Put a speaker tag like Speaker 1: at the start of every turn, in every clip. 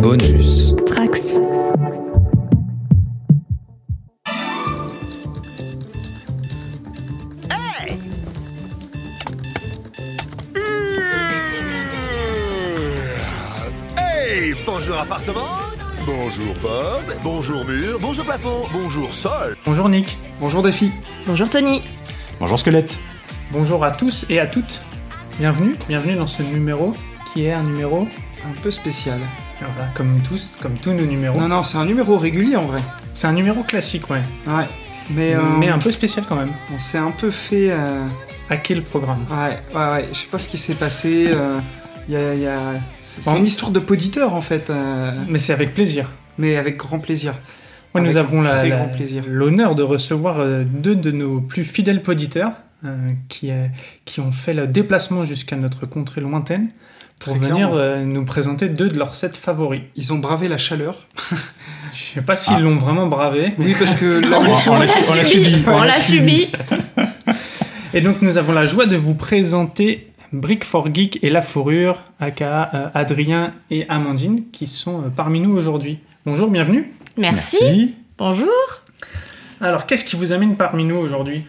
Speaker 1: Bonus.
Speaker 2: Trax.
Speaker 3: Hey Bonjour appartement Bonjour porte, bonjour mur, bonjour plafond, bonjour sol
Speaker 4: Bonjour Nick, bonjour Défi,
Speaker 2: Bonjour Tony.
Speaker 5: Bonjour squelette.
Speaker 4: bonjour à tous et à toutes. Bienvenue, bienvenue dans ce numéro qui est un numéro.
Speaker 6: un peu spécial.
Speaker 4: euh, voilà, comme tous, comme tous nos numéros.
Speaker 6: Non, non, c'est un numéro régulier en vrai.
Speaker 4: C'est un numéro classique, ouais.
Speaker 6: Ouais. Mais, euh,
Speaker 4: Mais un peu spécial quand même.
Speaker 6: on s'est un peu fait. euh,
Speaker 4: Hacker le programme.
Speaker 6: Ouais, ouais, ouais. Je sais pas ce qui s'est passé. euh, y a- y a- C'est c'est
Speaker 4: Bon.
Speaker 6: une histoire de poditeur en fait. euh,
Speaker 4: Hein Mais c'est avec plaisir.
Speaker 6: Mais avec grand plaisir.
Speaker 4: Ouais, nous
Speaker 6: Avec
Speaker 4: avons la-
Speaker 6: très
Speaker 4: la-
Speaker 6: grand plaisir.
Speaker 4: l'honneur de recevoir euh, deux de nos plus fidèles poditeurs euh, qui, euh, qui ont fait le déplacement jusqu'à notre contrée lointaine pour
Speaker 6: Très
Speaker 4: venir
Speaker 6: clairement.
Speaker 4: euh, nous présenter deux de leurs sept favoris.
Speaker 6: Ils ont bravé la chaleur.
Speaker 4: Je sais pas s'ils
Speaker 5: Ah.
Speaker 4: l'ont vraiment bravé.
Speaker 6: Oui, parce que la
Speaker 5: On l'a-
Speaker 6: mission.
Speaker 5: on l'a- on l'a subi.
Speaker 2: On l'a subi.
Speaker 4: Et donc nous avons la joie de vous présenter Brick for Geek et La Fourrure, aka euh, Adrien et Amandine, qui sont euh, parmi nous aujourd'hui. Bonjour, bienvenue.
Speaker 2: Merci. Bonjour.
Speaker 4: Alors qu'est-ce qui vous amène parmi nous aujourd'hui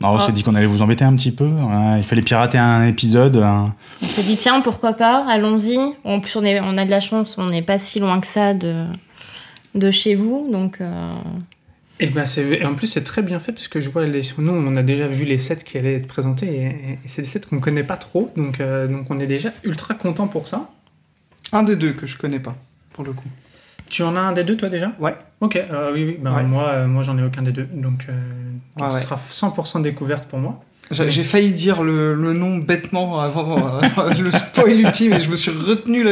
Speaker 5: Non, on
Speaker 2: Ah.
Speaker 5: s'est dit qu'on allait vous embêter un petit peu. hein. Il fallait pirater un épisode. hein.
Speaker 2: On s'est dit, tiens, pourquoi pas, allons-y. En plus, on, est, on a de la chance, on n'est pas si loin que ça de, de chez vous. Donc, euh,
Speaker 4: Et, ben, c'est- et en plus c'est très bien fait parce que je vois les... nous on a déjà vu les sets qui allaient être présentés et, et c'est des sets qu'on connaît pas trop donc, euh, donc on est déjà ultra content pour ça.
Speaker 6: Un des deux que je connais pas, pour le coup.
Speaker 4: Tu en as un des deux toi déjà
Speaker 6: Ouais.
Speaker 4: Ok, euh, oui, oui. Ben,
Speaker 6: Ouais.
Speaker 4: moi, euh, moi j'en ai aucun des deux donc, euh, donc
Speaker 6: Ouais,
Speaker 4: ce
Speaker 6: ouais.
Speaker 4: sera 100% découverte pour moi.
Speaker 6: J'a- J'ai failli dire le, le nom bêtement avant euh, le spoil ultime et je me suis retenu là.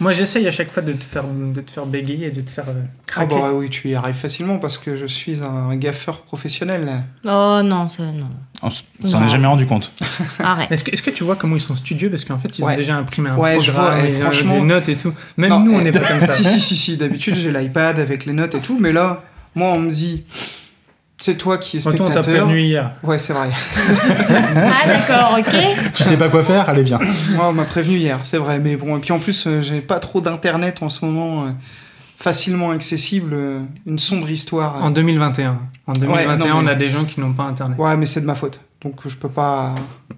Speaker 4: Moi, j'essaye à chaque fois de te faire, de te faire bégayer et de te faire euh,
Speaker 6: Ah
Speaker 4: craquer.
Speaker 6: bah oui, tu y arrives facilement parce que je suis un gaffeur professionnel.
Speaker 2: oh non, ça, non.
Speaker 5: On s- on s'en
Speaker 2: Non.
Speaker 5: est jamais rendu compte.
Speaker 2: Arrête.
Speaker 4: Est-ce que, est-ce que tu vois comment ils sont studieux Parce qu'en fait, ils ont
Speaker 6: Ouais.
Speaker 4: déjà imprimé un
Speaker 6: Ouais, je
Speaker 4: programme,
Speaker 6: vois, et
Speaker 4: ils ont
Speaker 6: franchement-
Speaker 4: des notes et tout. Même
Speaker 6: Non,
Speaker 4: nous, on
Speaker 6: eh,
Speaker 4: n'est pas comme
Speaker 6: si,
Speaker 4: ça.
Speaker 6: si, si, si. D'habitude, j'ai l'iPad avec les notes et tout, mais là, moi, on me dit, c'est toi qui es
Speaker 4: Quand on t'a
Speaker 6: spectateur.
Speaker 4: prévenu hier.
Speaker 6: Ouais, c'est vrai.
Speaker 2: Ah d'accord, ok.
Speaker 5: tu sais pas quoi faire Allez, viens.
Speaker 6: Moi, on m'a prévenu hier, c'est vrai. Mais bon, et puis en plus, euh, j'ai pas trop d'internet en ce moment, euh, facilement accessible. euh, une sombre histoire.
Speaker 4: En 2021. En 2021,
Speaker 6: non,
Speaker 4: on
Speaker 6: mais-
Speaker 4: a des gens qui n'ont pas Internet.
Speaker 6: Ouais, mais c'est de ma faute. Donc, je peux pas.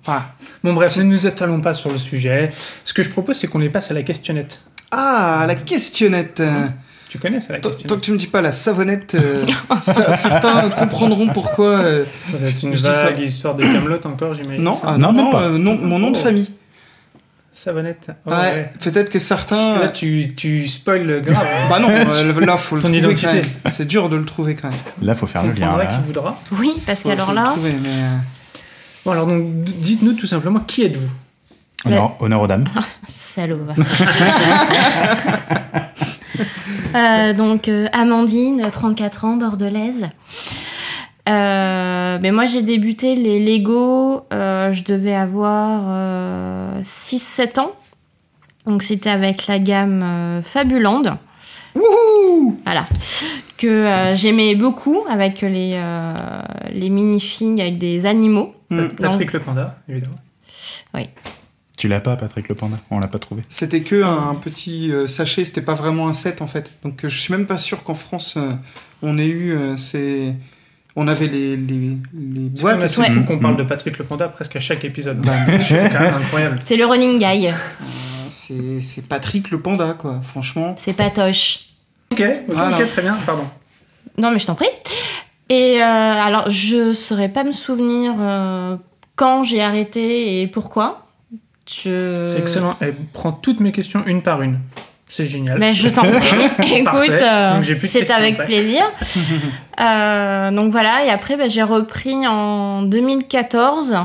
Speaker 6: Enfin,
Speaker 4: Bon, bref, ne nous étalons pas sur le sujet. Ce que je propose, c'est qu'on les passe à la questionnette.
Speaker 6: Ah, la questionnette euh,
Speaker 4: Tu connais ça, la
Speaker 6: tant- Tant
Speaker 4: questionnette
Speaker 6: que tu me dis pas la savonnette, euh, ça- certains comprendront pourquoi. euh,
Speaker 4: Ça doit être une
Speaker 6: je dis ça.
Speaker 4: vague histoire de Camelot encore, j'imagine.
Speaker 6: Non,
Speaker 4: ça.
Speaker 6: ah,
Speaker 5: Non, même pas.
Speaker 6: euh, non, mon nom de
Speaker 4: Oh.
Speaker 6: famille.
Speaker 4: Savonnette. Oh,
Speaker 6: Ouais,
Speaker 4: ouais.
Speaker 6: peut-être que
Speaker 4: Parce
Speaker 6: certains.
Speaker 4: que là, tu, tu spoil grave. hein.
Speaker 6: Bah non, euh, là, faut le
Speaker 4: Ton
Speaker 6: trouver
Speaker 4: identité.
Speaker 6: quand même. C'est dur de le trouver quand même.
Speaker 5: Là, faut faire
Speaker 4: On
Speaker 5: le lien.
Speaker 4: prendra
Speaker 5: là.
Speaker 4: qui voudra.
Speaker 2: Oui, parce
Speaker 6: Faut- faut
Speaker 2: qu'alors
Speaker 6: le
Speaker 2: là,
Speaker 6: trouver, mais, euh,
Speaker 4: Bon, alors, donc, d- dites-nous tout simplement qui êtes-vous
Speaker 5: Honneur, honneur aux dames.
Speaker 2: salaud. Euh, donc, euh, Amandine, 34 ans, bordelaise. Euh, mais moi, j'ai débuté les Lego, euh, je devais avoir euh, 6-7 ans. Donc, c'était avec la gamme euh, Fabulande. Voilà. Que euh, j'aimais beaucoup avec les, euh, les mini-figs avec des animaux.
Speaker 4: Bah,
Speaker 6: hmm,
Speaker 4: Patrick le Panda, évidemment.
Speaker 5: Tu l'as pas, Patrick le panda On l'a pas trouvé.
Speaker 6: C'était que
Speaker 2: C'est-
Speaker 6: un petit euh, sachet, c'était pas vraiment un set en fait. Donc euh, je suis même pas sûr qu'en France euh, on ait eu euh, ces. On avait les, les, les
Speaker 4: C'est quand
Speaker 6: boîtes
Speaker 4: même
Speaker 6: et
Speaker 4: assez
Speaker 6: tout.
Speaker 4: fou
Speaker 5: Ouais.
Speaker 4: qu'on
Speaker 5: Mm.
Speaker 4: parle de Patrick le Panda presque à chaque épisode.
Speaker 6: Bah,
Speaker 4: C'est quand même incroyable.
Speaker 2: C'est le running guy.
Speaker 6: C'est c'est Patrick le panda quoi, franchement.
Speaker 2: C'est patoche.
Speaker 4: Ok, ok,
Speaker 6: Voilà.
Speaker 4: ok, très bien, pardon.
Speaker 2: Non, mais je t'en prie. Et euh, alors, je saurais pas me souvenir euh, quand j'ai arrêté et pourquoi. Je...
Speaker 4: C'est excellent. Elle prend toutes mes questions une par une. C'est génial.
Speaker 2: Mais je t'en prie. Écoute, euh,
Speaker 4: Donc, j'ai plus de
Speaker 2: c'est
Speaker 4: questions,
Speaker 2: avec
Speaker 4: après.
Speaker 2: plaisir. Euh, donc voilà, et après, bah, j'ai repris en 2014.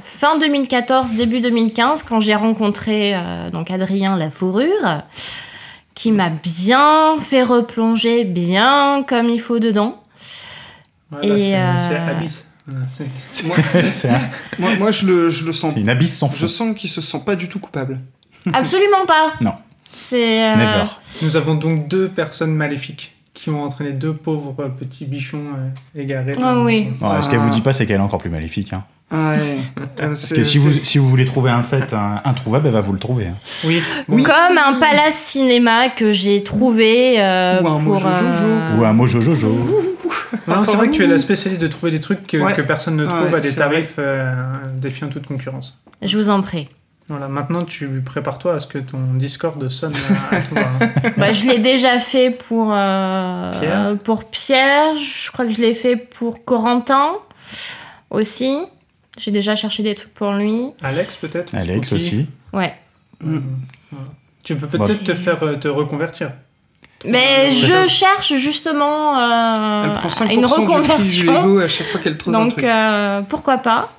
Speaker 2: Fin 2014, début 2015, quand j'ai rencontré euh, donc Adrien La Fourrure, qui m'a bien fait replonger bien comme il faut dedans.
Speaker 4: Voilà,
Speaker 2: Et,
Speaker 4: c'est
Speaker 2: euh,
Speaker 4: c'est Abyss. Voilà, c'est-
Speaker 6: Moi,
Speaker 5: c'est un-
Speaker 6: moi, moi, je, le, je le sens.
Speaker 5: c'est une abysse sans
Speaker 6: Je
Speaker 5: fond.
Speaker 6: sens qu'il se sent pas du tout coupable.
Speaker 2: Absolument pas.
Speaker 5: Non.
Speaker 2: C'est. euh,
Speaker 5: Never.
Speaker 4: Nous avons donc deux personnes maléfiques qui ont entraîné deux pauvres euh, petits bichons euh, égarés.
Speaker 2: Ah oui.
Speaker 5: Bon,
Speaker 6: Ah.
Speaker 5: Ce qu'elle vous dit pas, c'est qu'elle est encore plus maléfique. hein.
Speaker 6: Ouais. Euh,
Speaker 5: Parce
Speaker 6: c'est-
Speaker 5: que si vous,
Speaker 6: c'est-
Speaker 5: si vous voulez trouver un set hein, introuvable, elle va vous le trouver. hein.
Speaker 4: Oui.
Speaker 2: Comme un palace cinéma que j'ai trouvé euh,
Speaker 6: Ou un
Speaker 2: pour. euh,
Speaker 6: Mojo Jojo.
Speaker 5: Ou un mojo jojo.
Speaker 4: Non, c'est vrai que tu es la spécialiste de trouver des trucs que,
Speaker 6: Ouais.
Speaker 4: que personne ne
Speaker 6: Ouais,
Speaker 4: trouve à des
Speaker 6: c'est vrai.
Speaker 4: tarifs euh, défiant toute concurrence.
Speaker 2: Je vous en prie.
Speaker 4: Voilà, maintenant tu prépares-toi à ce que ton Discord sonne à, à tout va, hein.
Speaker 2: Bah, je l'ai déjà fait pour euh,
Speaker 4: Pierre.
Speaker 2: pour Pierre. Je crois que je l'ai fait pour Corentin aussi. J'ai déjà cherché des trucs pour lui.
Speaker 4: Alex peut-être
Speaker 2: Ah.
Speaker 5: Alex
Speaker 4: Spooky
Speaker 5: aussi.
Speaker 2: Ouais.
Speaker 6: Mm.
Speaker 4: Tu peux peut-être
Speaker 2: Bah.
Speaker 4: te faire euh, te reconvertir.
Speaker 2: Mais je
Speaker 4: Peut-être.
Speaker 2: cherche justement euh,
Speaker 6: Elle prend 5%
Speaker 2: une
Speaker 6: du prix du
Speaker 2: reconversion.
Speaker 6: Lego à chaque fois qu'elle trouve un
Speaker 2: Donc
Speaker 6: truc.
Speaker 2: euh, pourquoi pas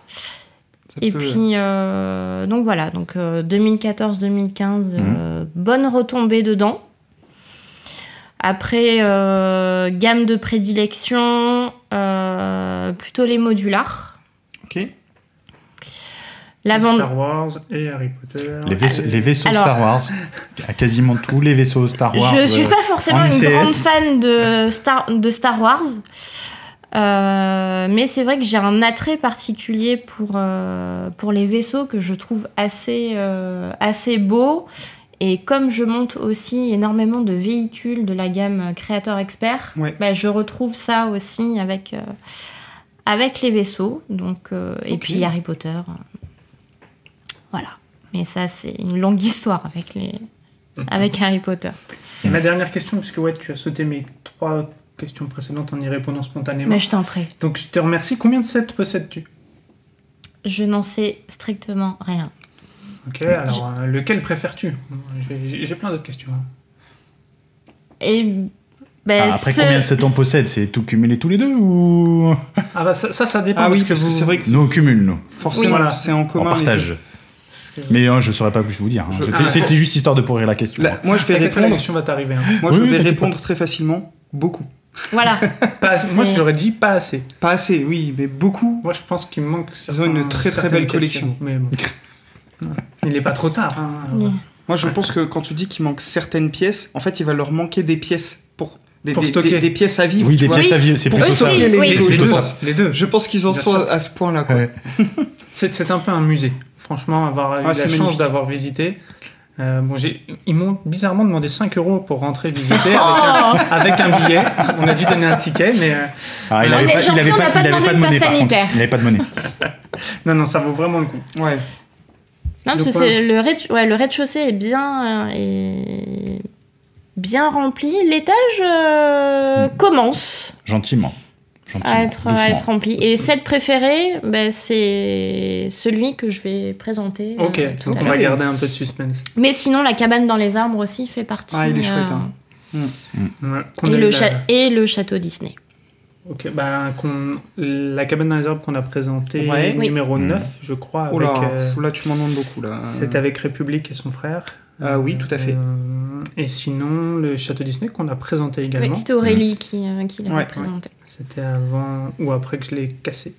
Speaker 6: Ça
Speaker 2: Et
Speaker 6: peut-
Speaker 2: puis euh, donc voilà, donc 2014-2015, euh, bonne retombée dedans. Après euh, gamme de prédilection, euh, plutôt les modulars.
Speaker 6: Ok.
Speaker 2: La vente
Speaker 4: Star Wars et Harry Potter.
Speaker 5: Les, vaisse-
Speaker 4: Et-
Speaker 5: les vaisseaux
Speaker 2: Alors-
Speaker 5: Star Wars. À Quasiment tous les vaisseaux Star Wars.
Speaker 2: Je
Speaker 5: euh,
Speaker 2: suis pas forcément
Speaker 5: en
Speaker 2: une
Speaker 5: ICS.
Speaker 2: grande fan de Star, de Star Wars. Euh, mais c'est vrai que j'ai un attrait particulier pour, euh, pour les vaisseaux que je trouve assez, euh, assez beaux. Et comme je monte aussi énormément de véhicules de la gamme Creator Expert,
Speaker 6: Ouais.
Speaker 2: bah, je retrouve ça aussi avec, euh, avec les vaisseaux. Donc, euh, Et
Speaker 6: Ok.
Speaker 2: puis Harry Potter. euh, Voilà. Mais ça, c'est une longue histoire avec, les... avec Harry Potter.
Speaker 4: Et ma dernière question, parce que ouais, tu as sauté mes trois questions précédentes en y répondant spontanément.
Speaker 2: Mais je t'en prie,
Speaker 4: Donc je te remercie. Combien de sets possèdes-tu
Speaker 2: je n'en sais strictement rien.
Speaker 4: Ok, alors euh, lequel préfères-tu J'ai- J'ai j'ai plein d'autres questions. hein.
Speaker 2: Et
Speaker 5: Ah,
Speaker 2: ben,
Speaker 5: après,
Speaker 2: ce-
Speaker 5: combien de sets on possède C'est tout cumulé tous les deux ou
Speaker 4: Ah bah ça, ça, ça dépend.
Speaker 6: Ah oui,
Speaker 4: parce que
Speaker 6: parce que
Speaker 4: vous-
Speaker 6: c'est vrai que
Speaker 5: Nous, on cumule, nous.
Speaker 6: forcément,
Speaker 4: Voilà.
Speaker 6: c'est en
Speaker 5: On
Speaker 6: commun. les deux.
Speaker 5: partage.
Speaker 4: parce que-
Speaker 5: Mais hein, je saurais pas plus vous dire. hein.
Speaker 6: Je-
Speaker 5: C'était-
Speaker 6: Ah.
Speaker 5: C'était juste histoire de pourrir la question. hein.
Speaker 6: Là, moi, je vais
Speaker 4: T'inquiète pas, la
Speaker 6: répondre.
Speaker 4: question va t'arriver. hein.
Speaker 6: Moi,
Speaker 5: Oui,
Speaker 6: je
Speaker 5: oui,
Speaker 6: vais
Speaker 5: t'inquiète
Speaker 6: répondre très facilement. Beaucoup.
Speaker 2: Voilà,
Speaker 4: Pas assez- Moi,
Speaker 2: C'est-
Speaker 4: j'aurais dit pas assez.
Speaker 6: Pas assez, oui, mais beaucoup.
Speaker 4: Moi, je pense qu'il me manque.
Speaker 6: Ils ont une
Speaker 4: certains-
Speaker 6: très, très
Speaker 4: certaines
Speaker 6: belle
Speaker 4: questions,
Speaker 6: collection.
Speaker 4: Mais bon. Ouais. Il n'est pas trop tard. hein.
Speaker 6: Moi, je pense que quand tu dis qu'il manque certaines pièces, en fait, il va leur manquer des pièces pour des,
Speaker 4: Pour
Speaker 6: des-
Speaker 4: stocker.
Speaker 6: des- des pièces à vivre.
Speaker 5: oui,
Speaker 6: tu
Speaker 5: des
Speaker 6: vois.
Speaker 5: pièces à vivre, c'est
Speaker 6: Pour
Speaker 5: plutôt ça.
Speaker 2: stocker les-
Speaker 5: C'est
Speaker 2: oui.
Speaker 5: plutôt
Speaker 4: Les deux.
Speaker 5: ça.
Speaker 4: Les deux.
Speaker 6: Je pense qu'ils en
Speaker 4: Bien
Speaker 6: sont
Speaker 4: sûr.
Speaker 6: à ce point-là. quoi.
Speaker 5: Ouais.
Speaker 4: C'est, c'est un peu un musée. Franchement, avoir eu
Speaker 6: Ah,
Speaker 4: la
Speaker 6: c'est
Speaker 4: chance
Speaker 6: magnifique.
Speaker 4: d'avoir visité. Euh, bon, j'ai, ils m'ont bizarrement demandé 5 euros pour rentrer visiter avec, un,
Speaker 2: Oh
Speaker 4: avec un billet. On a dû donner un ticket, mais euh,
Speaker 5: Ah, il
Speaker 4: On
Speaker 5: avait
Speaker 2: est
Speaker 5: pas, il
Speaker 2: gentil,
Speaker 5: avait
Speaker 2: on n'a
Speaker 5: pas,
Speaker 2: pas
Speaker 5: il avait
Speaker 2: demandé
Speaker 5: pas de
Speaker 2: de passe
Speaker 5: monnaie par contre.
Speaker 2: sanitaire.
Speaker 5: Il avait pas de monnaie.
Speaker 4: non, non, ça vaut vraiment le coup.
Speaker 6: Ouais.
Speaker 2: non, parce
Speaker 4: Le
Speaker 2: que
Speaker 4: point.
Speaker 2: c'est le, rez- ouais, le rez-de-chaussée est bien, euh, est bien rempli. L'étage euh, commence
Speaker 5: Gentiment. Gentiment.
Speaker 2: à être, à
Speaker 5: doucement.
Speaker 2: être rempli. Et cette préférée, ben, c'est celui que je vais présenter. euh,
Speaker 4: Ok,
Speaker 2: tout à
Speaker 4: donc on
Speaker 2: l'heure.
Speaker 6: Ah
Speaker 4: va garder un peu de suspense.
Speaker 2: Mais sinon, la cabane dans les arbres aussi fait partie.
Speaker 6: Ah, il est
Speaker 2: euh,
Speaker 6: chouette, hein.
Speaker 4: Ouais, qu'on
Speaker 2: Et
Speaker 4: a eu
Speaker 2: le,
Speaker 4: la-
Speaker 2: cha- et le château Disney.
Speaker 4: Ok, bah, qu'on- la cabane dans les arbres qu'on a présentée,
Speaker 6: Ouais.
Speaker 2: Oui.
Speaker 4: numéro
Speaker 5: Mm.
Speaker 4: 9, je crois. Avec,
Speaker 6: Oh là,
Speaker 4: euh,
Speaker 6: là, tu m'en demandes beaucoup. là.
Speaker 4: C'était avec République et son frère.
Speaker 6: Ah oui, tout à fait.
Speaker 4: Euh, et sinon, le château Disney qu'on a présenté
Speaker 2: Oui,
Speaker 4: également.
Speaker 2: c'était Aurélie qui, euh, qui l'avait
Speaker 6: Ouais.
Speaker 2: présenté.
Speaker 4: C'était avant ou après que je l'ai cassé.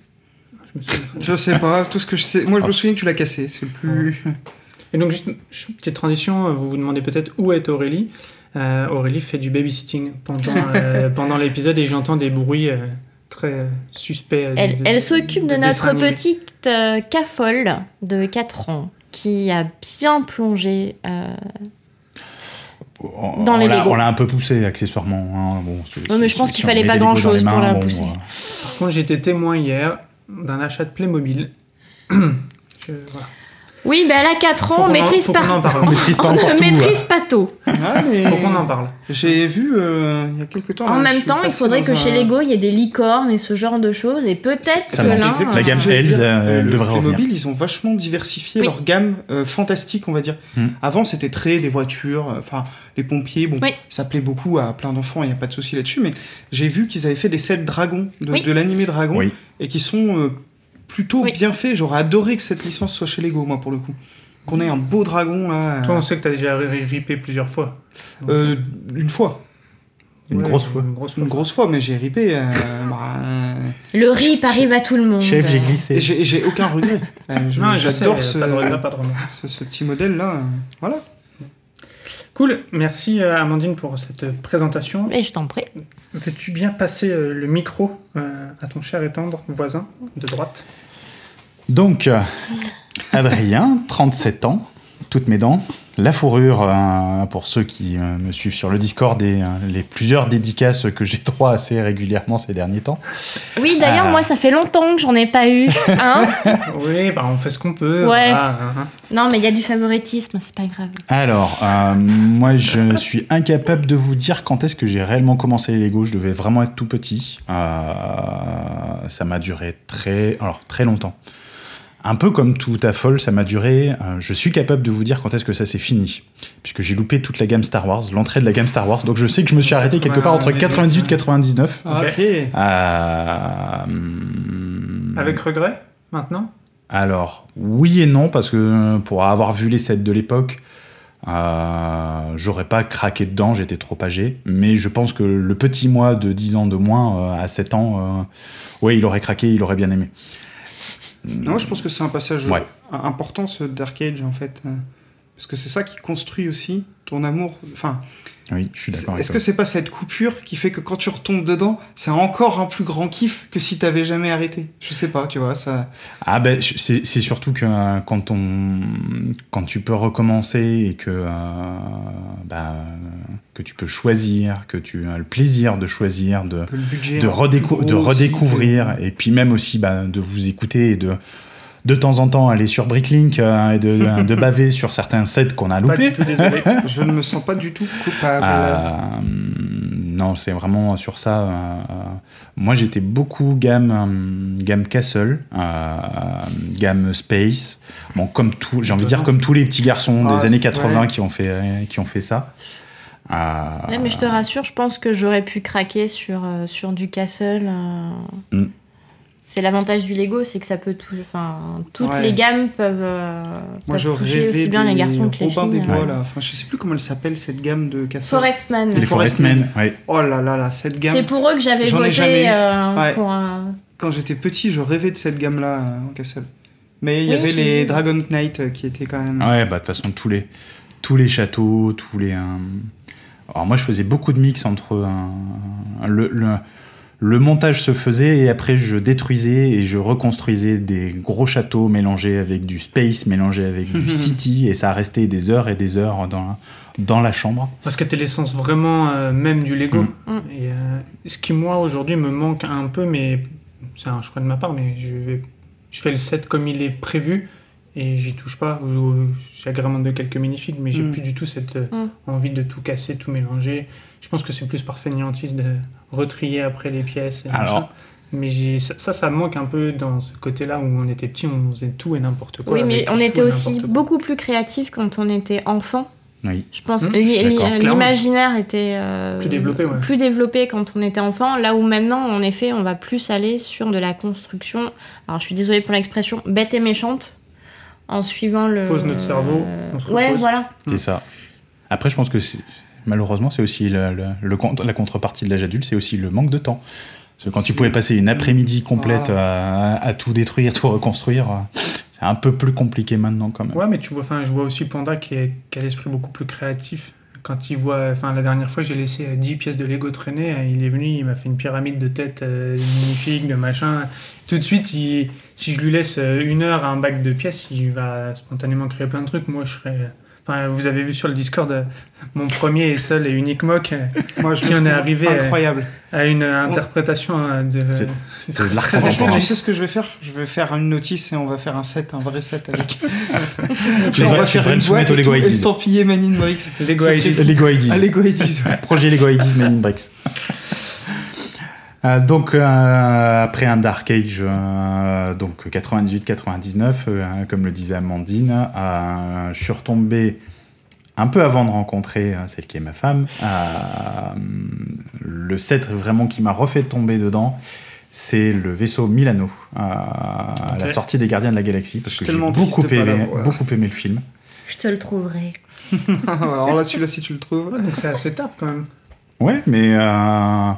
Speaker 4: Je me souviens. plus.
Speaker 6: Je sais pas, tout ce que je sais. Moi, je me souviens que tu l'as cassé. C'est le plus.
Speaker 4: Et donc, juste chou- petite transition, euh, vous vous demandez peut-être où est Aurélie. Euh, Aurélie fait du babysitting pendant, euh, pendant l'épisode et j'entends des bruits euh, très euh, suspects. euh,
Speaker 2: Elle,
Speaker 4: de-
Speaker 2: elle s'occupe de,
Speaker 4: de dessins
Speaker 2: notre
Speaker 4: animés.
Speaker 2: petite euh, cafole de 4 ans qui a bien plongé. euh,
Speaker 5: On-
Speaker 2: Dans
Speaker 5: Oh, on
Speaker 2: les
Speaker 5: l'a-
Speaker 2: Lego.
Speaker 5: On l'a un peu poussé accessoirement. hein. Bon, c'est-
Speaker 2: Ouais, mais
Speaker 5: c'est-
Speaker 2: je pense
Speaker 5: si
Speaker 2: qu'il
Speaker 5: on
Speaker 2: fallait
Speaker 5: met
Speaker 2: pas
Speaker 5: les Lego dans les
Speaker 2: grand-chose pour
Speaker 5: mains,
Speaker 2: la
Speaker 5: bon,
Speaker 2: pousser.
Speaker 5: voilà.
Speaker 4: Par contre, j'étais témoin hier d'un achat de Playmobil. Je- voilà.
Speaker 2: Oui, ben elle a 4 ans,
Speaker 4: Faut
Speaker 2: on
Speaker 4: qu'on en-
Speaker 2: maîtrise
Speaker 4: faut
Speaker 2: pas.
Speaker 4: qu'on en
Speaker 5: On
Speaker 4: parle.
Speaker 5: maîtrise pas
Speaker 2: on
Speaker 5: encore
Speaker 2: ne
Speaker 5: tout. hein.
Speaker 2: maîtrise pas tout.
Speaker 6: Ah, mais-
Speaker 4: Faut qu'on en parle.
Speaker 6: J'ai vu euh, il y a quelques temps.
Speaker 2: En
Speaker 6: là, je
Speaker 2: même
Speaker 6: suis
Speaker 2: temps, il
Speaker 6: passé
Speaker 2: faudrait
Speaker 6: dans
Speaker 2: que
Speaker 6: un-
Speaker 2: chez Lego, il y ait des licornes et ce genre de choses. Et peut-être que
Speaker 5: Ça
Speaker 6: me-
Speaker 5: manque.
Speaker 2: l'un.
Speaker 6: exactement
Speaker 5: La
Speaker 2: euh,
Speaker 5: gamme
Speaker 6: ce que j'allais
Speaker 5: Elves,
Speaker 6: dire.
Speaker 5: euh, elle
Speaker 6: Le
Speaker 5: devrait
Speaker 6: Playmobil,
Speaker 5: revenir.
Speaker 6: ils ont vachement diversifié
Speaker 2: Oui.
Speaker 6: leur gamme euh, fantastique, on va dire.
Speaker 5: Hmm.
Speaker 6: Avant, c'était très des voitures, euh, enfin, les pompiers, bon,
Speaker 2: Oui.
Speaker 6: ça plaît beaucoup à plein d'enfants, il n'y a pas de souci là-dessus, mais j'ai vu qu'ils avaient fait des sets dragons, de,
Speaker 2: Oui.
Speaker 6: de l'animé dragon,
Speaker 5: Oui.
Speaker 6: et qui sont euh, plutôt
Speaker 2: Oui.
Speaker 6: bien faits. J'aurais adoré que cette licence soit chez Lego, moi, pour le coup. Qu'on ait un beau dragon, là,
Speaker 4: Toi,
Speaker 6: euh,
Speaker 4: on sait que t'as déjà ri- ripé plusieurs fois.
Speaker 6: euh, une fois,
Speaker 5: Une grosse fois.
Speaker 4: Une grosse fois.
Speaker 6: une grosse fois, mais j'ai ripé. euh, bah, euh,
Speaker 2: Le RIP arrive à tout le monde.
Speaker 5: Chef, j'ai
Speaker 6: et
Speaker 5: glissé.
Speaker 6: j'ai et j'ai aucun regret. Euh, je-
Speaker 4: Non, je sais,
Speaker 6: J'adore
Speaker 4: Pas de regret,
Speaker 6: ce,
Speaker 4: pas de remords.
Speaker 6: ce, ce petit modèle-là. euh, Voilà.
Speaker 4: Cool, merci euh, Amandine pour cette présentation.
Speaker 2: Et je t'en prie.
Speaker 4: Veux-tu bien passer euh, le micro euh, à ton cher et tendre voisin de droite
Speaker 5: Donc, euh, Adrien, 37 ans, toutes mes dents. La fourrure, euh, pour ceux qui euh, me suivent sur le Discord et euh, les plusieurs dédicaces que j'ai droit assez régulièrement ces derniers temps.
Speaker 2: Oui, d'ailleurs,
Speaker 5: Ah.
Speaker 2: moi, ça fait longtemps que j'en ai pas eu. Hein
Speaker 4: Oui, bah on fait ce qu'on peut.
Speaker 2: Ouais.
Speaker 4: voilà, hein, hein.
Speaker 2: non, mais il y a du favoritisme, c'est pas grave.
Speaker 5: Alors, euh, moi, je suis incapable de vous dire quand est-ce que j'ai réellement commencé les Lego. Je devais vraiment être tout petit. Euh, ça m'a duré très, alors, très longtemps. Un peu comme tout à folle, ça m'a duré. euh, je suis capable de vous dire quand est-ce que ça s'est fini, puisque j'ai loupé toute la gamme Star Wars, l'entrée de la gamme Star Wars. Donc je sais que je me suis arrêté quelque part entre 98 et 99.
Speaker 6: Ah,
Speaker 4: Ok.
Speaker 6: ok.
Speaker 5: Euh, hum,
Speaker 4: Avec regret, maintenant
Speaker 5: alors, oui et non, parce que euh, pour avoir vu les sets de l'époque, euh, j'aurais pas craqué dedans, j'étais trop âgé. Mais je pense que le petit moi de 10 ans de moins, euh, à 7 ans, euh, ouais, il aurait craqué, il aurait bien aimé.
Speaker 6: Non, je pense que c'est un passage
Speaker 5: Ouais.
Speaker 6: euh, important, ce Dark Age, en fait. euh, Parce que c'est ça qui construit aussi ton amour. Enfin,
Speaker 5: Oui, je suis
Speaker 6: c'est-
Speaker 5: d'accord avec
Speaker 6: est-ce
Speaker 5: toi.
Speaker 6: que c'est pas cette coupure qui fait que quand tu retombes dedans, c'est encore un plus grand kiff que si t'avais jamais arrêté Je sais pas, tu vois, ça.
Speaker 5: Ah ben, je- c'est c'est surtout que euh, quand, on, quand tu peux recommencer et que, euh, bah, que tu peux choisir, que tu as le plaisir de choisir, de,
Speaker 6: Que le budget.
Speaker 5: de,
Speaker 6: est
Speaker 5: redécou-
Speaker 6: plus gros aussi,
Speaker 5: de
Speaker 6: euh,
Speaker 5: redécouvrir et puis même aussi bah, de vous écouter et de de temps en temps aller sur Bricklink euh, et de, de baver sur certains sets qu'on a
Speaker 4: Pas
Speaker 5: loupés.
Speaker 4: du tout, désolé.
Speaker 6: que Je ne me sens pas du tout coupable.
Speaker 5: Euh, non, c'est vraiment sur ça. euh, euh, moi, j'étais beaucoup gamme, hum, gamme Castle, euh, gamme Space. Bon, comme tout, j'ai envie de dire comme tous les petits garçons
Speaker 6: Ah,
Speaker 5: des années
Speaker 6: ouais.
Speaker 5: 80 qui ont fait euh, qui ont fait ça. Euh,
Speaker 2: Ouais, mais je te rassure, je pense que j'aurais pu craquer sur, euh, sur du castle. euh.
Speaker 5: Mm.
Speaker 2: C'est l'avantage du Lego, c'est que ça peut tout. Enfin, toutes
Speaker 6: Ouais.
Speaker 2: les gammes peuvent, euh,
Speaker 6: Moi,
Speaker 2: peuvent
Speaker 6: je
Speaker 2: toucher
Speaker 6: rêvais
Speaker 2: aussi bien
Speaker 6: des
Speaker 2: les garçons que les
Speaker 6: Robin
Speaker 2: filles.
Speaker 6: des
Speaker 2: hein.
Speaker 6: Bois, là. Enfin, je sais plus comment elle s'appelle, cette gamme de casseurs.
Speaker 2: Forestman.
Speaker 5: les
Speaker 6: Les
Speaker 5: Forestmen,
Speaker 6: Forestmen.
Speaker 5: ouais.
Speaker 6: Oh là là là, cette gamme.
Speaker 2: C'est pour eux que j'avais
Speaker 6: J'en ai
Speaker 2: voté
Speaker 6: jamais eu.
Speaker 2: euh,
Speaker 6: Ouais.
Speaker 2: pour un.
Speaker 6: Quand j'étais petit, je rêvais de cette gamme-là euh, en Castle. Mais il y
Speaker 2: Oui,
Speaker 6: avait
Speaker 2: j'ai
Speaker 6: les
Speaker 2: vu.
Speaker 6: Dragon Knight euh, qui étaient quand même.
Speaker 5: Ouais, bah de toute façon, tous les, tous les châteaux, tous les. euh, Alors moi, je faisais beaucoup de mix entre. euh, le, le, le montage se faisait et après, je détruisais et je reconstruisais des gros châteaux mélangés avec du space, mélangés avec du city et ça restait des heures et des heures dans la, dans la chambre.
Speaker 4: Parce que t'es l'essence vraiment euh, même du Lego.
Speaker 5: Mm.
Speaker 2: Mm.
Speaker 4: Et, euh, ce qui, moi, aujourd'hui, me manque un peu, mais c'est un choix de ma part, mais je, vais, je fais le set comme il est prévu et j'y touche pas. Je- J'agrémente de quelques minifigs, mais j'ai
Speaker 6: Mm.
Speaker 4: plus du tout cette euh,
Speaker 2: Mm.
Speaker 4: envie de tout casser, tout mélanger. Je pense que c'est plus par fainéantise de retrier après les pièces. et
Speaker 5: Alors.
Speaker 4: machin. Mais j'ai- ça, ça, ça me manque un peu dans ce côté-là où on était petit, on faisait tout et n'importe quoi.
Speaker 2: oui, mais
Speaker 4: avec
Speaker 2: on
Speaker 4: tout
Speaker 2: était
Speaker 4: et
Speaker 2: aussi
Speaker 4: n'importe quoi.
Speaker 2: beaucoup plus créatifs quand on était enfant.
Speaker 5: Oui.
Speaker 2: Je pense
Speaker 4: Hmm,
Speaker 2: que l'i- l'i-
Speaker 5: d'accord.
Speaker 2: l'imaginaire était euh,
Speaker 4: Plus développé, ouais.
Speaker 2: plus développé quand on était enfant. Là où maintenant, en effet, on va plus aller sur de la construction. Alors, je suis désolée pour l'expression bête et méchante, en suivant le.
Speaker 4: Pose notre cerveau, on se
Speaker 2: ouais,
Speaker 4: repose.
Speaker 2: voilà.
Speaker 6: Hmm.
Speaker 5: C'est ça. Après, je pense que c'est- malheureusement, c'est aussi le, le- le contre- la contrepartie de l'âge adulte, c'est aussi le manque de temps. Parce que quand tu
Speaker 6: C'est-
Speaker 5: pouvais passer une après-midi complète
Speaker 6: Ah.
Speaker 5: euh, à, à tout détruire, tout reconstruire, euh, c'est un peu plus compliqué maintenant quand même.
Speaker 4: Ouais, mais tu vois, enfin, je vois aussi Panda qui, est, qui a l'esprit beaucoup plus créatif. Quand il voit, enfin, la dernière fois, j'ai laissé euh, 10 pièces de Lego traîner. euh, Il est venu, il m'a fait une pyramide de têtes euh, magnifique, de machin. Tout de suite, il- si je lui laisse euh, une heure à un bac de pièces, il va spontanément créer plein de trucs. Moi, je serais. Enfin, vous avez vu sur le Discord euh, mon premier et seul et unique mock euh,
Speaker 6: Moi, je
Speaker 4: Qui
Speaker 6: le
Speaker 4: en est
Speaker 6: trouve
Speaker 4: arrivé, euh,
Speaker 6: Incroyable.
Speaker 4: à une euh, interprétation euh, de.
Speaker 5: C'est-
Speaker 4: c'est
Speaker 5: C'est de l'art
Speaker 4: très-
Speaker 6: Franchement,
Speaker 5: contemporain.
Speaker 6: tu sais ce que je vais faire Je vais faire une notice et on va faire un set, un vrai set avec.
Speaker 5: Tu devrais- tu devrais le soumettre au Lego Ideas.
Speaker 6: estampillé Man in Bricks.
Speaker 4: Lego
Speaker 6: Ce serait
Speaker 4: Ideas.
Speaker 6: fou.
Speaker 5: Lego Ideas.
Speaker 6: Ah, Lego Ideas.
Speaker 5: Projet Lego Ideas Made in Bricks. Euh, donc euh, après un Dark Age, euh, donc 98-99, euh, comme le disait Amandine, euh, je suis retombé un peu avant de rencontrer euh, celle qui est ma femme. euh, le set vraiment qui m'a refait tomber dedans, c'est le vaisseau Milano euh, à la
Speaker 4: Ok.
Speaker 5: sortie des Gardiens de la Galaxie, parce
Speaker 6: Je suis
Speaker 5: que j'ai
Speaker 6: tellement
Speaker 5: beaucoup
Speaker 6: triste de pas
Speaker 5: aimé,
Speaker 6: l'avoir.
Speaker 5: beaucoup aimé le film.
Speaker 2: Je te le trouverai.
Speaker 6: Alors là, celui-là, si tu le trouves.
Speaker 4: Ouais, donc c'est assez tard quand même.
Speaker 5: Ouais, mais euh,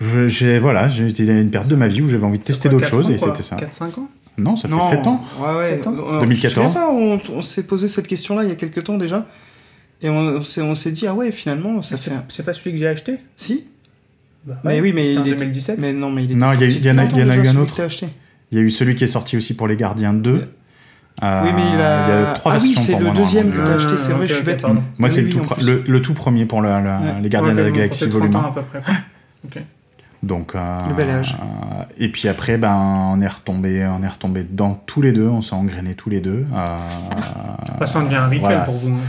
Speaker 5: je- j'ai voilà, j'ai été à une perte de ma vie où j'avais envie de tester d'autres choses et c'était ça.
Speaker 4: 4-5 ans
Speaker 5: Non, ça fait 7 ans.
Speaker 6: Ouais, ouais.
Speaker 4: Sept ans.
Speaker 6: Euh,
Speaker 5: 2014.
Speaker 6: je sais pas, on, on s'est posé cette question-là il y a quelques temps déjà. Et on, on s'est- on s'est dit, ah ouais, finalement, ça fait.
Speaker 4: C'est
Speaker 6: un-
Speaker 4: c'est pas celui que j'ai acheté
Speaker 6: Si
Speaker 4: Bah,
Speaker 6: Mais
Speaker 4: ouais,
Speaker 6: oui,
Speaker 4: c'était
Speaker 6: mais il
Speaker 4: en
Speaker 6: est-
Speaker 4: 2017.
Speaker 6: Mais non, mais il est.
Speaker 5: Non, il y a eu- il y en a- il y en a eu un autre.
Speaker 6: Il
Speaker 5: Il y a eu celui qui est sorti aussi pour les Gardiens 2. Euh,
Speaker 6: Oui, mais il a.
Speaker 5: Il y a trois
Speaker 6: ah oui,
Speaker 5: versions
Speaker 6: c'est
Speaker 5: pour
Speaker 6: le
Speaker 5: moi,
Speaker 6: deuxième que
Speaker 5: normalement. Euh,
Speaker 6: t'as acheté, c'est
Speaker 4: Ah,
Speaker 6: vrai,
Speaker 4: ok,
Speaker 6: je suis
Speaker 4: ok,
Speaker 6: bête.
Speaker 4: pardon.
Speaker 5: Moi, c'est
Speaker 6: Oui,
Speaker 5: le,
Speaker 6: oui,
Speaker 5: tout
Speaker 6: en
Speaker 5: pre-
Speaker 6: plus.
Speaker 5: le, le tout premier pour le- le- Hein, les Gardiens de la Galaxie volume 1.
Speaker 4: à peu près.
Speaker 5: Donc, euh,
Speaker 6: Le bel âge.
Speaker 5: euh, et puis après, ben, on est retombé, on est retombé dedans tous les deux, on s'est engrenés tous les deux. euh,
Speaker 4: Bah, ça en devient un rituel
Speaker 5: voilà,
Speaker 4: pour
Speaker 5: c'est-
Speaker 4: vous.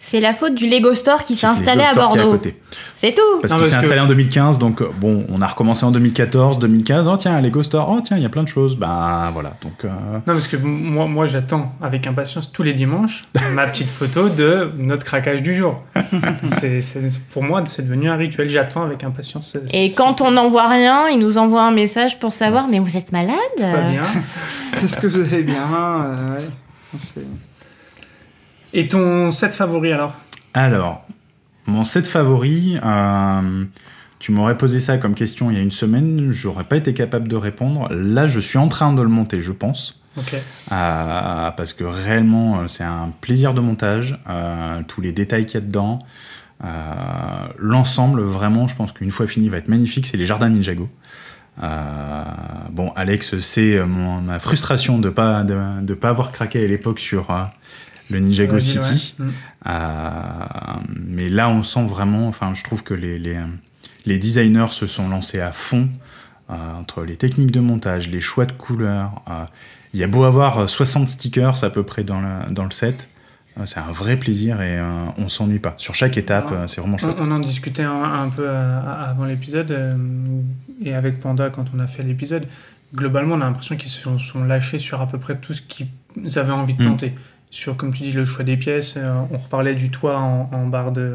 Speaker 2: C'est la faute du Lego Store qui s'est
Speaker 5: c'était
Speaker 2: installé à
Speaker 5: Dr. qui est
Speaker 2: Bordeaux.
Speaker 5: côté.
Speaker 2: C'est tout.
Speaker 5: Parce
Speaker 4: Non,
Speaker 5: qu'il
Speaker 4: parce
Speaker 5: s'est
Speaker 4: que-
Speaker 5: installé en 2015, donc euh, bon, on a recommencé en 2014, 2015. Oh tiens, Lego Store, oh tiens, il y a plein de choses. Ben voilà, donc. euh,
Speaker 4: Non, parce que moi, moi j'attends avec impatience tous les dimanches ma petite photo de notre craquage du jour. c'est, c'est- pour moi, c'est devenu un rituel. J'attends avec impatience. euh, ce-
Speaker 2: Et
Speaker 4: ce-
Speaker 2: quand
Speaker 4: ce-
Speaker 2: on n'en voit rien, il nous envoie un message pour savoir mais vous êtes malade
Speaker 4: Pas bien.
Speaker 6: Est-ce que vous allez bien euh, ouais. C'est-
Speaker 4: Et ton set favori alors
Speaker 5: Alors, mon set favori, euh, tu m'aurais posé ça comme question il y a une semaine, j'aurais pas été capable de répondre. Là, je suis en train de le monter, je pense.
Speaker 4: Ok.
Speaker 5: Euh, parce que réellement, euh, c'est un plaisir de montage, euh, tous les détails qu'il y a dedans. Euh, L'ensemble, vraiment, je pense qu'une fois fini, va être magnifique. C'est les jardins Ninjago. Euh, bon, Alex, c'est euh, mon- ma frustration de pas de, de pas avoir craqué à l'époque sur euh, le Ninjago
Speaker 4: Vas-y,
Speaker 5: City.
Speaker 4: ouais. Mm.
Speaker 5: Euh, mais là, on sent vraiment, enfin, je trouve que les, les, euh, les designers se sont lancés à fond euh, entre les techniques de montage, les choix de couleurs. euh, Il y a beau avoir euh, 60 stickers à peu près dans, la- dans le set. euh, C'est un vrai plaisir et euh, on s'ennuie pas. Sur chaque étape,
Speaker 4: Voilà.
Speaker 5: euh, c'est vraiment
Speaker 4: On,
Speaker 5: chouette.
Speaker 4: on en discutait un, un peu euh, avant l'épisode euh, et avec Panda quand on a fait l'épisode. Globalement, on a l'impression qu'ils se sont, sont lâchés sur à peu près tout ce qu'ils avaient envie de
Speaker 5: Mm.
Speaker 4: tenter. Sur, comme tu dis, le choix des pièces, euh, on reparlait du toit en, en barre de.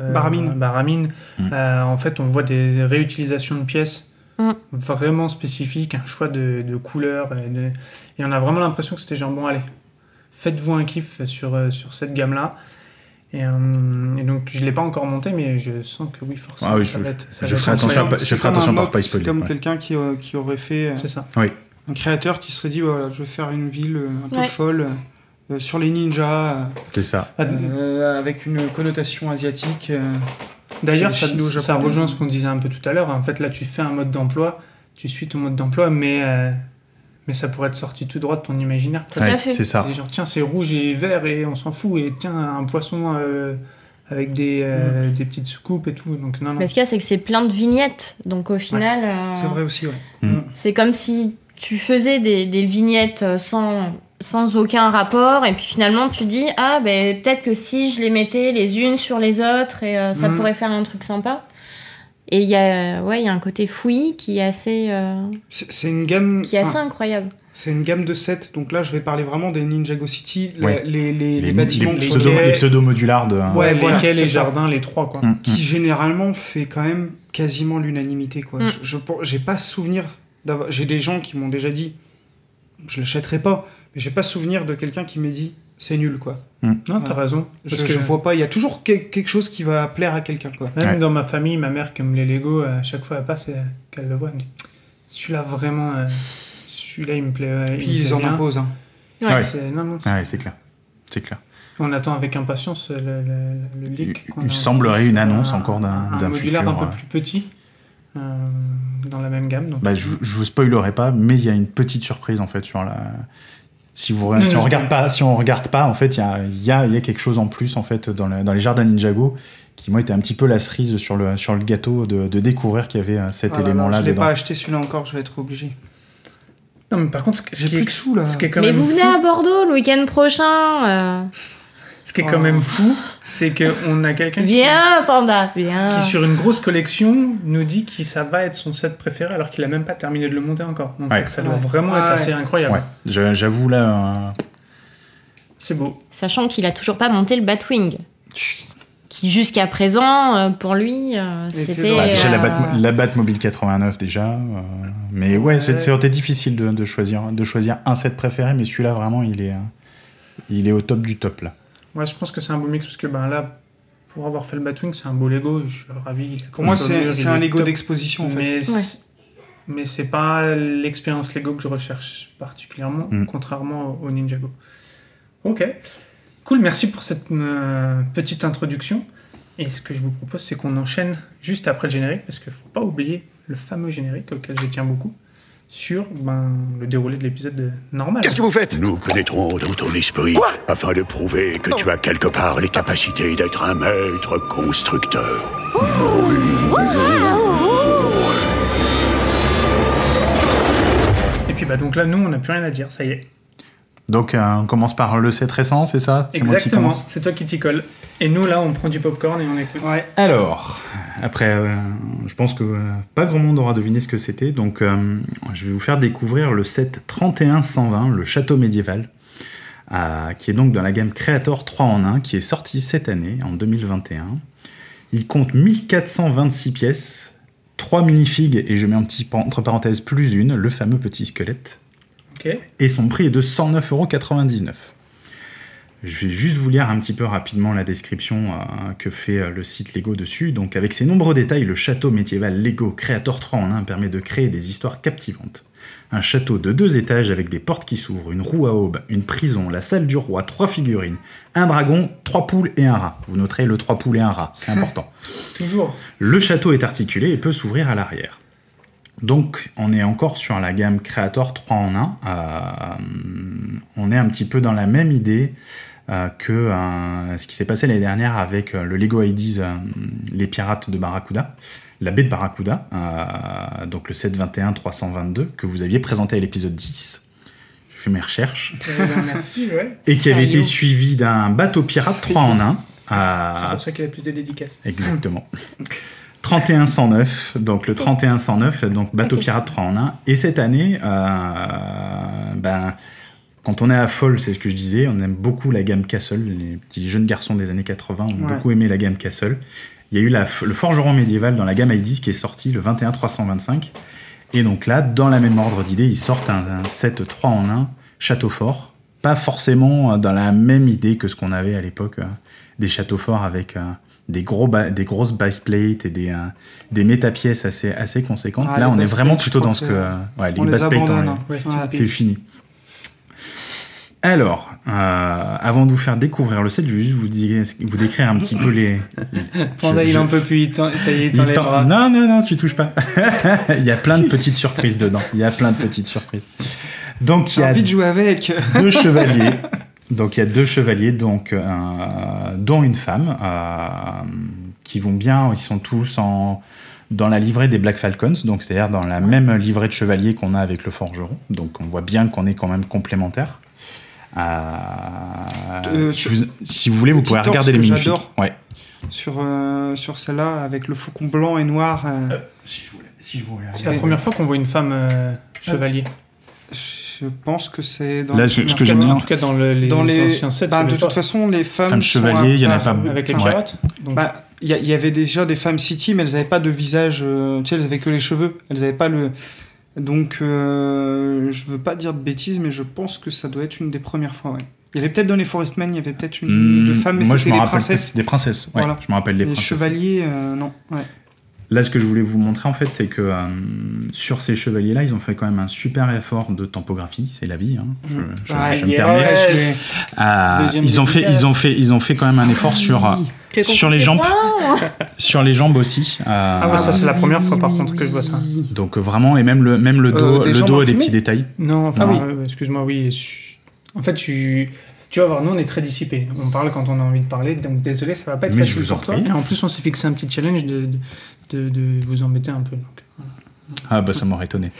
Speaker 4: euh,
Speaker 6: Baramine.
Speaker 4: baramine.
Speaker 5: Mm.
Speaker 4: Euh, en fait, on voit des réutilisations de pièces
Speaker 2: Mm.
Speaker 4: vraiment spécifiques, un choix de, de couleurs. Et, de- et on a vraiment l'impression que c'était genre, bon, allez, faites-vous un kiff sur, euh, sur cette gamme-là. Et, euh, et donc, je ne l'ai pas encore monté, mais je sens que oui, forcément,
Speaker 5: Ah oui,
Speaker 4: ça
Speaker 5: je-
Speaker 4: va être. ça
Speaker 5: je
Speaker 4: va
Speaker 5: ferai
Speaker 4: être
Speaker 5: attention à
Speaker 4: incroyable.
Speaker 5: pas- je
Speaker 6: c'est
Speaker 5: ferai
Speaker 6: comme
Speaker 5: attention
Speaker 6: un
Speaker 5: pour
Speaker 6: mock,
Speaker 5: pas
Speaker 6: c'est
Speaker 5: spoiler,
Speaker 6: comme
Speaker 5: ouais.
Speaker 6: quelqu'un qui, euh, qui aurait fait. euh,
Speaker 4: C'est ça.
Speaker 6: un créateur qui se serait dit voilà, je vais faire une ville euh, un peu
Speaker 2: Ouais.
Speaker 6: folle euh, sur les ninjas
Speaker 5: C'est ça.
Speaker 4: Ah,
Speaker 6: euh, avec une connotation asiatique. euh.
Speaker 4: D'ailleurs,
Speaker 6: c'est
Speaker 4: ça,
Speaker 6: les Chinois,
Speaker 4: ça
Speaker 6: Japonais.
Speaker 4: rejoint ce qu'on disait un peu tout à l'heure. En fait, là, tu fais un mode d'emploi, tu suis ton mode d'emploi, mais, euh, mais ça pourrait être sorti tout droit de ton imaginaire. presque.
Speaker 2: à
Speaker 5: Ouais,
Speaker 2: fait.
Speaker 5: c'est ça.
Speaker 4: C'est genre, tiens, c'est rouge et vert et on s'en fout. Et tiens, un poisson euh, avec des, euh, des petites soucoupes et tout. Donc, non, non.
Speaker 2: Mm. Mais ce qu'il y a c'est que c'est plein de vignettes. Donc au final euh,
Speaker 6: C'est vrai aussi, ouais.
Speaker 2: c'est comme si tu faisais des, des vignettes euh, sans sans aucun rapport et puis finalement tu dis ah ben peut-être que si je les mettais les unes sur les autres et euh, ça
Speaker 4: Mm.
Speaker 2: pourrait faire un truc sympa. Et il y a ouais, il y a un côté fouillis qui est assez euh,
Speaker 6: C'est c'est une gamme.
Speaker 2: qui est assez
Speaker 6: enfin,
Speaker 2: incroyable.
Speaker 6: C'est une gamme de 7, donc là je vais parler vraiment des Ninjago City, la-
Speaker 5: Ouais.
Speaker 6: les, les, les
Speaker 5: Les,
Speaker 6: bâtiments qui sont-
Speaker 4: pseudo-
Speaker 6: qui-
Speaker 4: lesquels-
Speaker 5: pseudo modulars de. euh,
Speaker 6: Ouais,
Speaker 4: les
Speaker 6: voilà,
Speaker 4: quais,
Speaker 6: c'est
Speaker 4: les
Speaker 6: ça.
Speaker 4: jardins, les trois, quoi.
Speaker 5: Mm, mm.
Speaker 6: qui généralement fait quand même quasiment l'unanimité. quoi.
Speaker 2: Mm.
Speaker 6: Je- Je pense- j'ai pas souvenir d'avoir. J'ai des gens qui m'ont déjà dit je l'achèterai pas, mais j'ai pas souvenir de quelqu'un qui m'ait dit c'est nul quoi.
Speaker 4: Non, t'as
Speaker 6: Ouais.
Speaker 4: raison. Parce
Speaker 6: je,
Speaker 4: que
Speaker 6: je vois pas, il y a toujours que- quelque chose qui va plaire à quelqu'un quoi.
Speaker 4: Même
Speaker 5: Ouais.
Speaker 4: dans ma famille, ma mère qui aime les Lego, euh, à chaque fois elle passe et qu'elle le voit, elle me dit Celui-là vraiment, euh, celui-là il me plaît. euh, il
Speaker 6: Puis
Speaker 4: me
Speaker 6: ils
Speaker 4: plaît
Speaker 6: en
Speaker 4: bien.
Speaker 6: imposent. hein.
Speaker 2: Ouais.
Speaker 5: Ouais.
Speaker 4: C'est- Non, non, c'est-
Speaker 5: Ah ouais, c'est clair. C'est clair.
Speaker 4: On attend avec impatience le, le, le leak.
Speaker 5: Il-
Speaker 4: qu'on
Speaker 5: il
Speaker 4: a-
Speaker 5: semblerait une annonce encore d'un-
Speaker 4: un
Speaker 5: d'un
Speaker 4: modulaire
Speaker 5: futur,
Speaker 4: un
Speaker 5: ouais.
Speaker 4: peu plus petit euh, dans la même gamme. Donc.
Speaker 5: Bah, je, vous- je vous spoilerai pas, mais il y a une petite surprise en fait sur la. Si, vous,
Speaker 4: Non,
Speaker 5: si
Speaker 4: non,
Speaker 5: on regarde
Speaker 4: spoil.
Speaker 5: pas, si on regarde pas, en fait, il y a, il y a- il y a quelque chose en plus en fait dans, le- dans les jardins Ninjago qui moi était un petit peu la cerise sur le sur le gâteau de, de découvrir qu'il y avait euh, cet
Speaker 6: Ah là là,
Speaker 5: élément là
Speaker 6: je l'ai
Speaker 5: dedans.
Speaker 6: pas acheté celui-là encore, je vais être obligé.
Speaker 4: Non, mais par contre, ce, ce
Speaker 6: J'ai
Speaker 4: qui
Speaker 6: plus
Speaker 4: est-
Speaker 6: de sous, là.
Speaker 4: Ce qui est quand
Speaker 2: Mais
Speaker 4: même
Speaker 2: vous
Speaker 4: fou-
Speaker 2: venez à Bordeaux le week-end prochain. euh,
Speaker 4: ce qui est quand même fou, c'est qu'on a quelqu'un qui,
Speaker 2: Bien, Panda, bien.
Speaker 6: Ah.
Speaker 4: qui, sur une grosse collection, nous dit que ça va être son set préféré alors qu'il a même pas terminé de le monter encore. Donc
Speaker 5: Ouais.
Speaker 4: c'est que ça doit
Speaker 6: Ouais.
Speaker 4: vraiment être
Speaker 6: Ouais.
Speaker 4: assez incroyable.
Speaker 5: Ouais, Je- j'avoue là. euh,
Speaker 4: C'est beau.
Speaker 2: Sachant qu'il a toujours pas monté le Batwing. Qui jusqu'à présent, euh, pour lui, euh,
Speaker 6: était
Speaker 2: c'était.
Speaker 6: dans
Speaker 5: bah, déjà la,
Speaker 2: euh,
Speaker 5: Bat- la Batmobile 89 déjà, euh, mais ouais, c'est-
Speaker 4: Ouais.
Speaker 5: c'était difficile de, de choisir de choisir un set préféré, mais celui-là vraiment il est euh, il est au top du top là.
Speaker 4: Moi, je pense que c'est un beau mix parce que ben là, pour avoir fait le Batwing, c'est un beau Lego. Je suis ravi. Il est
Speaker 6: Pour moi,
Speaker 4: construit au
Speaker 6: c'est
Speaker 4: mur,
Speaker 6: c'est
Speaker 4: il
Speaker 6: un
Speaker 4: est
Speaker 6: Lego
Speaker 4: top.
Speaker 6: d'exposition en fait.
Speaker 4: Mais,
Speaker 2: Ouais.
Speaker 4: c'est- mais c'est pas l'expérience Lego que je recherche particulièrement,
Speaker 5: Mm.
Speaker 4: contrairement au, au Ninjago. Ok. Cool, merci pour cette euh, petite introduction. Et ce que je vous propose, c'est qu'on enchaîne juste après le générique, parce qu'il ne faut pas oublier le fameux générique auquel je tiens beaucoup. sur ben, le déroulé de l'épisode normal.
Speaker 3: Qu'est-ce que vous faites
Speaker 1: Nous pénétrons dans ton esprit
Speaker 3: Quoi
Speaker 1: afin de prouver que tu as quelque part les capacités d'être un maître constructeur.
Speaker 4: Et puis bah, donc là, nous, on n'a plus rien à dire, ça y est.
Speaker 5: Donc euh, on commence par le set récent, c'est ça C'est moi qui
Speaker 4: Exactement,
Speaker 5: commence
Speaker 4: c'est toi qui t'y colle. Et nous, là, on prend du popcorn et on écoute.
Speaker 6: Ouais.
Speaker 5: Alors, après, euh, je pense que euh, pas grand monde aura deviné ce que c'était, donc euh, je vais vous faire découvrir le set 31120, le château médiéval, euh, qui est donc dans la gamme Creator 3 en 1, qui est sorti cette année, en 2021. Il compte 1426 pièces, 3 minifigs, et je mets un petit pan- entre parenthèses plus une, le fameux petit squelette
Speaker 4: Ok.
Speaker 5: et son prix est de 109,99€. Je vais juste vous lire un petit peu rapidement la description euh, que fait euh, le site Lego dessus. Donc, avec ses nombreux détails, le château médiéval Lego Creator 3 en 1 permet de créer des histoires captivantes. Un château de deux étages avec des portes qui s'ouvrent, une roue à aube, une prison, la salle du roi, trois figurines, un dragon, trois poules et un rat. Vous noterez le trois poules et un rat, c'est important.
Speaker 4: Toujours.
Speaker 5: Le château est articulé et peut s'ouvrir à l'arrière. Donc, on est encore sur la gamme Creator 3 en 1. on est un petit peu dans la même idée euh, que euh, ce qui s'est passé l'année dernière avec euh, le Lego IDs, euh, les pirates de Barracuda, la baie de Barracuda, euh, donc le 721-322, que vous aviez présenté à l'épisode 10. J'ai fait mes recherches.
Speaker 4: Euh, ben, merci, ouais.
Speaker 5: Et qui avait été
Speaker 2: Caillou.
Speaker 5: suivi d'un bateau pirate 3 en Euh, 1.
Speaker 4: C'est
Speaker 5: Ah.
Speaker 4: pour ça qu'il a plus de dédicaces.
Speaker 5: Exactement. 3109, donc le 3109, donc bateau pirate 3 en 1. Et cette année, euh, ben, quand on est à Folle, c'est ce que je disais, on aime beaucoup la gamme Castle. Les petits jeunes garçons des années 80 ont
Speaker 6: Ouais.
Speaker 5: beaucoup aimé la gamme Castle. Il y a eu la, le forgeron médiéval dans la gamme i10 qui est sorti le 21325. Et donc là, dans la même ordre d'idée, ils sortent un, un set 3 en 1 château fort. Pas forcément euh, dans la même idée que ce qu'on avait à l'époque euh, des châteaux forts avec euh, des, gros ba- des grosses base plates et des, euh, des métapièces assez, assez conséquentes.
Speaker 6: Ah,
Speaker 5: Là,
Speaker 6: les
Speaker 5: on est
Speaker 6: base
Speaker 5: vraiment
Speaker 6: plates, je
Speaker 5: plutôt
Speaker 6: crois
Speaker 5: dans ce que.
Speaker 6: que,
Speaker 5: euh, ouais,
Speaker 6: On les,
Speaker 5: base plates, on
Speaker 6: abandonne.
Speaker 5: les-
Speaker 6: hein.
Speaker 4: Ouais,
Speaker 6: Ouais.
Speaker 4: style
Speaker 5: c'est fini. Alors, euh, avant de vous faire découvrir le set, je vais juste vous, dire- vous décrire un petit peu les.
Speaker 4: Panda,
Speaker 5: Je-
Speaker 4: il
Speaker 5: je-
Speaker 4: en peut plus, il t'en- ça y est, il
Speaker 5: Il
Speaker 4: t'en les
Speaker 5: tend-
Speaker 4: bras.
Speaker 5: Non, non, non, tu touches pas. il y a plein de petites surprises dedans. Il y a plein de petites surprises. Donc, il
Speaker 6: J'ai
Speaker 5: y a
Speaker 6: envie de jouer avec. euh,
Speaker 5: deux chevaliers. Donc il y a deux chevaliers, donc un- dont une femme, euh, qui vont bien. Ils sont tous en dans la livrée des Black Falcons, donc c'est-à-dire dans la même livrée de chevalier qu'on a avec le forgeron. Donc on voit bien qu'on est quand même complémentaires. Euh,
Speaker 6: Euh,
Speaker 5: je
Speaker 6: sur-
Speaker 5: vous- si vous voulez, vous
Speaker 6: petit
Speaker 5: pouvez
Speaker 6: torse
Speaker 5: regarder les
Speaker 6: que
Speaker 5: minifigs.
Speaker 6: j'adore.
Speaker 5: Ouais.
Speaker 6: sur euh, sur celle-là avec le faucon blanc et noir. euh,
Speaker 4: C'est la première fois qu'on voit une femme euh, chevalier.
Speaker 6: je pense que c'est dans
Speaker 5: Là,
Speaker 6: les-
Speaker 5: je- ce
Speaker 4: En
Speaker 5: que
Speaker 4: tout cas,
Speaker 5: j'aime bien,
Speaker 4: En tout cas, dans le- les,
Speaker 6: dans les
Speaker 4: anciens sets,
Speaker 6: Bah,
Speaker 4: il y
Speaker 6: de
Speaker 4: avait
Speaker 6: toute
Speaker 4: pas.
Speaker 6: façon les femmes,
Speaker 5: Femmes
Speaker 6: sont à
Speaker 5: chevaliers, il y en a
Speaker 6: part.
Speaker 5: pas-
Speaker 4: avec les
Speaker 5: Ouais.
Speaker 4: pirates. donc-
Speaker 6: Bah, il y, a- il y avait déjà des femmes city, mais elles n'avaient pas de visage. euh, tu sais, elles avaient que les cheveux. Elles n'avaient pas le. Donc, euh, je veux pas dire de bêtises, mais je pense que ça doit être une des premières fois. ouais. Il y avait peut-être dans les Forestmen, il y avait peut-être une
Speaker 5: Hmm,
Speaker 6: de femmes, mais
Speaker 5: moi, je
Speaker 6: c'était
Speaker 5: me
Speaker 6: des
Speaker 5: rappelle
Speaker 6: princesses.
Speaker 5: plus- Des princesses. ouais,
Speaker 6: Voilà.
Speaker 5: Je me rappelle des
Speaker 6: Les,
Speaker 5: princesses.
Speaker 6: chevaliers, euh, non. Ouais.
Speaker 5: Là, ce que je voulais vous montrer, en fait, c'est que euh, sur ces chevaliers-là, ils ont fait quand même un super effort de topographie. C'est la vie, hein. je, je-
Speaker 6: Ouais,
Speaker 5: je me
Speaker 4: yes.
Speaker 5: permets.
Speaker 6: Hmm. Ah, Ouais, je vais-
Speaker 5: Ah,
Speaker 4: Deuxième
Speaker 5: ils ont fait,
Speaker 4: dédicace.
Speaker 5: ils ont fait, ils ont fait quand même un effort sur euh,
Speaker 2: Tu as compris
Speaker 5: Sur les
Speaker 2: tes
Speaker 5: jambes.
Speaker 2: points
Speaker 5: sur les jambes aussi. euh,
Speaker 4: Ah
Speaker 6: bah,
Speaker 4: ouais, ça c'est la première fois par contre que je vois ça.
Speaker 5: donc euh, vraiment et même le même le dos,
Speaker 6: Euh, des
Speaker 5: le
Speaker 6: jambes
Speaker 5: dos a des
Speaker 6: imprimées
Speaker 5: petits détails.
Speaker 4: Non, enfin,
Speaker 5: Ah oui.
Speaker 4: euh, excuse-moi, oui. je- En fait, tu... tu vas voir, nous, on est très dissipés. On parle quand on a envie de parler, donc désolé, ça va pas être
Speaker 5: Mais je
Speaker 4: facile
Speaker 5: vous en
Speaker 4: pour toi.
Speaker 5: prie.
Speaker 4: Et en plus, on s'est fixé un petit challenge de, de, de- de vous embêter un peu. donc.
Speaker 5: Ah bah ça m'aurait étonné.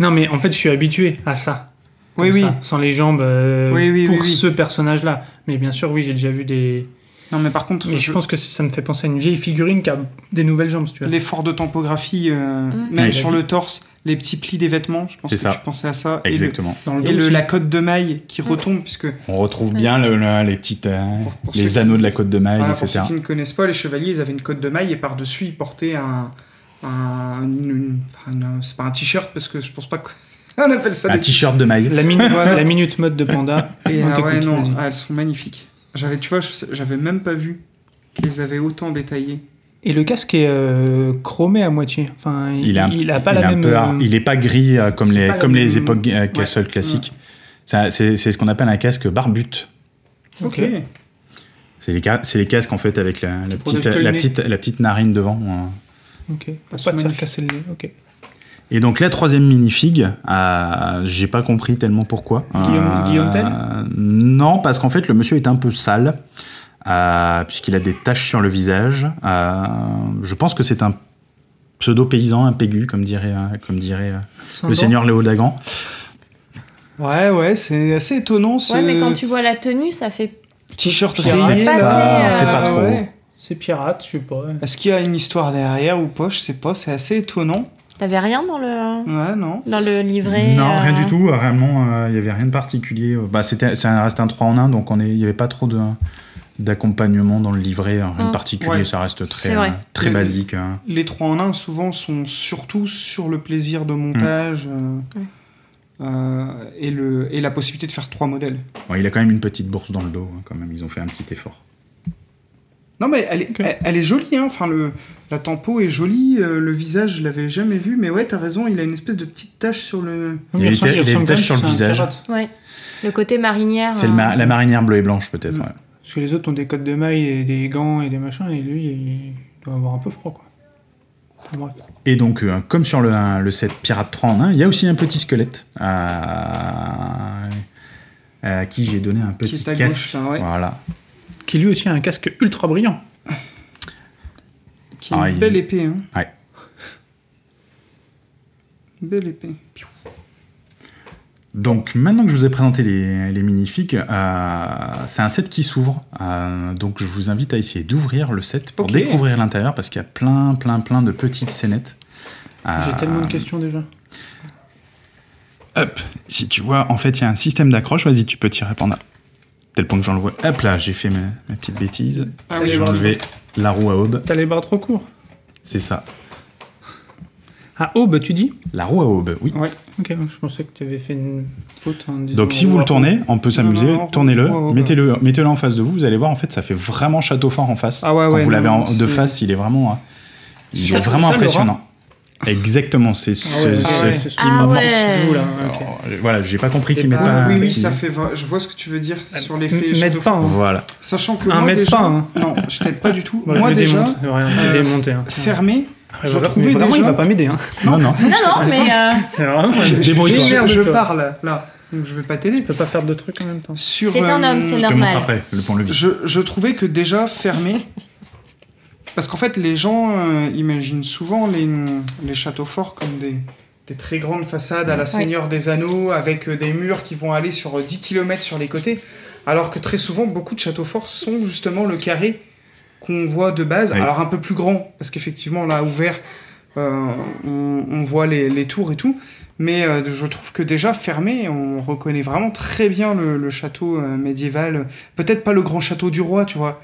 Speaker 4: Non, mais en fait, je suis habitué à ça.
Speaker 6: Oui,
Speaker 4: comme
Speaker 6: oui.
Speaker 4: ça, sans les jambes euh,
Speaker 6: Oui, oui,
Speaker 4: pour
Speaker 6: oui, oui.
Speaker 4: ce personnage-là. Mais bien sûr, oui, j'ai déjà vu des.
Speaker 6: Non, mais par contre,
Speaker 4: Mais je
Speaker 6: je-
Speaker 4: pense que ça me fait penser à une vieille figurine qui a des nouvelles jambes, si tu vois.
Speaker 6: l'effort de topographie, euh, même
Speaker 5: Oui.
Speaker 6: sur le torse, les petits plis des vêtements, je pense
Speaker 5: C'est
Speaker 6: que
Speaker 5: ça.
Speaker 6: tu pensais à ça. Et le-
Speaker 5: Exactement. Ah,
Speaker 4: Dans le
Speaker 6: Et,
Speaker 4: dos
Speaker 6: le- Mm.
Speaker 4: aussi.
Speaker 6: la cote de maille qui retombe, puisque
Speaker 5: On retrouve bien le- le- les petites, euh,
Speaker 6: Pour- pour ceux
Speaker 5: les
Speaker 6: qui-
Speaker 5: anneaux de la côte de maille,
Speaker 6: Voilà, pour
Speaker 5: etc.
Speaker 6: ceux qui ne connaissent pas, les chevaliers, ils avaient une cote de maille et par-dessus, ils portaient un. un- une- une- enfin, non, c'est pas un t-shirt parce que je pense pas qu'on appelle ça
Speaker 5: Un
Speaker 6: des
Speaker 5: t-shirt de maille.
Speaker 4: La minute,
Speaker 6: Voilà.
Speaker 4: la minute mode de panda.
Speaker 6: Et
Speaker 4: on
Speaker 6: ah ouais,
Speaker 4: t'écoute,
Speaker 6: non,
Speaker 4: vas-y.
Speaker 6: ah, elles sont magnifiques. J'avais, tu vois, je sais- j'avais même pas vu qu'ils avaient autant détaillé.
Speaker 4: Et le casque est euh, chromé à moitié. Enfin, il, il,
Speaker 5: est un-
Speaker 4: a pas
Speaker 5: il
Speaker 4: la
Speaker 5: est un
Speaker 4: même.
Speaker 5: peu ar-
Speaker 4: euh,
Speaker 5: il est pas gris euh, comme
Speaker 4: c'est
Speaker 5: les
Speaker 4: pas la
Speaker 5: comme les
Speaker 4: même-
Speaker 5: époques euh, Castle classiques. Ça, C'est c'est ce qu'on appelle un casque barbute.
Speaker 4: Ok.
Speaker 5: C'est les, ca- c'est les casques en fait avec la, la
Speaker 4: protège
Speaker 5: petite,
Speaker 4: que le
Speaker 5: la,
Speaker 4: nez.
Speaker 5: petite, la petite narine devant. euh.
Speaker 4: Ok. Pour
Speaker 6: Elles
Speaker 4: pas
Speaker 6: sont
Speaker 4: te faire
Speaker 6: magnifiques.
Speaker 4: casser le nez. Ok.
Speaker 5: Et donc la troisième minifig, euh, j'ai pas compris tellement pourquoi. Euh,
Speaker 4: Guillaume- Guillaume Tell
Speaker 5: Non, parce qu'en fait le monsieur est un peu sale, euh, puisqu'il a des taches sur le visage. Euh, je pense que c'est un pseudo paysan, un pégu, comme dirait, euh, comme dirait euh, le seigneur Léo Dagan.
Speaker 6: Ouais, ouais, c'est assez étonnant ce
Speaker 2: Ouais, mais quand tu vois la tenue, ça fait.
Speaker 6: t-shirt
Speaker 5: C'est
Speaker 6: rayé,
Speaker 2: pas
Speaker 6: là.
Speaker 2: très, euh, C'est
Speaker 5: pas trop.
Speaker 4: C'est pirate, je sais pas.
Speaker 6: Est-ce qu'il y a une histoire derrière ou pas Je sais pas, c'est assez étonnant.
Speaker 2: T'avais rien dans le
Speaker 6: Ouais, non.
Speaker 2: dans le livret
Speaker 5: non,
Speaker 2: euh,
Speaker 5: rien du tout. euh, Réellement, euh, il n'y avait rien de particulier. Euh, Bah, c'était, ça reste un 3 en 1, donc on est- il n'y avait pas trop de, d'accompagnement dans le livret. hein, Rien de
Speaker 2: Mm.
Speaker 5: particulier,
Speaker 6: Ouais.
Speaker 5: ça reste très,
Speaker 2: C'est vrai. Mm.
Speaker 5: euh, très
Speaker 6: Mais-
Speaker 5: basique. hein.
Speaker 6: Les trois en un, souvent, sont surtout sur le plaisir de
Speaker 4: Mm.
Speaker 6: montage euh,
Speaker 2: Ouais.
Speaker 6: euh, et, le, et la possibilité de faire trois modèles.
Speaker 5: Bon, il a quand même une petite bourse dans le dos, hein, quand même. Ils ont fait un petit effort.
Speaker 6: Non, mais elle est, elle, elle est jolie, hein. Enfin, le, la tempo est jolie, euh, le visage, je l'avais jamais vu, mais ouais, t'as raison, il a une espèce de petite tache sur le.
Speaker 5: Il y a des ta- il y a des taches sur le visage.
Speaker 2: Ouais. Le côté marinière.
Speaker 5: C'est le
Speaker 2: euh,
Speaker 5: ma- la marinière bleue et blanche, peut-être.
Speaker 6: Mm.
Speaker 5: ouais.
Speaker 4: Parce que les autres ont des codes de mailles et des gants et des machins, et lui, il doit avoir un peu froid, quoi. Bref.
Speaker 5: Et donc, euh, comme sur le, un- le set Pirate 3 en 1, il y a aussi un petit squelette euh, à qui j'ai donné un petit
Speaker 6: est à
Speaker 5: casque.
Speaker 6: gauche, hein, ouais.
Speaker 5: Voilà.
Speaker 4: Qui lui aussi a un casque ultra brillant.
Speaker 6: Qui est une
Speaker 5: Ah, il-
Speaker 6: belle épée, hein.
Speaker 5: Ouais.
Speaker 6: Belle épée.
Speaker 5: Donc maintenant que je vous ai présenté les, les minifiques, euh, c'est un set qui s'ouvre. Euh, donc je vous invite à essayer d'ouvrir le set pour
Speaker 6: Ok.
Speaker 5: découvrir l'intérieur parce qu'il y a plein, plein, plein de petites scénettes. Euh,
Speaker 4: J'ai tellement de questions déjà.
Speaker 5: Hop, si tu vois, en fait il y a un système d'accroche. Vas-y, tu peux tirer pendant. Tel point que j'en le vois. Hop là, j'ai fait ma, ma petite bêtise.
Speaker 6: Ah
Speaker 4: oui,
Speaker 5: j'ai
Speaker 4: voilà.
Speaker 5: enlevé la roue à aube.
Speaker 4: T'as les bras trop courts.
Speaker 5: C'est ça,
Speaker 4: Ah, oh, bah tu dis
Speaker 5: la roue à aube. Oui.
Speaker 6: Ouais.
Speaker 4: Ok, je pensais que t'avais fait une faute en disant.
Speaker 5: Donc si vous le tournez, on peut s'amuser,
Speaker 6: non, non,
Speaker 5: tournez-le,
Speaker 6: ouais, ouais, ouais.
Speaker 5: mettez-le mettez en face de vous, vous allez voir en fait ça fait vraiment château fort en face.
Speaker 6: Ah ouais,
Speaker 5: Quand
Speaker 6: ouais,
Speaker 5: vous l'avez
Speaker 6: non,
Speaker 5: en- de
Speaker 6: c'est-
Speaker 5: face, il est vraiment hein, il
Speaker 4: Ça,
Speaker 5: est
Speaker 4: c'est
Speaker 5: vraiment
Speaker 4: ça, le
Speaker 5: impressionnant. Exactement, c'est ce,
Speaker 4: Ah ouais,
Speaker 5: ce-
Speaker 4: ah ouais, c'est ce qui
Speaker 2: Ah
Speaker 4: m'a
Speaker 2: ouais.
Speaker 4: marche sous, là. ok.
Speaker 5: Alors, voilà, j'ai pas compris qu'il
Speaker 4: Et
Speaker 5: met
Speaker 4: pas-
Speaker 5: pas
Speaker 6: Ah, oui, oui,
Speaker 5: qu'il-
Speaker 6: ça fait. vra- Je vois ce que tu veux dire sur l'effet.
Speaker 4: M-
Speaker 6: Shadow
Speaker 4: M'aide pas, hein.
Speaker 5: Voilà.
Speaker 6: Sachant que
Speaker 4: Un
Speaker 6: moi
Speaker 4: mètre
Speaker 6: déjà,
Speaker 4: pas, hein.
Speaker 6: non, je t'aide pas du tout.
Speaker 4: Bah,
Speaker 6: moi
Speaker 4: je
Speaker 6: déjà,
Speaker 4: démonte, ouais, rien, je vais
Speaker 6: euh,
Speaker 4: démonter, hein.
Speaker 6: fermé,
Speaker 4: Mais
Speaker 6: je
Speaker 4: vra- mais
Speaker 6: trouvais
Speaker 4: vraiment,
Speaker 6: déjà.
Speaker 4: il va pas m'aider. Hein.
Speaker 5: Non non.
Speaker 2: Non, non, mais euh,
Speaker 4: C'est vraiment.
Speaker 6: Je- je-
Speaker 4: Débrouille-toi.
Speaker 6: je- merde, je
Speaker 4: Débrouille-toi.
Speaker 6: parle là, donc je vais pas t'aider.
Speaker 4: Je peux pas faire deux trucs en même temps.
Speaker 6: Sur,
Speaker 2: C'est un
Speaker 6: euh,
Speaker 2: homme, c'est
Speaker 5: Je te montre
Speaker 2: normal.
Speaker 5: après le pont levis.
Speaker 6: Je, je trouvais que déjà fermé, parce qu'en fait les gens euh, imaginent souvent les, les châteaux forts comme des, des très grandes façades à la Seigneur des Anneaux avec euh, des murs qui vont aller sur euh, 10 km sur les côtés, alors que très souvent beaucoup de châteaux forts sont justement le carré qu'on voit de base,
Speaker 5: Oui.
Speaker 6: alors un peu plus grand, parce qu'effectivement là ouvert euh, on, on voit les, les tours et tout. Mais euh, je trouve que déjà fermé, on reconnaît vraiment très bien le, le château euh, médiéval. Peut-être pas le grand château du roi, tu vois.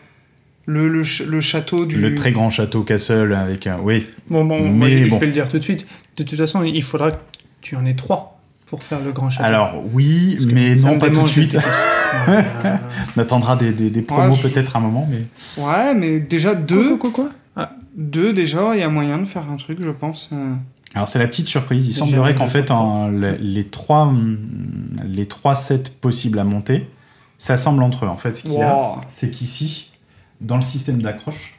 Speaker 6: Le, le ch- le château du.
Speaker 5: Le très grand château castle avec un oui,
Speaker 4: Bon, bon,
Speaker 5: Mais
Speaker 4: moi, je-
Speaker 5: bon.
Speaker 4: je vais le dire tout de suite. De toute façon, il faudra que tu en aies trois pour faire le grand château.
Speaker 5: alors oui,
Speaker 4: Parce que
Speaker 5: mais
Speaker 4: ça
Speaker 5: non
Speaker 4: me
Speaker 5: pas tout de
Speaker 4: démange,
Speaker 5: suite.
Speaker 4: Euh,
Speaker 5: On attendra des, des, des promos
Speaker 6: Ouais, Ah, je-
Speaker 5: peut-être un moment mais
Speaker 6: Ouais, mais déjà
Speaker 4: Quoi,
Speaker 6: deux.
Speaker 4: quoi, quoi
Speaker 6: Deux, déjà, il y a moyen de faire un truc, je pense. euh.
Speaker 5: Alors c'est la petite surprise. Il
Speaker 4: J'ai
Speaker 5: semblerait
Speaker 4: jamais
Speaker 5: qu'en
Speaker 4: vu
Speaker 5: fait
Speaker 4: ça.
Speaker 5: en- les, les trois hum, les trois sets possibles à monter s'assemblent entre eux. En fait, ce qu'il y a,
Speaker 6: Wow.
Speaker 5: c'est qu'ici, dans le système d'accroche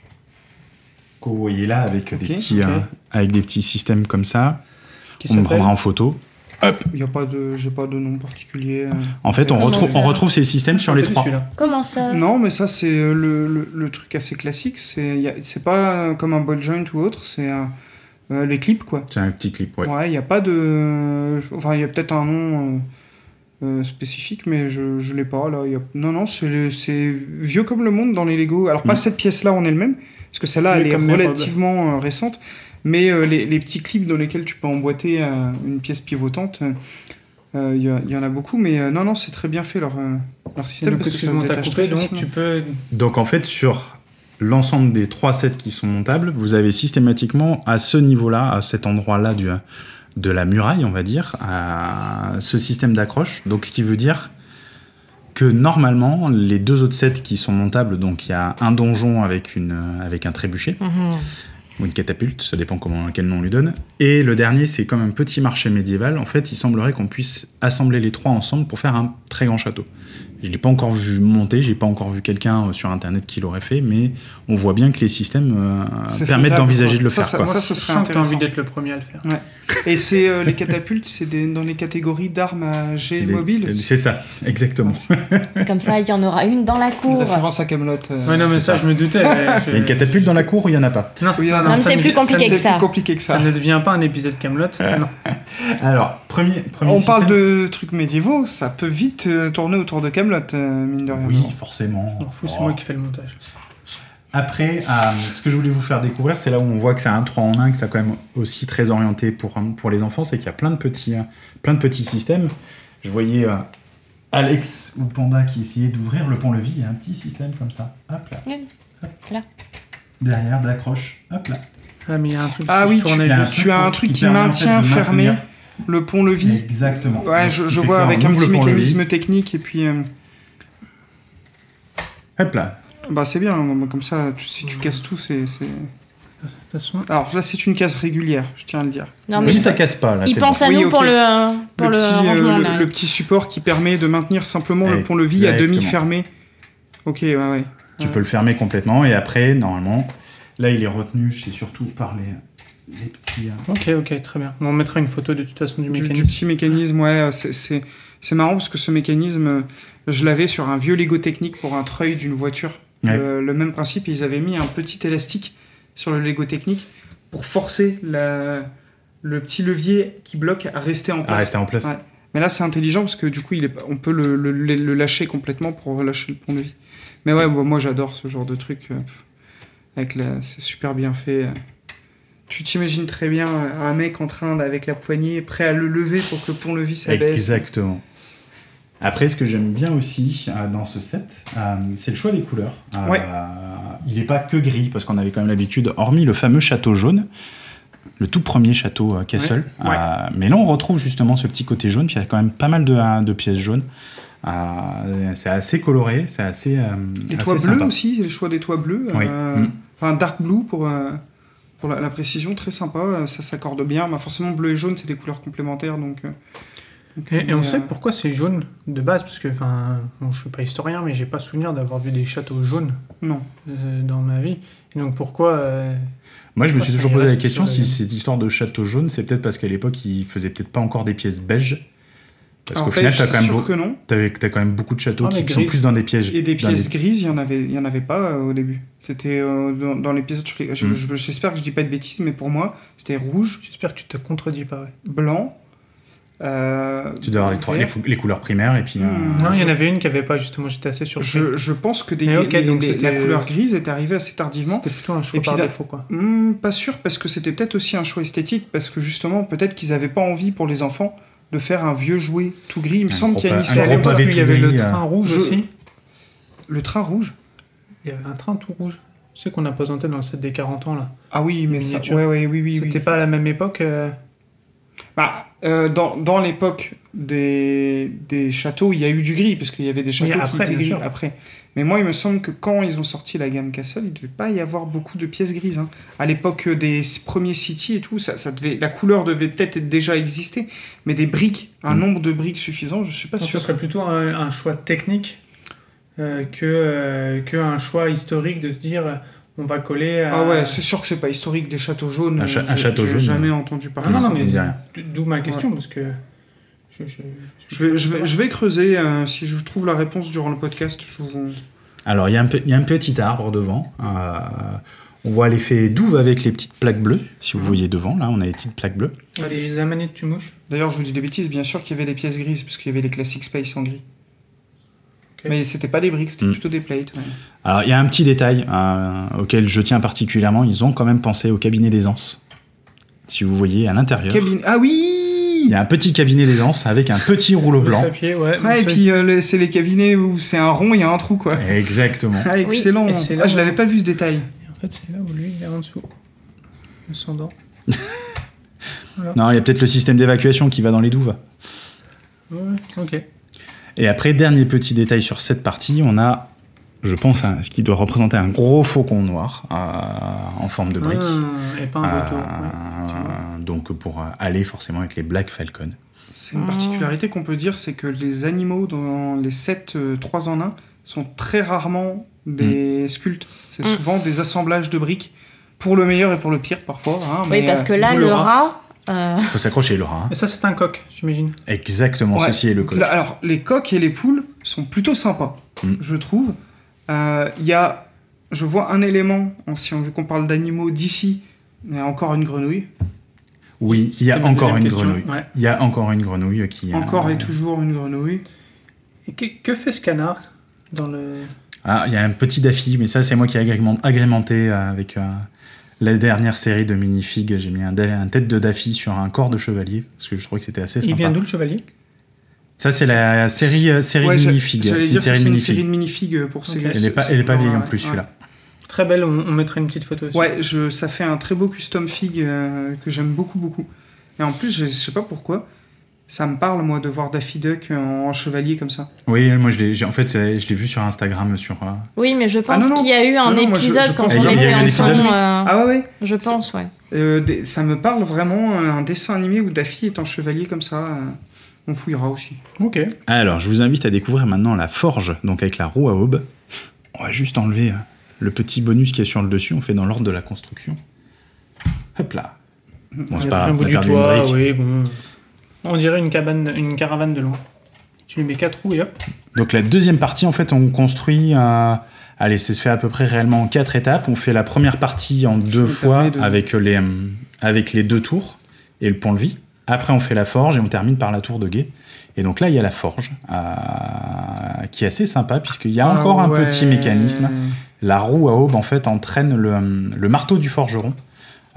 Speaker 5: que vous voyez là avec des
Speaker 6: Ok,
Speaker 5: petits
Speaker 4: ok.
Speaker 5: euh, avec des petits systèmes comme ça,
Speaker 4: Qui
Speaker 5: on me
Speaker 4: s'appelle
Speaker 5: prendra en photo.
Speaker 6: Il y a pas de. J'ai pas de nom particulier. euh.
Speaker 5: En fait, on
Speaker 6: Comment
Speaker 5: retrouve
Speaker 2: ça
Speaker 5: on retrouve ces systèmes sur les
Speaker 4: Peut-être
Speaker 5: trois.
Speaker 4: celui-là.
Speaker 2: comment ça
Speaker 6: Non, mais ça, c'est euh, le, le- le truc assez classique. C'est y a- c'est pas euh, comme un ball joint ou autre, c'est euh, euh, les clips, quoi.
Speaker 5: C'est un petit clip, ouais.
Speaker 6: Ouais, il n'y a pas de. Enfin, il y a peut-être un nom euh, euh, spécifique, mais je ne l'ai pas. Là. Y a- Non, non, c'est c'est vieux comme le monde dans les Lego. Alors, pas
Speaker 5: Mm.
Speaker 6: cette pièce-là en elle-même, parce que celle-là,
Speaker 4: Vieux
Speaker 6: elle est
Speaker 4: comme les robes.
Speaker 6: relativement euh, récente, mais euh, les, les petits clips dans lesquels tu peux emboîter euh, une pièce pivotante. euh, Il y, a- y en a beaucoup, mais euh, non, non, c'est très bien fait leur, euh, leur
Speaker 4: Et
Speaker 6: système
Speaker 4: donc,
Speaker 6: parce que ça se
Speaker 4: excuse-moi, t'as
Speaker 6: détache
Speaker 4: coupé,
Speaker 6: très
Speaker 4: donc
Speaker 6: facilement.
Speaker 4: tu peux.
Speaker 5: Donc en fait, sur l'ensemble des trois sets qui sont montables, vous avez systématiquement à ce niveau-là, à cet endroit-là du, de la muraille, on va dire, à ce système d'accroche. Donc ce qui veut dire que normalement, les deux autres sets qui sont montables, donc il y a un donjon avec, une, avec un trébuchet,
Speaker 2: Mhm.
Speaker 5: ou une catapulte, ça dépend comment, quel nom on lui donne. Et le dernier, c'est comme un petit marché médiéval. En fait, il semblerait qu'on puisse assembler les trois ensemble pour faire un très grand château. Je l'ai pas encore vu monter, j'ai pas encore vu quelqu'un euh, sur internet qui l'aurait fait, mais on voit bien que les systèmes euh,
Speaker 6: C'est
Speaker 5: permettent
Speaker 6: faisable,
Speaker 5: d'envisager
Speaker 6: quoi.
Speaker 5: de le
Speaker 6: Ça,
Speaker 5: faire.
Speaker 6: ça-
Speaker 5: quoi.
Speaker 6: moi, ce serait
Speaker 4: Je sens que t'as envie
Speaker 6: intéressant.
Speaker 4: d'être le premier à le faire.
Speaker 6: Et c'est euh, les catapultes, c'est des- dans les catégories d'armes à jet
Speaker 5: Il est- euh,
Speaker 6: mobile.
Speaker 5: C'est ça, exactement.
Speaker 2: Comme ça, il y en aura une dans la
Speaker 6: Une
Speaker 2: cour.
Speaker 6: référence à Camelot. euh.
Speaker 4: Ouais, non, mais ça, je me doutais. mais je-
Speaker 5: Il y a une catapulte dans la cour ou il y en a pas
Speaker 4: Non,
Speaker 6: Oui, non,
Speaker 4: non,
Speaker 6: mais
Speaker 4: ça
Speaker 2: c'est
Speaker 4: ne-
Speaker 2: plus
Speaker 4: ça ne-
Speaker 2: compliqué que
Speaker 6: C'est
Speaker 2: ça.
Speaker 6: plus compliqué que
Speaker 4: Ça
Speaker 6: ça.
Speaker 4: ne devient pas un épisode Camelot.
Speaker 5: Ah.
Speaker 4: Non.
Speaker 5: Alors, premier, premier
Speaker 6: On parle
Speaker 5: système-
Speaker 6: de trucs médiévaux, ça peut vite euh, tourner autour de Camelot, euh, mine de rien.
Speaker 5: Oui, forcément.
Speaker 4: Je m'en fous, c'est
Speaker 5: Oh.
Speaker 4: moi qui fais le montage.
Speaker 5: Après, euh, ce que je voulais vous faire découvrir, c'est là où on voit que c'est un 3 en 1, que c'est quand même aussi très orienté pour, pour les enfants, c'est qu'il y a plein de petits, euh, plein de petits systèmes. Je voyais euh, Alex ou Panda qui essayait d'ouvrir le pont-levis, il y a un petit système comme ça, hop là,
Speaker 2: Oui.
Speaker 5: derrière, d'accroche, hop là.
Speaker 4: Ah, mais il y a un truc
Speaker 6: Ah
Speaker 4: qui
Speaker 6: oui,
Speaker 4: se tournait
Speaker 5: Il y a
Speaker 4: juste.
Speaker 6: tu as un truc qui
Speaker 5: permet, en
Speaker 6: maintient
Speaker 5: de
Speaker 6: fermé.
Speaker 5: maintenir-
Speaker 6: Le pont-levis,
Speaker 5: Exactement.
Speaker 6: ouais,
Speaker 5: Donc,
Speaker 6: je,
Speaker 5: ce
Speaker 6: je
Speaker 5: qui
Speaker 6: vois
Speaker 5: fait
Speaker 6: avec
Speaker 5: qu'on
Speaker 6: un
Speaker 5: ouvre
Speaker 6: petit
Speaker 5: le pont-levis.
Speaker 6: mécanisme technique et puis euh,
Speaker 5: Hop là,
Speaker 6: bah c'est bien, hein, comme ça tu- si tu casses tout c'est... c'est-
Speaker 4: De toute façon,
Speaker 6: Alors là c'est une casse régulière, je tiens à le dire.
Speaker 2: Non,
Speaker 5: oui,
Speaker 2: mais
Speaker 5: ça casse pas là.
Speaker 2: il
Speaker 5: c'est
Speaker 2: pense
Speaker 5: bon.
Speaker 2: à
Speaker 6: Oui,
Speaker 2: nous
Speaker 6: ok.
Speaker 2: pour le, pour le,
Speaker 6: le, petit, euh,
Speaker 2: rangement
Speaker 6: le-
Speaker 2: là.
Speaker 6: le petit support qui permet de maintenir simplement le pont-levis à
Speaker 5: Exactement.
Speaker 6: demi fermé. Ok, ouais, ouais.
Speaker 5: Tu peux le fermer complètement et après, normalement, là il est retenu, c'est surtout par les, les petits. euh,
Speaker 4: ok, ok, très bien. On mettra une photo de toute façon du
Speaker 6: Du, du
Speaker 4: mécanisme.
Speaker 6: petit mécanisme, ouais, euh, c'est- c'est c'est marrant parce que ce mécanisme, euh, je l'avais sur un vieux Lego technique pour un treuil d'une voiture.
Speaker 5: Ouais.
Speaker 6: Le, le même principe, ils avaient mis un petit élastique sur le Lego technique pour forcer la- le petit levier qui bloque à rester en
Speaker 5: à
Speaker 6: place.
Speaker 5: rester en place.
Speaker 6: Ah, Ouais. Mais là, c'est intelligent parce que du coup, il est, pas- on peut le, le- le- le lâcher complètement pour relâcher le pont de vie. Mais ouais, bon, moi j'adore ce genre de truc. euh, pff, Avec la, c'est super bien fait. euh. Tu t'imagines très bien euh, un mec en train d- avec la poignée prêt à le lever pour que le pont-levis s'abaisse.
Speaker 5: Exactement. Après, ce que j'aime bien aussi euh, dans ce set, euh, c'est le choix des couleurs. Euh,
Speaker 6: Ouais.
Speaker 5: Il n'est pas que gris, parce qu'on avait quand même l'habitude, hormis le fameux château jaune, le tout premier château euh, Castle.
Speaker 6: Ouais. Ouais.
Speaker 5: Euh, mais là, on retrouve justement ce petit côté jaune, puis il y a quand même pas mal de, euh, de pièces jaunes. Euh, c'est assez coloré, c'est assez. euh,
Speaker 6: Les
Speaker 5: assez
Speaker 6: toits bleus
Speaker 5: sympa.
Speaker 6: aussi, les choix des toits bleus.
Speaker 5: Oui.
Speaker 6: euh,
Speaker 5: Mm.
Speaker 6: Enfin, dark blue pour, euh, pour la, la précision, très sympa. euh, Ça s'accorde bien. Bah, forcément, bleu et jaune, c'est des couleurs complémentaires. Donc, euh, donc,
Speaker 4: Et, et on
Speaker 6: mais,
Speaker 4: sait
Speaker 6: euh,
Speaker 4: pourquoi c'est jaune de base, parce que, enfin, bon, je suis pas historien, mais j'ai pas souvenir d'avoir vu des châteaux jaunes
Speaker 6: Non.
Speaker 4: euh, dans ma vie. Et donc pourquoi euh,
Speaker 5: Moi, je me
Speaker 4: Je
Speaker 5: suis
Speaker 4: pense
Speaker 5: toujours
Speaker 4: qu'on
Speaker 5: posé
Speaker 4: ira
Speaker 5: la
Speaker 4: sur
Speaker 5: question
Speaker 4: la
Speaker 5: si
Speaker 4: gamme.
Speaker 5: cette histoire de château jaune, c'est peut-être parce qu'à l'époque, ils faisaient peut-être pas encore des pièces beiges. Parce
Speaker 6: en
Speaker 5: qu'au
Speaker 6: fait,
Speaker 5: final,
Speaker 6: je
Speaker 5: t'as
Speaker 6: suis
Speaker 5: quand même
Speaker 6: sûr
Speaker 5: beaucoup-
Speaker 6: que non.
Speaker 5: T'avais- T'as quand même beaucoup de châteaux
Speaker 4: Ah,
Speaker 5: qui
Speaker 4: mais
Speaker 5: sont
Speaker 4: gris.
Speaker 5: plus dans des pièges.
Speaker 6: Et des
Speaker 5: dans
Speaker 6: pièces grises, il y en avait, il y en avait pas euh, au début. C'était euh, dans, dans l'épisode. sur les- je-
Speaker 5: Mm.
Speaker 6: je- J'espère que je dis pas de bêtises, mais pour moi, c'était rouge,
Speaker 4: J'espère que tu te contredis pas. ouais.
Speaker 6: blanc. euh,
Speaker 5: Tu dois avoir les, trois- les,
Speaker 6: vert.
Speaker 5: pou- les couleurs primaires et puis. euh,
Speaker 6: Hmm.
Speaker 4: Non, il y en
Speaker 6: je-
Speaker 4: avait une qui avait pas justement. J'étais assez surpris.
Speaker 6: Je, je pense que des,
Speaker 4: Mais ok,
Speaker 6: des-
Speaker 4: donc
Speaker 6: des- la
Speaker 4: c'était-
Speaker 6: couleur grise est arrivée assez tardivement.
Speaker 4: C'était plutôt un choix
Speaker 6: Et puis
Speaker 4: par
Speaker 6: là-
Speaker 4: défaut, quoi.
Speaker 6: Hmm, pas sûr, parce que c'était peut-être aussi un choix esthétique, parce que justement, peut-être qu'ils avaient pas envie pour les enfants de faire un vieux jouet tout gris. Il me
Speaker 5: Un
Speaker 6: semble
Speaker 5: gros
Speaker 6: qu'il y a une
Speaker 5: pa- un
Speaker 6: histoire
Speaker 5: gros
Speaker 6: comme ça.
Speaker 5: pavé.
Speaker 4: Puis, il y avait
Speaker 5: tout
Speaker 4: le
Speaker 5: gris, euh,
Speaker 4: train rouge
Speaker 6: je-
Speaker 4: aussi.
Speaker 6: Le train rouge.
Speaker 4: Il y avait un train tout rouge. C'est qu'on a présenté dans le set des 40 ans là.
Speaker 6: Ah oui, mais ça,
Speaker 4: Miniature.
Speaker 6: ouais, ouais, oui, oui, oui.
Speaker 4: C'était pas à la même époque. euh,
Speaker 6: Bah, euh, dans dans l'époque des, des châteaux, il y a eu du gris, parce qu'il y avait des châteaux qui
Speaker 4: après,
Speaker 6: étaient
Speaker 4: bien
Speaker 6: gris
Speaker 4: sûr.
Speaker 6: après. Mais moi, il me semble que quand ils ont sorti la gamme Castle, il ne devait pas y avoir beaucoup de pièces grises. hein. À l'époque des s- premiers City et tout, ça, ça devait, la couleur devait peut-être être déjà exister, mais des briques, un
Speaker 5: Mm.
Speaker 6: nombre de briques suffisant, je ne suis pas
Speaker 4: Donc, ce
Speaker 6: sûr.
Speaker 4: serait plutôt un, un choix technique euh, que, euh, que un choix historique de se dire euh, on va coller. à-
Speaker 6: Ah ouais, c'est sûr que c'est pas historique des châteaux jaunes.
Speaker 5: Un cha-
Speaker 6: euh,
Speaker 5: un
Speaker 6: je-
Speaker 5: château
Speaker 6: j'ai
Speaker 5: jaune,
Speaker 6: jamais
Speaker 5: ouais.
Speaker 6: entendu
Speaker 4: Ah
Speaker 6: parler.
Speaker 4: non,
Speaker 5: Ça
Speaker 4: non,
Speaker 5: me
Speaker 4: mais
Speaker 5: dit rien.
Speaker 4: d- d'où ma question parce que je, je- je-
Speaker 6: Je vais, je vais, je vais creuser, euh, si je trouve la réponse durant le podcast, je vous...
Speaker 5: Alors, il y, a un pe- il y a un petit arbre devant. euh, on voit l'effet douve avec les petites plaques bleues. Si vous voyez devant, là, on a les petites plaques bleues.
Speaker 4: Ah, les amanites tu mouches.
Speaker 6: D'ailleurs, je vous dis des bêtises, bien sûr qu'il y avait des pièces grises, parce qu'il y avait les classiques Space en gris.
Speaker 4: Ok.
Speaker 6: Mais c'était pas des briques, c'était
Speaker 5: Mm.
Speaker 6: plutôt des plates. ouais.
Speaker 5: Alors, il y a un petit détail euh, auquel je tiens particulièrement. Ils ont quand même pensé au cabinet d'aisance. Si vous voyez à l'intérieur,
Speaker 6: Cabine- Ah
Speaker 5: il
Speaker 6: oui
Speaker 5: y a un petit cabinet d'aisance avec un petit rouleau blanc.
Speaker 4: Le papier, ouais.
Speaker 6: Ouais, et
Speaker 4: donc,
Speaker 6: puis euh, le- c'est les cabinets où c'est un rond, il y a un trou, quoi.
Speaker 5: Exactement.
Speaker 6: Ah, excellent
Speaker 4: Et c'est là
Speaker 6: Ah, je
Speaker 4: où-
Speaker 6: l'avais pas vu, ce détail.
Speaker 4: c'est- En fait, c'est là où lui il est en dessous. Il s'endort.
Speaker 5: Non, il y a peut-être le système d'évacuation qui va dans les douves.
Speaker 4: Ouais, ok.
Speaker 5: Et après, dernier petit détail sur cette partie, on a je pense, à ce qui doit représenter un gros faucon noir euh, en forme de brique.
Speaker 4: Ah, et pas un retour.
Speaker 5: Euh,
Speaker 4: ouais, tu vois.
Speaker 5: donc pour euh, aller forcément avec les Black Falcon.
Speaker 6: C'est
Speaker 2: Ah.
Speaker 6: une particularité qu'on peut dire, c'est que les animaux dans les 7 3 en 1 sont très rarement des sculptes. C'est
Speaker 2: Mm.
Speaker 6: souvent des assemblages de briques, pour le meilleur et pour le pire parfois. hein, mais,
Speaker 2: oui, parce
Speaker 6: euh,
Speaker 2: que là,
Speaker 6: d'où
Speaker 2: le, rat. euh,
Speaker 5: Faut s'accrocher, Laura. hein.
Speaker 4: Et ça, c'est un coq, j'imagine.
Speaker 5: Exactement,
Speaker 6: Ouais.
Speaker 5: ceci est le coq.
Speaker 6: Là, alors, les coqs et les poules sont plutôt sympas,
Speaker 5: Mm.
Speaker 6: je trouve. Euh, Il y a, je vois un élément, en- si on veut qu'on parle d'animaux d'ici, mais encore une grenouille,
Speaker 5: Oui, il y a
Speaker 4: C'était ma
Speaker 5: encore
Speaker 4: deuxième
Speaker 5: une
Speaker 4: question,
Speaker 5: grenouille.
Speaker 4: ouais.
Speaker 5: Il y a encore une grenouille qui.
Speaker 6: encore
Speaker 5: euh,
Speaker 6: et toujours une grenouille.
Speaker 4: Et que, que fait ce canard dans le.
Speaker 5: Ah, il y a un petit daffy, mais ça, c'est moi qui ai agrément- agrémenté euh, avec euh, la dernière série de minifigs. J'ai mis un, da- un tête de daffy sur un corps de chevalier, parce que je trouvais que c'était assez
Speaker 4: Il
Speaker 5: sympa.
Speaker 4: vient d'où le chevalier
Speaker 5: Ça, c'est la série, euh, série
Speaker 6: Ouais, j'a-
Speaker 5: minifig.
Speaker 6: j'allais
Speaker 5: C'est une
Speaker 6: dire que
Speaker 5: série
Speaker 6: c'est une
Speaker 5: minifig.
Speaker 6: série de minifigs pour ces
Speaker 4: Ok.
Speaker 5: Elle n'est pas, elle est pas vieille en plus, celui-là.
Speaker 4: Très belle, on, on mettrait une petite photo aussi.
Speaker 6: Ouais, je, ça fait un très beau custom fig euh, que j'aime beaucoup, beaucoup. Et en plus, je, je sais pas pourquoi, ça me parle, moi, de voir Daffy Duck en, en chevalier comme ça.
Speaker 5: Oui, moi, je l'ai, j'ai- en fait, c'est- je l'ai vu sur Instagram. Sur, euh,
Speaker 2: Oui, mais je
Speaker 6: Ah,
Speaker 2: pense
Speaker 6: non, non.
Speaker 2: qu'il y a eu un
Speaker 6: Non, non, moi, je-
Speaker 2: épisode
Speaker 6: je
Speaker 2: quand
Speaker 6: pense
Speaker 2: on
Speaker 5: vraiment qu'il y
Speaker 2: était
Speaker 5: a eu un
Speaker 2: ensemble.
Speaker 5: épisode.
Speaker 2: euh,
Speaker 6: Ah ouais, ouais.
Speaker 2: je pense, ouais.
Speaker 6: Euh, des- ça me parle vraiment, euh, un dessin animé où Daffy est en chevalier comme ça. euh, on fouillera aussi.
Speaker 4: Ok.
Speaker 5: Alors, je vous invite à découvrir maintenant la forge, donc avec la roue à aube. On va juste enlever euh, le petit bonus qui est sur le dessus. On fait dans l'ordre de la construction. Hop là. Bon,
Speaker 4: Il
Speaker 5: c'est
Speaker 4: a pris un
Speaker 5: pas grave, on
Speaker 4: bout
Speaker 5: a
Speaker 4: du
Speaker 5: perdu une
Speaker 4: toit,
Speaker 5: brique.
Speaker 4: oui, bon. On dirait une, cabane, une caravane de loin. Tu lui mets quatre roues et hop.
Speaker 5: Donc la deuxième partie, en fait, on construit. euh, allez, c'est fait à peu près réellement en quatre étapes. On fait la première partie en deux
Speaker 6: me
Speaker 5: fois
Speaker 6: permets de-
Speaker 5: avec les euh, avec les deux tours et le pont-levis. Après, on fait la forge et on termine par la tour de guet. Et donc là, il y a la forge euh, qui est assez sympa puisqu'il y a encore
Speaker 6: Ah
Speaker 5: un petit
Speaker 6: ouais.
Speaker 5: mécanisme. La roue à aube, en fait, entraîne le, euh, le marteau du forgeron.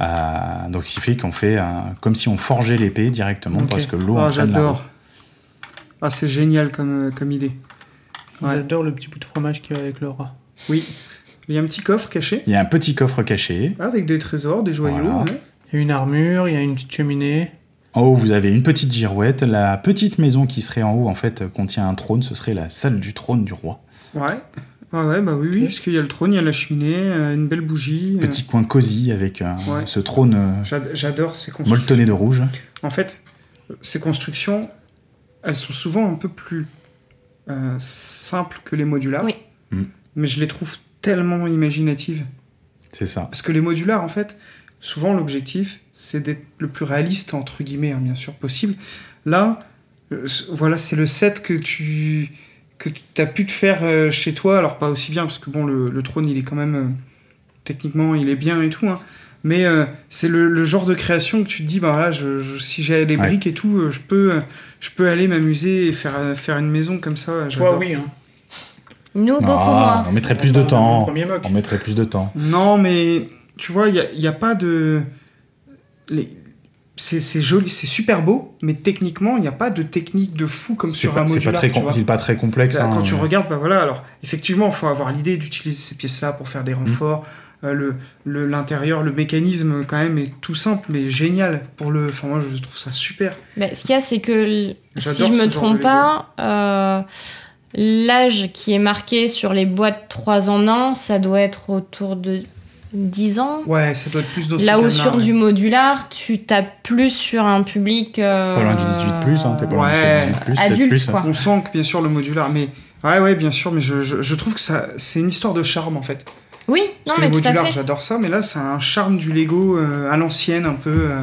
Speaker 5: Euh, donc, ce qui fait qu'on fait euh, comme si on forgeait l'épée directement
Speaker 6: Ok.
Speaker 5: parce que l'eau
Speaker 6: Ah,
Speaker 5: entraîne la roue.
Speaker 6: j'adore. Ah, c'est génial comme, euh, comme idée. Ouais.
Speaker 4: J'adore le petit bout de fromage qu'il y a avec le rat.
Speaker 6: Oui. Il y a un petit coffre caché
Speaker 5: Il y a un petit coffre caché.
Speaker 6: avec des trésors, des joyaux.
Speaker 5: Voilà.
Speaker 6: ouais.
Speaker 4: Il y a une armure, il y a une petite cheminée.
Speaker 5: En haut, vous avez une petite girouette. La petite maison qui serait en haut, en fait, euh, contient un trône. Ce serait la salle du trône du roi.
Speaker 6: Ouais. Ah ouais, bah oui, oui,
Speaker 4: Ok.
Speaker 6: parce qu'il y a le trône, il y a la cheminée, euh, une belle bougie. euh,
Speaker 5: Petit coin cosy avec euh,
Speaker 6: Ouais.
Speaker 5: ce trône euh,
Speaker 6: j'ad- J'adore ces constructions.
Speaker 5: molletonné de rouge.
Speaker 6: En fait, ces constructions, elles sont souvent un peu plus euh, simples que les modulars.
Speaker 2: Oui.
Speaker 5: Mm.
Speaker 6: Mais je les trouve tellement imaginatives.
Speaker 5: C'est ça.
Speaker 6: Parce que les modulars, en fait, souvent l'objectif, c'est d'être le plus réaliste, entre guillemets, hein, bien sûr, possible. Là, euh, c- voilà, c'est le set que tu que tu as pu te faire euh, chez toi. Alors, pas aussi bien, parce que bon, le, le trône, il est quand même. euh, techniquement, il est bien et tout. hein. Mais euh, c'est le, le genre de création que tu te dis, bah là, je, je- si j'ai les
Speaker 5: Ouais.
Speaker 6: briques et tout, euh, je peux, euh, je peux aller m'amuser et faire, euh, faire une maison comme ça.
Speaker 4: Toi,
Speaker 6: j'adore.
Speaker 4: oui. Hein.
Speaker 2: Nous, beaucoup
Speaker 5: Ah,
Speaker 2: moins.
Speaker 5: on mettrait plus de
Speaker 4: Enfin, le
Speaker 5: temps.
Speaker 4: Premier mock.
Speaker 5: On mettrait plus de temps.
Speaker 6: Non, mais tu vois, il n'y a, pas de. les- C'est c'est joli, c'est super beau, mais techniquement, il n'y a pas de technique de fou comme
Speaker 5: C'est
Speaker 6: sur
Speaker 5: pas,
Speaker 6: un
Speaker 5: c'est pas
Speaker 6: modular.
Speaker 5: très,
Speaker 6: tu
Speaker 5: com-
Speaker 6: vois.
Speaker 5: il est pas très complexe.
Speaker 6: Là,
Speaker 5: hein.
Speaker 6: Quand tu regardes, bah voilà, alors effectivement, il faut avoir l'idée d'utiliser ces pièces-là pour faire des
Speaker 5: Mmh.
Speaker 6: renforts. Euh, le- le- L'intérieur, le, mécanisme, quand même, est tout simple, mais génial. Pour le... Enfin, moi, je trouve ça super.
Speaker 2: Mais Bah, ce qu'il y a, c'est que l- si
Speaker 6: J'adore
Speaker 2: je
Speaker 6: ce
Speaker 2: me
Speaker 6: genre de
Speaker 2: trompe pas, euh, l'âge qui est marqué sur les boîtes 3 en 1, ça doit être autour de 10 ans.
Speaker 6: Ouais, ça doit être plus dans ces
Speaker 2: Là où
Speaker 6: gammes-là,
Speaker 2: sur
Speaker 6: ouais.
Speaker 2: du modular, tu tapes plus sur un public. euh,
Speaker 5: Pas loin du 18 plus, hein, t'es pas loin
Speaker 6: Ouais.
Speaker 5: du 18 plus, 7
Speaker 2: adulte,
Speaker 5: plus.
Speaker 2: quoi.
Speaker 6: On sent que, bien sûr, le modular, mais... Ouais, ouais, bien sûr, mais je, je- je trouve que ça c'est une histoire de charme, en fait.
Speaker 2: Oui, non,
Speaker 6: Parce que
Speaker 2: mais
Speaker 6: le
Speaker 2: tout à
Speaker 6: modular,
Speaker 2: fait.
Speaker 6: j'adore ça, mais là, c'est un charme du Lego euh, à l'ancienne, un peu. euh.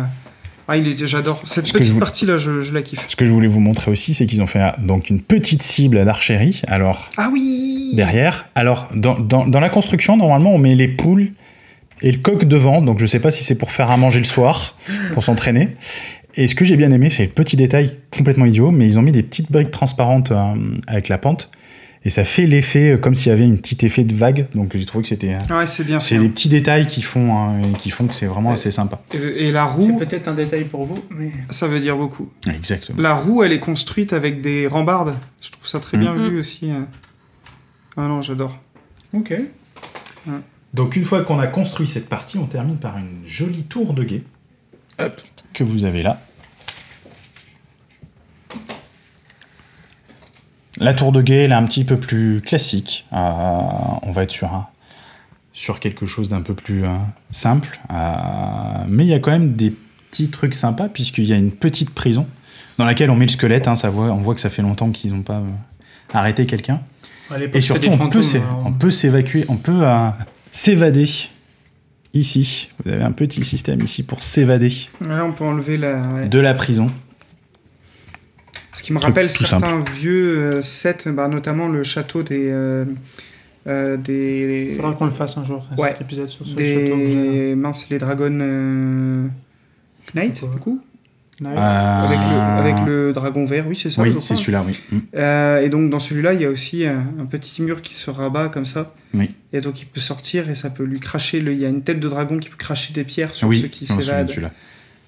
Speaker 6: Ah, il est, j'adore. Cette
Speaker 5: ce que
Speaker 6: petite
Speaker 5: je voulais-
Speaker 6: partie-là, je, je la kiffe.
Speaker 5: Ce que je voulais vous montrer aussi, c'est qu'ils ont fait ah, donc une petite cible d'archerie. Alors,
Speaker 6: Ah oui
Speaker 5: derrière. Alors, dans, dans- dans la construction, normalement, on met les poules et le coq devant. Donc, je sais pas si c'est pour faire à manger le soir, pour s'entraîner. Et ce que j'ai bien aimé, c'est le petit détail complètement idiot, mais ils ont mis des petites briques transparentes euh, avec la pente. Et ça fait l'effet euh, comme s'il y avait une petite effet de vague. Donc, j'ai trouvé que c'était. euh,
Speaker 6: Ah Ouais, c'est bien fait.
Speaker 5: C'est des petits détails qui font, hein, et qui font que c'est vraiment assez sympa.
Speaker 6: Euh, Et la
Speaker 4: C'est
Speaker 6: roue,
Speaker 4: peut-être un détail pour vous, mais.
Speaker 6: ça veut dire beaucoup.
Speaker 5: Exactement.
Speaker 6: La roue, elle est construite avec des rambardes. Je trouve ça très bien
Speaker 2: Mhm.
Speaker 6: vu aussi. euh. Ah non, j'adore.
Speaker 4: Ok.
Speaker 5: Donc une fois qu'on a construit cette partie, on termine par une jolie tour de guet. Hop, que vous avez là. La tour de guet, elle est un petit peu plus classique. Euh, on va être sur, un- sur quelque chose d'un peu plus euh, simple. Euh, mais il y a quand même des petits trucs sympas, puisqu'il y a une petite prison dans laquelle on met le squelette. hein, ça voit, on voit que ça fait longtemps qu'ils n'ont pas euh, arrêté quelqu'un.
Speaker 4: À l'époque, c'était
Speaker 5: Et surtout,
Speaker 4: des
Speaker 5: on peut,
Speaker 4: fantômes, hein.
Speaker 5: s'é-
Speaker 4: alors.
Speaker 5: on peut s'évacuer, on peut euh, s'évader ici. Vous avez un petit système ici pour s'évader
Speaker 6: Là, on peut enlever la. ouais.
Speaker 5: de la prison.
Speaker 6: Ce qui me
Speaker 5: Truc
Speaker 6: rappelle
Speaker 5: tout
Speaker 6: certains vieux euh, sets, bah, notamment le château des. euh, euh, des.
Speaker 4: faudra qu'on le fasse un jour,
Speaker 6: Ouais.
Speaker 4: cet épisode sur ce château que j'ai.
Speaker 6: des. Mince, les dragons. euh, Knight,
Speaker 4: Ouais.
Speaker 6: du coup
Speaker 4: Ouais.
Speaker 5: Euh,
Speaker 6: avec, le, avec le dragon vert, oui, c'est ça. je
Speaker 5: Oui,
Speaker 6: crois.
Speaker 5: c'est celui-là, oui. Mm.
Speaker 6: Euh, et donc, dans celui-là, il y a aussi un, un petit mur qui se rabat comme ça.
Speaker 5: Oui.
Speaker 6: Et donc, il peut sortir et ça peut lui cracher. le- Il y a une tête de dragon qui peut cracher des pierres sur
Speaker 5: Mm. oui,
Speaker 6: ceux qui
Speaker 5: je me souviens de
Speaker 6: s'évadent.
Speaker 5: celui-là.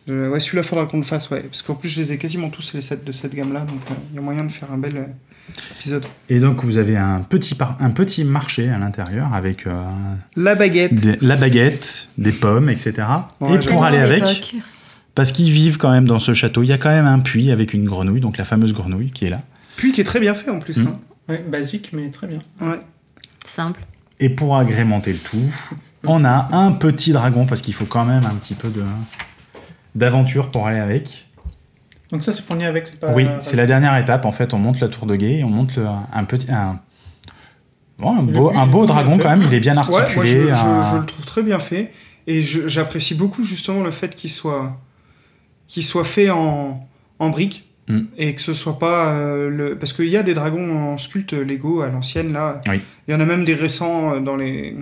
Speaker 6: Euh, ouais, celui-là, faudra qu'on le fasse, ouais. Parce qu'en plus, je les ai quasiment tous, les sets de cette gamme-là. Donc, euh, il y a moyen de faire un bel euh, épisode.
Speaker 5: Et donc vous avez un petit, par- un petit marché à l'intérieur avec euh,
Speaker 6: La baguette.
Speaker 5: des- la baguette, des pommes, etc.
Speaker 6: Ouais,
Speaker 5: et
Speaker 6: j'aime
Speaker 5: pour aller
Speaker 2: Tellement
Speaker 5: avec,
Speaker 2: d'époque.
Speaker 5: parce qu'ils vivent quand même dans ce château, il y a quand même un puits avec une grenouille, donc la fameuse grenouille qui est là.
Speaker 6: Puis qui est très bien fait en plus.
Speaker 5: Mm.
Speaker 6: hein.
Speaker 4: Ouais, basique, mais très bien.
Speaker 6: Ouais.
Speaker 2: Simple.
Speaker 5: Et pour agrémenter le tout, on a un petit dragon parce qu'il faut quand même un petit peu de d'aventure pour aller avec.
Speaker 4: Donc ça, c'est fourni avec,
Speaker 6: Euh,
Speaker 4: c'est pas...
Speaker 5: oui, c'est la dernière étape. En fait, on monte la tour de guet, on monte le- un petit un, bon, un
Speaker 4: Le
Speaker 5: beau,
Speaker 4: puits
Speaker 5: un
Speaker 4: est
Speaker 5: beau
Speaker 4: bien
Speaker 5: dragon
Speaker 4: fait.
Speaker 5: quand même. Il est bien
Speaker 6: Ouais,
Speaker 5: articulé.
Speaker 6: moi je, je-
Speaker 5: un-
Speaker 6: je le trouve très bien fait. Et je- j'apprécie beaucoup justement le fait qu'il soit, qu'il soit fait en, en briques.
Speaker 5: Mm.
Speaker 6: Et que ce soit pas. euh, le... Parce qu'il y a des dragons en sculpte Lego à l'ancienne là.
Speaker 5: Oui.
Speaker 6: Il y en a même des récents euh, dans les,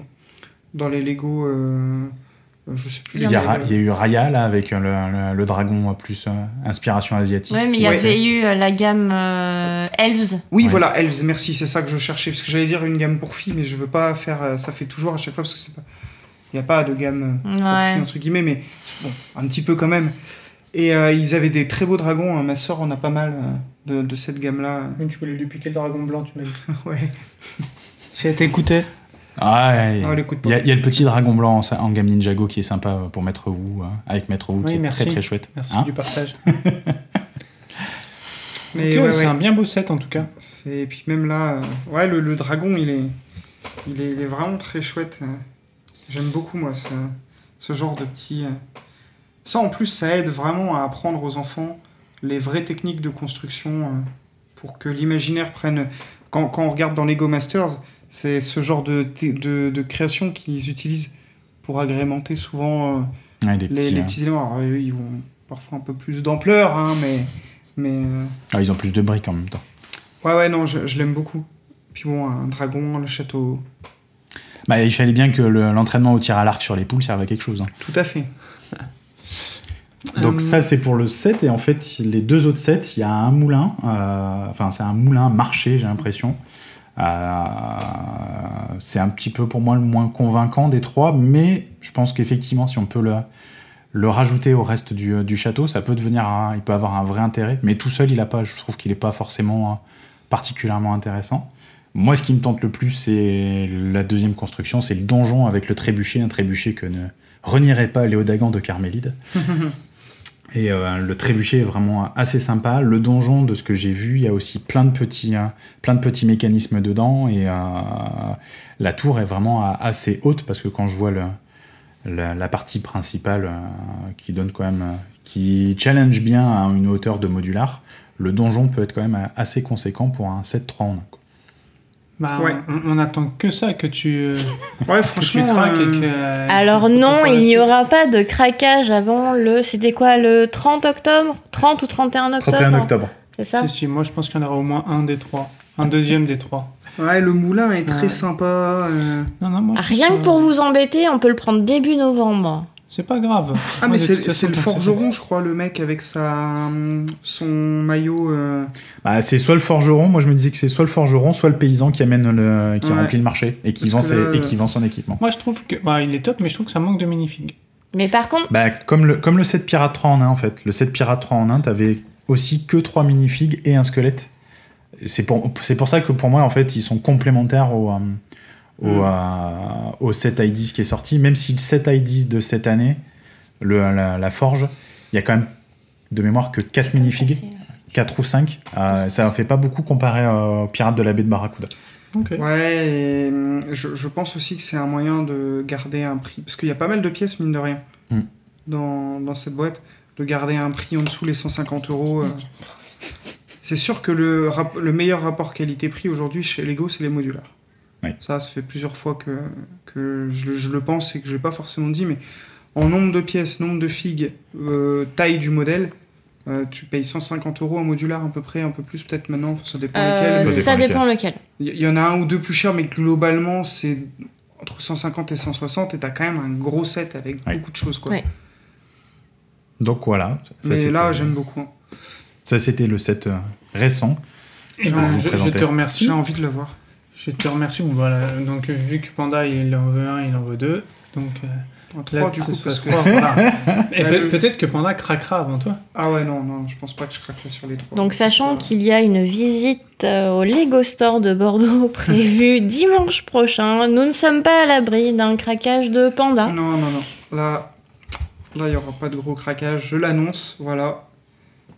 Speaker 6: dans les Lego. euh, euh, je sais plus.
Speaker 2: Il y
Speaker 5: Il
Speaker 6: les-
Speaker 5: y, a,
Speaker 2: en
Speaker 5: Ra- il y a eu Raya là avec euh, le, le- le dragon euh, plus euh, inspiration asiatique.
Speaker 2: Ouais, mais il y
Speaker 6: Ouais.
Speaker 2: avait eu euh, la gamme euh, Elves.
Speaker 6: Oui,
Speaker 5: Ouais.
Speaker 6: voilà, Elves, merci, c'est ça que je cherchais. Parce que j'allais dire une gamme pour filles, mais je veux pas faire. euh, Ça fait toujours à chaque fois parce que c'est pas. Il n'y a pas de gamme. euh,
Speaker 2: Ouais.
Speaker 6: conflit, entre guillemets, mais bon, un petit peu quand même. Et euh, ils avaient des très beaux dragons. hein. Ma sœur en a pas mal euh, de, de cette gamme-là.
Speaker 4: Mais tu voulais lui piquer le dragon blanc, tu m'as dit.
Speaker 6: ouais.
Speaker 4: Si elle t'écoutait.
Speaker 5: Ah, ouais,
Speaker 6: Non, elle écoute
Speaker 5: il, y
Speaker 6: pas.
Speaker 5: a, il y a le petit dragon blanc en, en gamme Ninjago qui est sympa euh, pour Maître Wu, hein, avec Maître Wu
Speaker 4: Oui,
Speaker 5: qui
Speaker 4: merci.
Speaker 5: est très très chouette.
Speaker 4: Merci
Speaker 5: Hein
Speaker 4: du partage.
Speaker 6: Mais
Speaker 4: Ok,
Speaker 6: ouais,
Speaker 4: c'est
Speaker 6: ouais.
Speaker 4: un bien beau set en tout cas.
Speaker 6: C'est- Et puis même là, euh, ouais, le, le dragon, il est, il est, il est vraiment très chouette. euh. J'aime beaucoup moi ce, ce genre de petit. euh. Ça en plus, ça aide vraiment à apprendre aux enfants les vraies techniques de construction euh, pour que l'imaginaire prenne. Quand, quand on regarde dans Lego Masters, c'est ce genre de, thé- de, de création qu'ils utilisent pour agrémenter souvent euh,
Speaker 5: Ouais, des
Speaker 6: les,
Speaker 5: petits,
Speaker 6: les
Speaker 5: euh,
Speaker 6: petits éléments. Alors, eux, ils vont parfois un peu plus d'ampleur, hein, mais mais euh,
Speaker 5: ah, ils ont plus de briques en même temps.
Speaker 6: Ouais, ouais, non, je, je l'aime beaucoup. Puis bon, un dragon, le château,
Speaker 5: Bah, il fallait bien que le- l'entraînement au tir à l'arc sur les poules serve à quelque chose. hein.
Speaker 6: tout à fait.
Speaker 5: Donc
Speaker 4: Hum.
Speaker 5: ça c'est pour le 7 et en fait les deux autres sets, il y a un moulin, euh, enfin c'est un moulin marché j'ai l'impression. Euh, c'est un petit peu pour moi le moins convaincant des trois, mais je pense qu'effectivement si on peut le, le rajouter au reste du, du château, ça peut devenir, un- il peut avoir un vrai intérêt. Mais tout seul il a pas, je trouve qu'il n'est pas forcément euh, particulièrement intéressant. Moi, ce qui me tente le plus, c'est la deuxième construction, c'est le donjon avec le trébuchet, un trébuchet que ne renierait pas Léo Dagan de Carmélide. Et euh, le trébuchet est vraiment assez sympa. Le donjon, de ce que j'ai vu, il y a aussi plein de petits, hein, plein de petits mécanismes dedans. Et euh, la tour est vraiment a- assez haute parce que quand je vois le- la, la partie principale euh, qui donne quand même, euh, qui challenge bien à une hauteur de modular, le donjon peut être quand même euh, assez conséquent pour un 7-3 en 1.
Speaker 4: Bah,
Speaker 6: Ouais.
Speaker 4: on, on attend que ça, que tu, euh,
Speaker 6: Ouais,
Speaker 4: que tu
Speaker 6: franchement,
Speaker 4: craques et
Speaker 6: euh,
Speaker 4: que...
Speaker 2: Alors
Speaker 4: qu'on
Speaker 2: non,
Speaker 4: prépare la
Speaker 2: il n'y
Speaker 4: suite.
Speaker 2: aura pas de craquage avant le... C'était quoi, le 30 octobre 30 ou 31 octobre
Speaker 5: 31 octobre.
Speaker 2: C'est ça
Speaker 4: Si, si, moi je pense qu'il y en aura au moins un des trois. Un deuxième des trois.
Speaker 6: ouais, le moulin est très
Speaker 4: Ouais.
Speaker 6: sympa. euh.
Speaker 4: Non, non, moi, je
Speaker 2: Rien
Speaker 4: pense
Speaker 2: que pour vous embêter, on peut le prendre début novembre.
Speaker 4: C'est pas grave. Moi,
Speaker 6: Ah, mais
Speaker 4: de
Speaker 6: c'est
Speaker 4: toute façon,
Speaker 6: c'est le
Speaker 4: tant que ça-
Speaker 6: forgeron, je crois, le mec avec sa, son maillot. euh,
Speaker 5: Bah, c'est soit le forgeron, moi je me disais que c'est soit le forgeron, soit le paysan qui amène le, qui
Speaker 6: Ouais.
Speaker 5: remplit le marché et qui,
Speaker 6: Parce
Speaker 5: vend,
Speaker 6: que
Speaker 5: ses-
Speaker 6: là,
Speaker 5: et qui vend son équipement.
Speaker 4: Moi je trouve que. Bah, il est top, mais je trouve que ça manque de minifig.
Speaker 2: Mais par contre,
Speaker 5: Bah, comme le, comme le 7 Pirate 3 en 1, en fait. Le 7 Pirate 3 en 1, t'avais aussi que 3 minifigs et un squelette. C'est pour, c'est pour ça que pour moi, en fait, ils sont complémentaires au, euh, au,
Speaker 6: Mm.
Speaker 5: euh, au 7 i10 qui est sorti. Même si le 7 i10 de cette année, le, la, la forge, il y a quand même de mémoire que 4 minifigs. 4 ou 5. ça fait pas beaucoup comparé aux Pirates de la baie de Barracuda.
Speaker 4: Ok.
Speaker 6: Ouais, et hum, je, je pense aussi que c'est un moyen de garder un prix. Parce qu'il y a pas mal de pièces, mine de rien,
Speaker 5: Hmm.
Speaker 6: dans, dans cette boîte. De garder un prix en dessous les 150 euros. euh. C'est sûr que le, rap- le meilleur rapport qualité-prix aujourd'hui chez Lego, c'est les modulars.
Speaker 5: Ouais.
Speaker 6: Ça, ça fait plusieurs fois que, que je, le- je le pense et que je l'ai pas forcément dit, mais en nombre de pièces, nombre de figues, euh, taille du modèle, euh, tu payes 150 euros un modular à peu près, un peu plus peut-être maintenant, ça dépend
Speaker 2: Euh,
Speaker 6: lesquels. mais-
Speaker 2: ça dépend lequel.
Speaker 6: il y- il y en a un ou deux plus chers, mais globalement, c'est entre 150 et 160, et t'as quand même un gros set avec
Speaker 5: Ouais.
Speaker 6: beaucoup de choses, quoi.
Speaker 2: Ouais.
Speaker 5: Donc voilà. Ça,
Speaker 6: mais
Speaker 5: c'était-
Speaker 6: là, j'aime beaucoup. hein.
Speaker 2: Mmh.
Speaker 5: Ça, c'était le set euh, récent.
Speaker 4: Eh
Speaker 6: Je
Speaker 4: ben,
Speaker 6: vais vous
Speaker 4: je, je
Speaker 5: présenter.
Speaker 4: te remercie.
Speaker 6: J'ai envie de le voir.
Speaker 4: Je te remercie. Bon, voilà. Donc, vu que Panda, il en veut un, il en veut deux. Donc, euh,
Speaker 6: En
Speaker 4: là,
Speaker 6: trois, du
Speaker 4: ça
Speaker 6: coup,
Speaker 4: se
Speaker 6: parce
Speaker 4: passe
Speaker 6: que...
Speaker 4: trois, voilà. Et
Speaker 6: Là,
Speaker 4: peut-
Speaker 6: le-
Speaker 4: peut-être que Panda craquera avant toi.
Speaker 6: Ah ouais, non, non, je pense pas que je craquerai sur les trois. Euh,
Speaker 2: Donc, sachant
Speaker 6: Voilà.
Speaker 2: qu'il y a une visite euh, au Lego Store de Bordeaux prévue dimanche prochain, nous ne sommes pas à l'abri d'un craquage de panda.
Speaker 6: Non, non, non. Là, là, il y aura pas de gros craquage. Je l'annonce, voilà.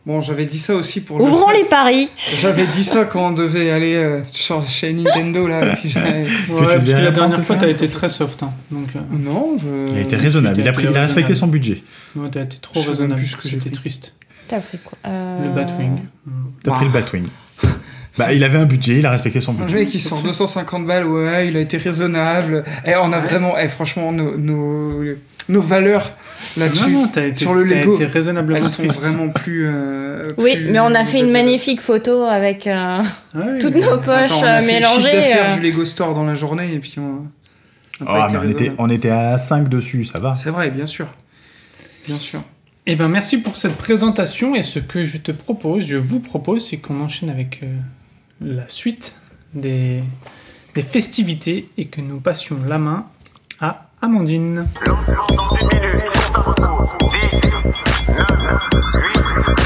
Speaker 6: Bon, j'avais dit ça aussi pour
Speaker 2: Ouvrons
Speaker 6: le...
Speaker 2: les paris
Speaker 6: J'avais dit ça quand on devait aller euh, sur- chez Nintendo, là. et puis j'avais-
Speaker 4: Ouais,
Speaker 5: tu
Speaker 4: parce que
Speaker 5: viens
Speaker 4: la
Speaker 5: à
Speaker 4: dernière
Speaker 5: Pente,
Speaker 4: fois,
Speaker 5: c'est
Speaker 4: t'as
Speaker 5: ça
Speaker 4: été très soft. hein. Donc, euh,
Speaker 6: Non, je...
Speaker 5: Il a été raisonnable. Il a, pris- il a respecté son budget.
Speaker 4: non, t'as été trop
Speaker 6: Je sais même
Speaker 4: raisonnable.
Speaker 6: plus ce que j'ai
Speaker 4: C'était
Speaker 6: pris.
Speaker 4: triste.
Speaker 2: T'as pris quoi
Speaker 4: Le
Speaker 2: Euh,
Speaker 4: Batwing.
Speaker 5: T'as
Speaker 6: Bah.
Speaker 5: pris le Batwing. bah, il avait un budget, il a respecté son
Speaker 6: Un
Speaker 5: budget.
Speaker 6: mec qui sort 250 balles, ouais, il a été raisonnable. Eh, on a vraiment, eh, franchement, nos, nos, nos valeurs
Speaker 4: Non,
Speaker 6: là-dessus,
Speaker 4: non, t'as été,
Speaker 6: sur le
Speaker 4: t'as
Speaker 6: Lego,
Speaker 4: été raisonnablement
Speaker 6: elles sont
Speaker 4: triste.
Speaker 6: vraiment plus. euh,
Speaker 2: Oui,
Speaker 6: plus-
Speaker 2: mais on a fait une magnifique photo avec euh,
Speaker 4: Ah oui.
Speaker 2: toutes nos poches
Speaker 6: Attends, on a
Speaker 2: euh,
Speaker 6: fait le
Speaker 2: mélangées.
Speaker 6: chiffre d'affaires
Speaker 2: euh,
Speaker 6: du Lego Store dans la journée et puis on. on
Speaker 2: Ah
Speaker 6: a
Speaker 5: Oh,
Speaker 6: pas été
Speaker 5: mais on était,
Speaker 6: raisonnable.
Speaker 5: on était à 5 dessus, ça va.
Speaker 6: C'est vrai, bien sûr, bien sûr.
Speaker 4: Eh ben, merci pour cette présentation. Et ce que je te propose, je vous propose, c'est qu'on enchaîne avec euh, la suite des, des festivités et que nous passions la main à Amandine.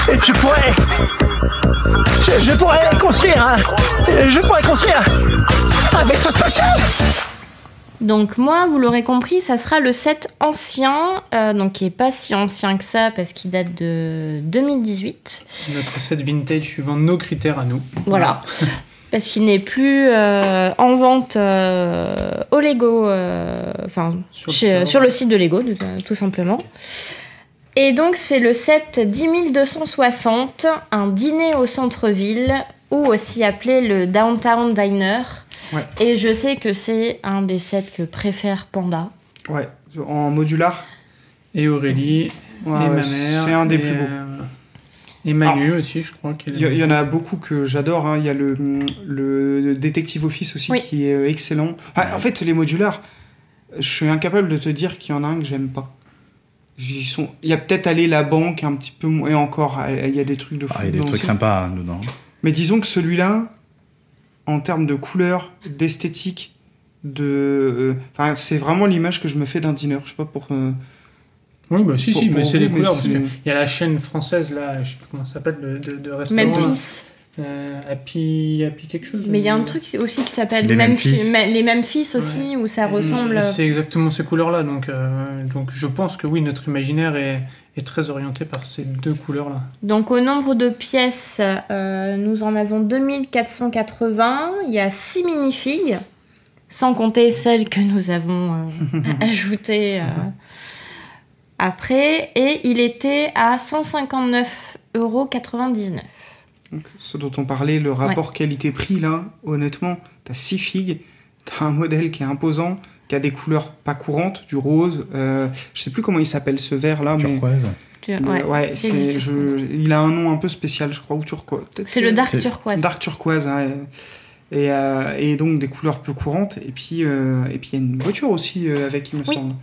Speaker 7: Je pourrais. Je, je pourrais construire un. Je pourrais construire un- un vaisseau spatial.
Speaker 2: Donc moi, vous l'aurez compris, ça sera le set ancien, euh, donc qui est pas si ancien que ça parce qu'il date de 2018.
Speaker 4: Notre set vintage suivant nos critères à nous.
Speaker 2: Voilà. Parce qu'il n'est plus euh, en vente euh, au Lego, euh, enfin
Speaker 4: Sur le
Speaker 2: chez-
Speaker 4: store.
Speaker 2: sur le site de Lego, tout- tout simplement. Et donc c'est le set 10260, un dîner au centre-ville, ou aussi appelé le Downtown Diner.
Speaker 6: Ouais.
Speaker 2: Et je sais que c'est un des sets que préfère Panda.
Speaker 6: Ouais, en modular.
Speaker 4: Et Aurélie,
Speaker 6: ouais,
Speaker 4: et ma
Speaker 6: ouais,
Speaker 4: mère.
Speaker 6: c'est un des
Speaker 4: et,
Speaker 6: plus beaux.
Speaker 4: euh, et Manu aussi, je crois qu'il
Speaker 6: Il y, il y en a beaucoup que j'adore. hein. Il y a le, le Detective Office aussi
Speaker 2: Oui.
Speaker 6: qui est euh, excellent. Ah, en fait, les modulars, je suis incapable de te dire qu'il y en a un que j'aime pas. Ils sont... Il y a peut-être aller la banque un petit peu moins- et encore, euh, il y a des trucs de fou.
Speaker 5: Ah, il y a des
Speaker 6: dedans
Speaker 5: trucs
Speaker 6: aussi.
Speaker 5: sympas hein, dedans.
Speaker 6: Mais disons que celui-là, en termes de couleur, d'esthétique, de, euh, enfin, c'est vraiment l'image que je me fais d'un dîner. Je sais pas pour. euh,
Speaker 4: Oui, bah si,
Speaker 6: Pour-
Speaker 4: si,
Speaker 6: pour
Speaker 4: mais c'est
Speaker 6: vous,
Speaker 4: les
Speaker 6: mais
Speaker 4: couleurs. Parce
Speaker 6: c'est-
Speaker 4: que il y a la chaîne française, là, je sais plus comment ça s'appelle, de, de, de restaurant. là.
Speaker 2: Memphis.
Speaker 4: Euh, Happy, Happy quelque chose.
Speaker 2: Mais il y a
Speaker 4: ou-
Speaker 2: un truc aussi qui s'appelle
Speaker 5: Les
Speaker 2: Memphis-
Speaker 5: Memphis.
Speaker 2: Ma- les Memphis aussi, où
Speaker 4: Mm.
Speaker 2: ça ressemble.
Speaker 4: Et C'est exactement ces couleurs-là, donc, euh, donc je pense que oui, notre imaginaire est, est très orienté par ces deux couleurs-là.
Speaker 2: Donc au nombre de pièces, euh, nous en avons 2480. Il y a 6 minifigs, sans compter celles que nous avons euh, ajoutées euh, après. Et il était à 159,99€.
Speaker 6: Donc, ce dont on parlait, le rapport qualité-prix, là, honnêtement, t'as 6 figues, t'as un modèle qui est imposant, qui a des couleurs pas courantes, du rose, euh, je sais plus comment il s'appelle ce
Speaker 2: Ah,
Speaker 6: vert-là, mais.
Speaker 5: Turquoise.
Speaker 2: Tu-
Speaker 6: le-
Speaker 2: ouais.
Speaker 6: Euh, ouais,
Speaker 2: c'est
Speaker 6: c'est-
Speaker 2: le
Speaker 6: je-
Speaker 2: turquoise.
Speaker 6: il a un nom un peu spécial, je crois, ou turquoise. peut-être
Speaker 2: C'est le Dark
Speaker 5: C'est-
Speaker 2: Turquoise.
Speaker 6: Dark turquoise, hein, et, et, euh, et donc des couleurs peu courantes, et puis euh, et puis il y a une voiture aussi euh, avec, il me
Speaker 2: Oui.
Speaker 6: semble.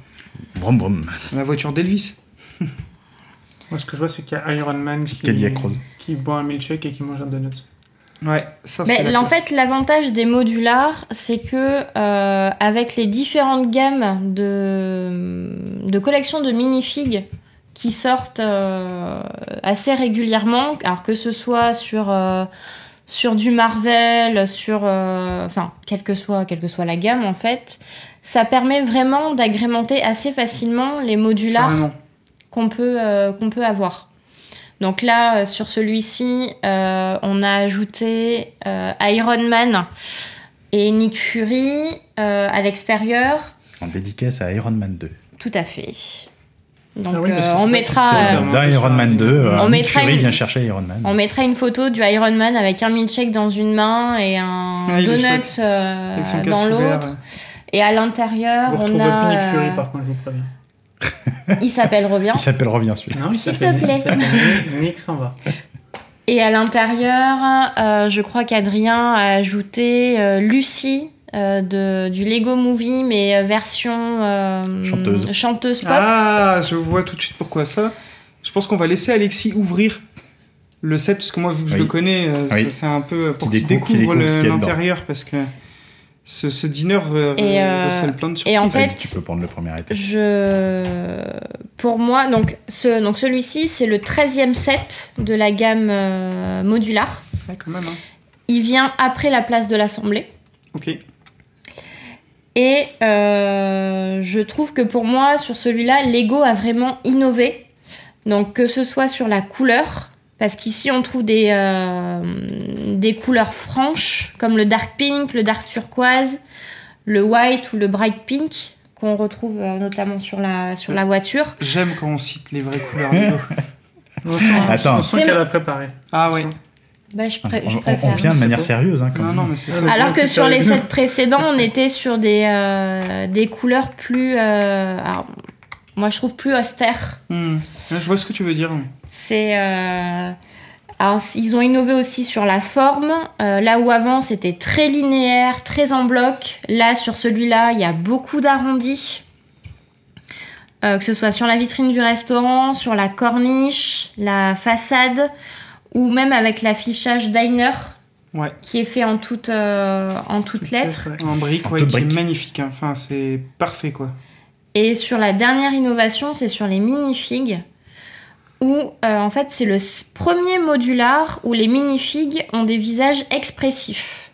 Speaker 5: Brum brum.
Speaker 6: La voiture d'Elvis.
Speaker 4: Moi, ce que je vois, c'est qu'il y a Iron Man qui,
Speaker 5: Cadillac rose.
Speaker 4: qui boit un milkshake et qui mange un donut.
Speaker 6: Ouais, ça c'est.
Speaker 2: Mais
Speaker 6: la
Speaker 2: en
Speaker 6: classe.
Speaker 2: fait, l'avantage des modulars, c'est que euh, avec les différentes gammes de, de collections de minifigs qui sortent euh, assez régulièrement, alors que ce soit sur, euh, sur du Marvel, sur. euh, Enfin, quelle, que soit, quelle que soit la gamme, en fait, ça permet vraiment
Speaker 6: Ah,
Speaker 2: d'agrémenter assez facilement les modulars
Speaker 6: Carrément.
Speaker 2: qu'on peut, euh, qu'on peut avoir. Donc là, euh, sur celui-ci, euh, on a ajouté euh, Iron Man et Nick Fury euh, à l'extérieur.
Speaker 5: En dédicace à Iron Man 2.
Speaker 2: Tout à fait. Donc
Speaker 4: Ah oui, parce
Speaker 2: euh,
Speaker 4: que
Speaker 2: on
Speaker 4: c'est-
Speaker 2: mettra.
Speaker 4: c'est-
Speaker 2: euh,
Speaker 4: c'est-
Speaker 5: Dans Iron Man 2, euh,
Speaker 2: On
Speaker 5: Nick
Speaker 2: mettra
Speaker 5: Fury
Speaker 2: une-
Speaker 5: vient chercher Iron Man.
Speaker 2: euh, On mettra une photo du Iron Man avec un milkshake dans une main et un
Speaker 6: Ah, il est
Speaker 2: donut
Speaker 6: chouette.
Speaker 2: euh,
Speaker 6: Avec son
Speaker 2: dans
Speaker 6: casque ouvert,
Speaker 2: l'autre. Et à l'intérieur,
Speaker 4: Vous
Speaker 2: Ah, on
Speaker 4: retrouverez
Speaker 2: a.
Speaker 4: plus Nick Fury,
Speaker 2: euh,
Speaker 4: par contre, je vous préviens.
Speaker 2: Il s'appelle Revient.
Speaker 5: Il s'appelle Reviens celui-là.
Speaker 4: Non, il
Speaker 2: S'il te
Speaker 4: s'appelle Nick,
Speaker 2: plaît.
Speaker 4: il s'appelle Nick s'en va.
Speaker 2: Et à l'intérieur, euh, je crois qu'Adrien a ajouté euh, Lucie euh, de, du Lego Movie, mais euh, version euh,
Speaker 5: Chanteuse.
Speaker 2: chanteuse pop.
Speaker 6: Ah, je vois tout de suite pourquoi ça. Je pense qu'on va laisser Alexis ouvrir le set, parce que moi, vu que je
Speaker 5: Oui.
Speaker 6: le connais, euh,
Speaker 5: Oui.
Speaker 6: ça, c'est un peu pour
Speaker 5: Qu'il
Speaker 6: qu'il
Speaker 5: découvre- qu'il
Speaker 6: découvre
Speaker 5: découvre
Speaker 6: le-
Speaker 5: ce qu'il y a dedans.
Speaker 6: l'intérieur, parce que ce, ce dîner euh,
Speaker 2: Et, euh,
Speaker 6: recèle plein de surprises.
Speaker 2: et en
Speaker 5: Vas-y,
Speaker 2: fait-
Speaker 5: tu peux prendre le premier étage.
Speaker 2: Je... Pour moi, donc, ce, donc celui-ci, c'est le 13e set de la gamme euh, modular.
Speaker 6: Ouais, quand même, hein.
Speaker 2: Il vient après la place de l'Assemblée.
Speaker 6: Ok.
Speaker 2: Et euh, je trouve que pour moi, sur celui-là, Lego a vraiment innové. Donc que ce soit sur la couleur, parce qu'ici on trouve des, euh, des couleurs franches, comme le dark pink, le dark turquoise, le white ou le bright pink, qu'on retrouve euh, notamment sur la, sur la voiture.
Speaker 6: J'aime quand on cite les vraies couleurs. Ludo.
Speaker 5: Attends,
Speaker 4: On sent
Speaker 2: C'est
Speaker 4: qu'elle
Speaker 2: ma-
Speaker 4: a préparé.
Speaker 6: Ah ouais.
Speaker 2: Bah, je,
Speaker 5: on,
Speaker 2: pré- je
Speaker 5: Hein, on-
Speaker 2: préfère.
Speaker 5: on vient de
Speaker 4: C'est
Speaker 5: manière
Speaker 4: beau.
Speaker 5: sérieuse. Hein, quand
Speaker 6: Non,
Speaker 5: même.
Speaker 6: non, mais c'est
Speaker 4: Ah,
Speaker 2: Alors que
Speaker 4: Tout
Speaker 2: sur
Speaker 4: à
Speaker 2: les
Speaker 4: fait.
Speaker 2: sets précédents, on était sur des, euh, des couleurs plus... euh, alors, moi je trouve plus austères.
Speaker 6: Hmm. Ouais, Je vois ce que tu veux dire.
Speaker 2: C'est. euh, Alors, c- ils ont innové aussi sur la forme. Euh, là où avant, c'était très linéaire, très en bloc. Là, sur celui-là, il y a beaucoup d'arrondis. Euh, que ce soit sur la vitrine du restaurant, sur la corniche, la façade, ou même avec l'affichage diner.
Speaker 6: Ouais.
Speaker 2: Qui est fait en toute, euh, en toutes lettres.
Speaker 6: Un brique,
Speaker 5: Un
Speaker 6: ouais,
Speaker 5: peu
Speaker 6: qui
Speaker 5: brique.
Speaker 6: est magnifique. hein. Enfin, c'est parfait, quoi.
Speaker 2: Et sur la dernière innovation, c'est sur les minifigs, où euh, en fait c'est le s- premier modular où les minifigs ont des visages expressifs.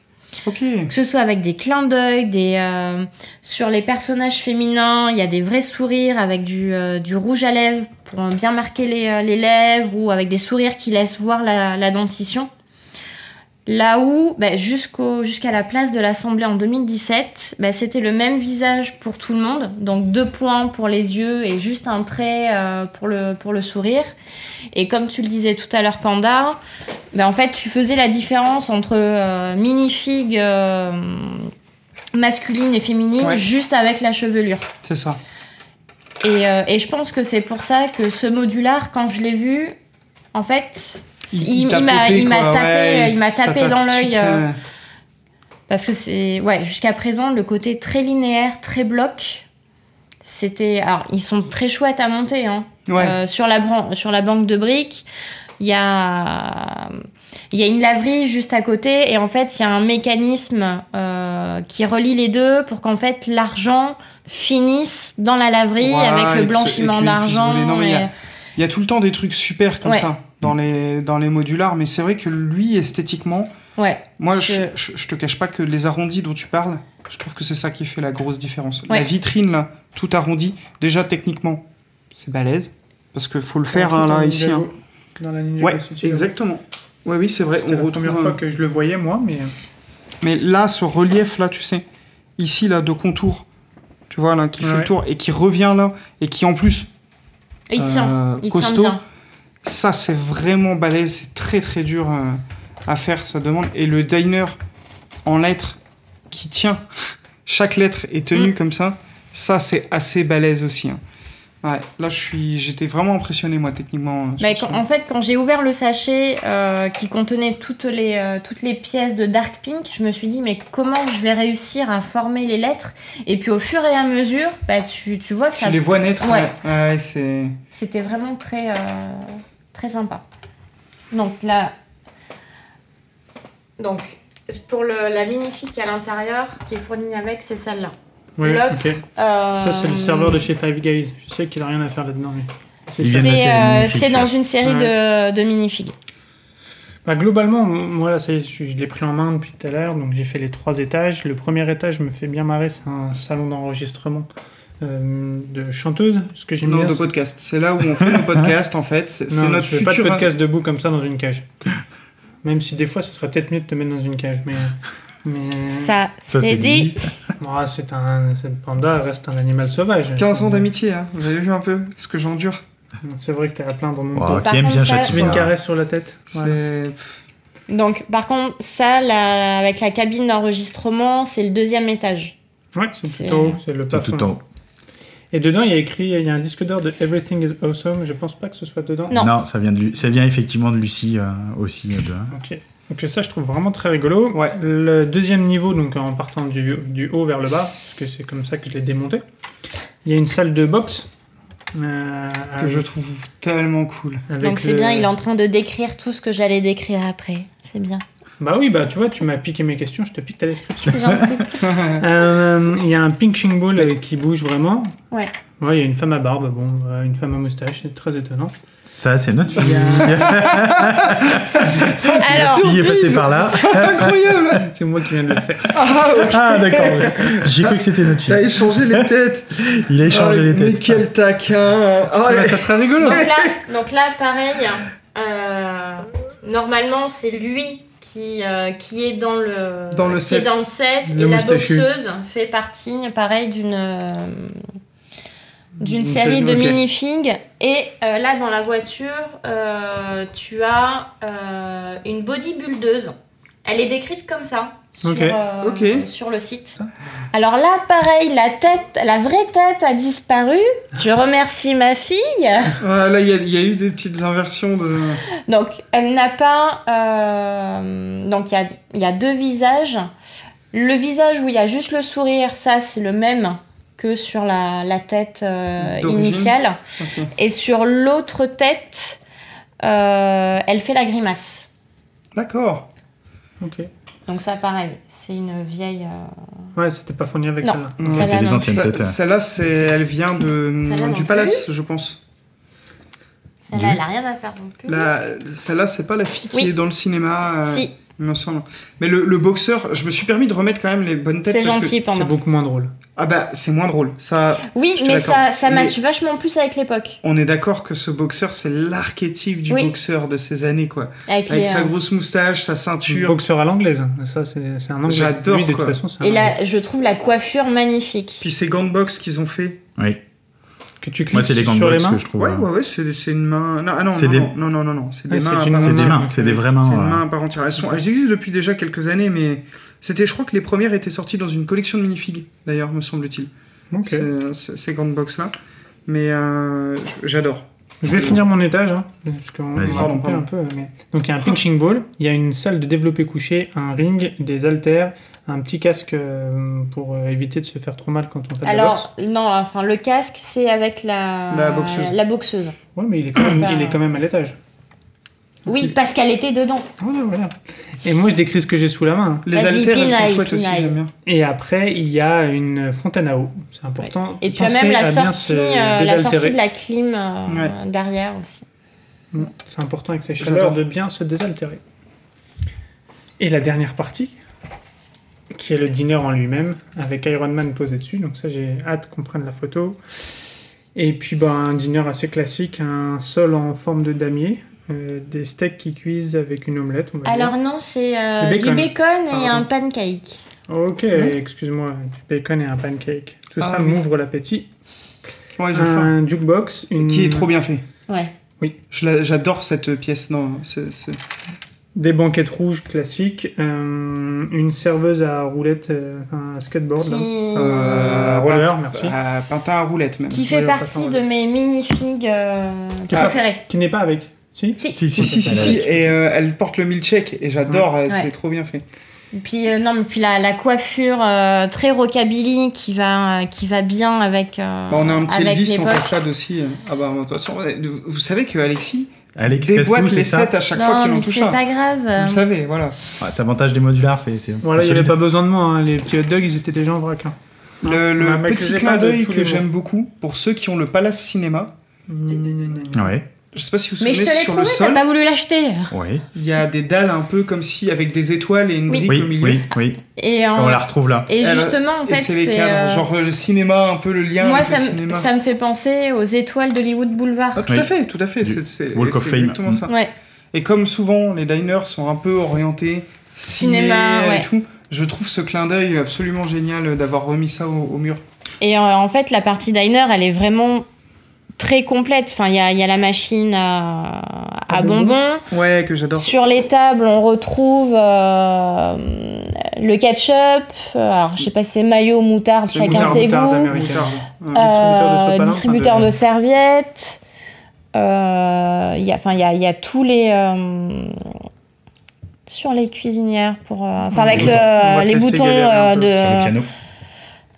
Speaker 6: Ok.
Speaker 2: Que ce soit avec des clins d'œil, des euh, sur les personnages féminins, il y a des vrais sourires avec du, euh, du rouge à lèvres pour euh, bien marquer les, euh, les lèvres ou avec des sourires qui laissent voir la, la dentition. Là où, bah, jusqu'au- jusqu'à la place de l'Assemblée en 2017, bah, c'était le même visage pour tout le monde, donc deux points pour les yeux et juste un trait euh, pour, le, pour le sourire. Et comme tu le disais tout à l'heure, Panda, bah, en fait, tu faisais la différence entre euh, minifig euh, masculine et féminine
Speaker 6: Ouais.
Speaker 2: juste avec la chevelure.
Speaker 6: C'est ça.
Speaker 2: Et, euh, et je pense que c'est pour ça que ce modular, quand je l'ai vu, en fait, il,
Speaker 6: t'a
Speaker 2: il m'a
Speaker 6: popé,
Speaker 2: il m'a
Speaker 6: quoi.
Speaker 2: tapé,
Speaker 6: Ouais,
Speaker 2: il m'a
Speaker 6: ça
Speaker 2: tapé
Speaker 6: t'a tout
Speaker 2: dans
Speaker 6: de
Speaker 2: l'œil.
Speaker 6: suite,
Speaker 2: euh,
Speaker 6: euh,
Speaker 2: parce que c'est. Ouais, jusqu'à présent, le côté très linéaire, très bloc, c'était. Alors, ils sont très chouettes à monter. Hein.
Speaker 6: Ouais.
Speaker 2: Euh, sur, la bran- sur la banque de briques, il y a. Il y a une laverie juste à côté et en fait il y a un mécanisme euh, qui relie les deux pour qu'en fait l'argent finisse dans la laverie
Speaker 6: Ouais,
Speaker 2: avec
Speaker 6: et
Speaker 2: le
Speaker 6: que- et
Speaker 2: blanchiment
Speaker 6: que-
Speaker 2: d'argent.
Speaker 6: désolé, non, mais il y a-
Speaker 2: et-
Speaker 6: Il y a tout le temps des trucs super comme
Speaker 2: Ouais.
Speaker 6: ça dans les, dans les modulars, mais c'est vrai que lui, esthétiquement,
Speaker 2: Ouais.
Speaker 6: moi, je,
Speaker 2: Je-
Speaker 6: je, je te cache pas que les arrondis dont tu parles, je trouve que c'est ça qui fait la grosse différence. La
Speaker 2: Ouais.
Speaker 6: vitrine, là, tout arrondi, déjà techniquement, c'est balèze, parce que faut le faire, hein, là, ici. hein.
Speaker 4: Dans la Ninjago
Speaker 6: Ouais,
Speaker 4: City, là.
Speaker 6: exactement. Ouais, oui, c'est vrai,
Speaker 4: hein. C'était
Speaker 6: on
Speaker 4: la
Speaker 6: retrouve...
Speaker 4: première
Speaker 6: un-
Speaker 4: fois que je le voyais, moi, mais euh,
Speaker 6: Mais là, ce relief, là, tu sais, ici, là, de contour, tu vois, là, qui fait
Speaker 4: Ouais.
Speaker 6: le tour, et qui revient là, et qui, en plus,
Speaker 2: Et il tient.
Speaker 6: euh,
Speaker 2: il tient
Speaker 6: costaud,
Speaker 2: bien.
Speaker 6: Ça, c'est vraiment balèze, c'est très très dur euh, à faire, ça demande. Et le diner en lettres qui tient, chaque lettre est tenue
Speaker 2: Mm.
Speaker 6: comme ça, ça c'est assez balèze aussi. hein. Ouais, là je suis, j'étais vraiment impressionné moi techniquement. euh, sur
Speaker 2: Mais
Speaker 6: ce-
Speaker 2: quand- en fait, quand j'ai ouvert le sachet euh, qui contenait toutes les, euh, toutes les pièces de Dark Pink, je me suis dit, mais comment je vais réussir à former les lettres Et puis au fur et à mesure, bah, tu, tu vois que
Speaker 6: tu
Speaker 2: ça-
Speaker 6: les vois naître.
Speaker 2: Ouais.
Speaker 6: ouais. Ouais, c'est.
Speaker 2: c'était vraiment très, euh, très sympa. Donc là. Donc, pour la minifique à l'intérieur qui est fournie avec, c'est celle-là.
Speaker 4: ouais,
Speaker 2: L'autre,
Speaker 4: ok. Ça,
Speaker 2: euh,
Speaker 4: c'est le serveur de chez Five Guys. Je sais qu'il a rien à faire là-dedans. mais c'est
Speaker 5: Il
Speaker 4: ça.
Speaker 5: vient de la
Speaker 2: C'est euh, c'est
Speaker 5: série Magnifique, là.
Speaker 2: dans une série de, de minifigs.
Speaker 4: Bah, globalement, m- moi, là, ça y est, je, je l'ai pris en main depuis tout à l'heure. Donc, j'ai fait les trois étages. Le premier étage je me fait bien marrer. C'est un salon d'enregistrement euh, de chanteuse. Ce que j'aime
Speaker 6: Non,
Speaker 4: bien.
Speaker 6: de
Speaker 4: c'est-
Speaker 6: podcast. C'est là où on fait nos podcasts, en fait. C'est c'est
Speaker 4: Non,
Speaker 6: notre
Speaker 4: je fais pas de
Speaker 6: futur. hein.
Speaker 4: podcast debout comme ça dans une cage. Même si des fois, ce serait peut-être mieux de te mettre dans une cage, mais. euh, mais- euh,
Speaker 2: Ça,
Speaker 5: Ça,
Speaker 2: c'est
Speaker 5: c'est
Speaker 2: dit.
Speaker 4: Ah, c'est un. c'est- Le panda reste un animal sauvage.
Speaker 6: 15 ans d'amitié, hein. vous avez vu un peu ce que j'endure.
Speaker 4: C'est vrai que t'es à plaindre en même
Speaker 5: Oh,
Speaker 4: temps.
Speaker 2: par
Speaker 5: qui aime
Speaker 2: contre,
Speaker 5: bien
Speaker 2: ça-
Speaker 4: Tu veux une
Speaker 5: Chatifard.
Speaker 4: caresse sur la tête Voilà.
Speaker 6: C'est-
Speaker 2: Donc, par contre, ça, là, avec la cabine d'enregistrement, c'est le deuxième étage.
Speaker 4: Ouais, c'est
Speaker 2: C'est-
Speaker 4: tout en haut, c'est le
Speaker 5: C'est
Speaker 4: plafond.
Speaker 5: tout en haut.
Speaker 4: Et dedans, il y a écrit, il y a un disque d'or de Everything is Awesome. Je pense pas que ce soit dedans.
Speaker 2: Non.
Speaker 5: ça, vient de, Lu- ça vient effectivement de Lucie euh, aussi. euh, de-
Speaker 4: Ok. Donc ça, je trouve vraiment très rigolo.
Speaker 6: Ouais.
Speaker 4: Le deuxième niveau, donc en partant du, du haut vers le bas, parce que c'est comme ça que je l'ai démonté, il y a une salle de boxe. euh,
Speaker 6: que je
Speaker 4: avec-
Speaker 6: trouve tellement cool.
Speaker 4: avec
Speaker 2: Donc, c'est
Speaker 4: le-
Speaker 2: bien, il est en train de décrire tout ce que j'allais décrire après. C'est bien.
Speaker 4: Bah oui, bah tu vois, tu m'as piqué mes questions, je te pique ta description.
Speaker 2: C'est gentil.
Speaker 4: Euh, Il y a un pinching ball euh, qui bouge vraiment.
Speaker 2: Ouais.
Speaker 4: Ouais, il y a une femme à barbe, bon, euh, une femme à moustache, c'est très étonnant.
Speaker 5: Ça, c'est notre
Speaker 4: Il y
Speaker 5: fille.
Speaker 4: a-
Speaker 2: Alors,
Speaker 5: Fille est passée par là.
Speaker 6: Incroyable
Speaker 4: c'est moi qui viens de le faire.
Speaker 6: Ah, ok.
Speaker 5: Ah, d'accord. oui. J'ai cru que c'était notre
Speaker 6: T'as
Speaker 5: fille.
Speaker 6: échangé les têtes
Speaker 5: Il a
Speaker 6: Ah,
Speaker 5: échangé les
Speaker 6: Mais
Speaker 5: têtes.
Speaker 6: quel taquin Ah,
Speaker 4: Ah, bah,
Speaker 6: mais-
Speaker 4: ça serait rigolo.
Speaker 2: donc là, donc là pareil, euh, normalement, c'est lui qui, euh, qui est dans le,
Speaker 6: Dans le
Speaker 2: qui
Speaker 6: set.
Speaker 2: est dans le set,
Speaker 4: Le
Speaker 2: et la
Speaker 4: moustachu.
Speaker 2: boxeuse fait partie, pareil, d'une... euh, d'une
Speaker 4: Une
Speaker 2: série
Speaker 4: série,
Speaker 2: de
Speaker 4: ok.
Speaker 2: minifigs et euh, là dans la voiture euh, tu as euh, une bodybuildeuse elle est décrite comme ça sur,
Speaker 4: Ok.
Speaker 2: euh,
Speaker 6: Ok.
Speaker 2: sur le site alors là pareil la tête la vraie tête a disparu je remercie ma fille
Speaker 6: Ah, là, il y, a- il y a eu des petites inversions de.
Speaker 2: donc, elle n'a pas. euh, donc, il y a, il y a deux visages. Le visage où il y a juste le sourire, ça, c'est le même que sur la, la tête euh,
Speaker 6: D'origine.
Speaker 2: initiale.
Speaker 6: Ok.
Speaker 2: Et sur l'autre tête, euh, elle fait la grimace.
Speaker 6: D'accord.
Speaker 4: Ok.
Speaker 2: Donc, ça, pareil, c'est une vieille. euh,
Speaker 4: Ouais, c'était pas fourni avec
Speaker 2: Non.
Speaker 4: celle-là.
Speaker 2: Celle-là,
Speaker 6: Ouais.
Speaker 5: C'est des
Speaker 2: non.
Speaker 5: anciennes
Speaker 6: Ça-
Speaker 5: têtes. euh.
Speaker 6: Celle-là, c'est, elle vient de,
Speaker 2: Celle-là non
Speaker 6: du
Speaker 2: plus.
Speaker 6: palace, je pense.
Speaker 2: Celle-là,
Speaker 5: Dieu.
Speaker 2: elle n'a rien à faire non plus.
Speaker 6: La, celle-là, c'est pas la fille qui
Speaker 2: Oui.
Speaker 6: est dans le cinéma, euh,
Speaker 2: Si,
Speaker 6: il me semble. Mais le, le boxeur, je me suis permis de remettre quand même les bonnes têtes.
Speaker 2: c'est
Speaker 6: parce que-
Speaker 2: gentil pendant.
Speaker 4: C'est beaucoup moins drôle.
Speaker 6: Ah bah, c'est moins drôle. Ça,
Speaker 2: Oui,
Speaker 6: Je te
Speaker 2: mais ça,
Speaker 6: l'accorde.
Speaker 2: ça
Speaker 6: Mais-
Speaker 2: match vachement plus avec l'époque.
Speaker 6: on est d'accord que ce boxeur, c'est l'archétype du
Speaker 2: Oui.
Speaker 6: boxeur de ces années, quoi.
Speaker 2: Avec les,
Speaker 6: Avec sa
Speaker 2: euh,
Speaker 6: grosse moustache, sa ceinture.
Speaker 4: Boxeur à l'anglaise, hein. ça c'est c'est un anglais.
Speaker 6: J'adore,
Speaker 4: Lui, de
Speaker 6: quoi.
Speaker 4: toute façon, c'est un
Speaker 2: Et
Speaker 4: Anglais.
Speaker 2: là, je trouve la coiffure magnifique.
Speaker 6: Puis ces gants de boxe qu'ils ont fait.
Speaker 5: Oui.
Speaker 4: que tu cliques
Speaker 5: Moi, c'est les gants de
Speaker 4: sur les
Speaker 5: boxe
Speaker 4: mains.
Speaker 5: que je trouve.
Speaker 6: Ouais,
Speaker 5: euh,
Speaker 6: ouais, ouais, c'est, c'est une main. Non, ah non,
Speaker 5: C'est
Speaker 6: non,
Speaker 5: des-
Speaker 6: non, non, non, non, non, c'est
Speaker 4: Ah,
Speaker 6: des mains.
Speaker 4: c'est
Speaker 6: à
Speaker 4: une-
Speaker 6: part
Speaker 5: C'est des
Speaker 6: entière.
Speaker 5: mains, c'est des vraies
Speaker 6: C'est
Speaker 5: mains.
Speaker 6: une
Speaker 5: euh,
Speaker 6: main à part entière. Elles, sont, elles existent depuis déjà quelques années, mais c'était, je crois que les premières étaient sorties dans une collection de minifigs, d'ailleurs, me semble-t-il.
Speaker 4: Ok.
Speaker 6: C'est- c'est- Ces gants de boxe là. Mais euh, j'adore.
Speaker 4: Je vais finir mon étage, hein, parce qu'on
Speaker 5: Vas-y.
Speaker 4: on va
Speaker 6: Pardon,
Speaker 4: couper
Speaker 6: pardon.
Speaker 4: un peu. mais- Donc il y a un pitching ball, il y a une salle de développé couché, un ring, des haltères, un petit casque euh, pour euh, éviter de se faire trop mal quand on fait de la boxe.
Speaker 2: Alors, non, enfin, le casque, c'est avec la...
Speaker 6: La boxeuse.
Speaker 2: la boxeuse.
Speaker 4: Ouais, mais il est quand même,
Speaker 2: Bah.
Speaker 4: il est quand même à l'étage.
Speaker 2: Oui, parce qu'elle était dedans.
Speaker 4: Voilà, voilà. Et moi, je décris ce que j'ai sous la main. hein.
Speaker 6: Les
Speaker 2: Vas-y,
Speaker 6: haltères, elles sont
Speaker 2: pinaille,
Speaker 6: chouettes aussi,
Speaker 2: pinaille.
Speaker 6: j'aime bien.
Speaker 4: Et après, il y a une fontaine à eau. C'est important.
Speaker 2: Et tu as
Speaker 4: Pensez
Speaker 2: même la
Speaker 4: à bien
Speaker 2: sortie,
Speaker 4: se
Speaker 2: euh, la
Speaker 4: désaltérer.
Speaker 2: sortie de la clim euh,
Speaker 6: Ouais.
Speaker 2: derrière aussi.
Speaker 4: Mm. C'est important avec ces
Speaker 6: J'adore.
Speaker 4: chaleurs de bien se désaltérer. Et la dernière partie, qui est le dîner en lui-même, avec Iron Man posé dessus. Donc ça, j'ai hâte qu'on prenne la photo. Et puis, ben, un dîner assez classique, un sol en forme de damier, euh, des steaks qui cuisent avec une omelette. on va dire.
Speaker 2: Alors non, c'est euh,
Speaker 4: Du
Speaker 2: du
Speaker 4: bacon.
Speaker 2: bacon et
Speaker 4: Pardon.
Speaker 2: un pancake.
Speaker 4: Ok, excuse-moi, du bacon et un pancake. Tout
Speaker 6: Ah
Speaker 4: ça
Speaker 6: oui.
Speaker 4: m'ouvre l'appétit.
Speaker 6: Ouais, j'ai faim.
Speaker 4: Un jukebox, une...
Speaker 6: Qui est trop bien fait.
Speaker 2: Ouais.
Speaker 6: Je la- J'adore cette pièce. Non, c'est- c'est-
Speaker 4: des banquettes rouges classiques, euh, une serveuse à roulette, euh, enfin, à skateboard. là.
Speaker 2: Qui,
Speaker 4: Euh, roller, merci.
Speaker 6: à Pantin à roulette, même.
Speaker 2: qui fait
Speaker 4: oui, on passe en
Speaker 2: partie de mes minifigs euh,
Speaker 4: est pas-
Speaker 2: préférés.
Speaker 4: Qui n'est pas avec. Si
Speaker 2: Si.
Speaker 5: Si, si,
Speaker 6: Si, si, si, si. Et euh, elle porte le milkshake. Et j'adore, euh, c'est
Speaker 2: Ouais.
Speaker 6: trop bien fait.
Speaker 2: Et Puis euh, non, mais puis la, la coiffure euh, très rockabilly qui va euh, qui va bien avec. euh,
Speaker 6: Bah, on a un petit
Speaker 2: avec
Speaker 6: Elvis en
Speaker 2: l'époque.
Speaker 6: façade aussi. Ah bah, de toute façon, vous vous savez que Alexis
Speaker 5: Alex
Speaker 6: déboîte
Speaker 5: Pestou,
Speaker 6: les
Speaker 5: c'est ça
Speaker 6: sets à chaque fois
Speaker 2: Non,
Speaker 6: qu'il en
Speaker 2: mais
Speaker 6: touche
Speaker 2: c'est
Speaker 6: un.
Speaker 2: pas grave.
Speaker 6: Vous le savez, voilà.
Speaker 5: Ah, C'est avantage des modulars. c'est... c'est-
Speaker 4: Voilà, il n'y
Speaker 5: solide.
Speaker 4: avait pas besoin de moi, hein, les petits hot dogs, ils étaient déjà en vrac. hein.
Speaker 6: Le, le
Speaker 4: Ma- ma-
Speaker 6: petit
Speaker 4: que j'ai
Speaker 6: clin
Speaker 4: pas de
Speaker 6: d'œil
Speaker 4: tous
Speaker 6: que
Speaker 4: les
Speaker 6: j'aime beaucoup pour ceux qui ont le Palace Cinéma,
Speaker 5: Ouais.
Speaker 6: Je sais pas si vous vous
Speaker 2: Mais je
Speaker 6: souvenez,
Speaker 2: te l'ai
Speaker 6: sur le
Speaker 2: trouvé, t'as
Speaker 6: sol,
Speaker 2: pas voulu l'acheter.
Speaker 5: Oui,
Speaker 6: il y a des dalles un peu comme si, avec des étoiles et une
Speaker 2: Oui.
Speaker 6: brique
Speaker 5: oui,
Speaker 6: au milieu.
Speaker 5: oui, oui.
Speaker 2: Et, en-
Speaker 5: On la retrouve là.
Speaker 2: et
Speaker 6: Elle-
Speaker 2: justement, en
Speaker 6: Et
Speaker 2: fait,
Speaker 6: c'est les
Speaker 2: c'est.
Speaker 6: cadres,
Speaker 2: euh,
Speaker 6: genre le cinéma, un peu le lien
Speaker 2: Moi,
Speaker 6: avec
Speaker 2: ça
Speaker 6: le
Speaker 2: me,
Speaker 6: cinéma.
Speaker 2: ça me fait penser aux étoiles d'Hollywood Boulevard.
Speaker 6: Ah, tout
Speaker 5: Oui.
Speaker 6: à fait, tout à fait.
Speaker 5: Du
Speaker 6: C'est c'est-
Speaker 5: Walk of
Speaker 6: c'est
Speaker 5: Fame.
Speaker 6: exactement
Speaker 5: Mm.
Speaker 6: ça.
Speaker 2: Ouais.
Speaker 6: Et comme souvent, les diners sont un peu orientés ciné
Speaker 2: Cinéma,
Speaker 6: et
Speaker 2: ouais.
Speaker 6: tout, je trouve ce clin d'œil absolument génial d'avoir remis ça au, au mur.
Speaker 2: Et euh, en fait, la partie diner, elle est vraiment très complète. Enfin, il y a, il y a la machine à, à
Speaker 6: Ah, bonbons.
Speaker 2: bonbons.
Speaker 6: Ouais, que j'adore.
Speaker 2: Sur les tables, on retrouve euh, le ketchup. Euh, Alors, je sais pas si c'est maillot ou moutarde,
Speaker 6: C'est
Speaker 2: chacun
Speaker 6: moutarde,
Speaker 2: ses goûts.
Speaker 4: moutarde
Speaker 6: Ou
Speaker 4: américaine.
Speaker 6: tard.
Speaker 4: Un
Speaker 2: Euh,
Speaker 4: sopalin.
Speaker 2: distributeur de serviettes. Euh, Il y a, enfin, il y a, il y a tous les euh, sur les cuisinières pour, euh, enfin, avec
Speaker 4: Les
Speaker 2: le-
Speaker 4: boutons. On va te
Speaker 2: les
Speaker 4: laisser
Speaker 2: boutons
Speaker 4: galérer un
Speaker 2: euh,
Speaker 4: peu
Speaker 2: de
Speaker 5: Sur le piano.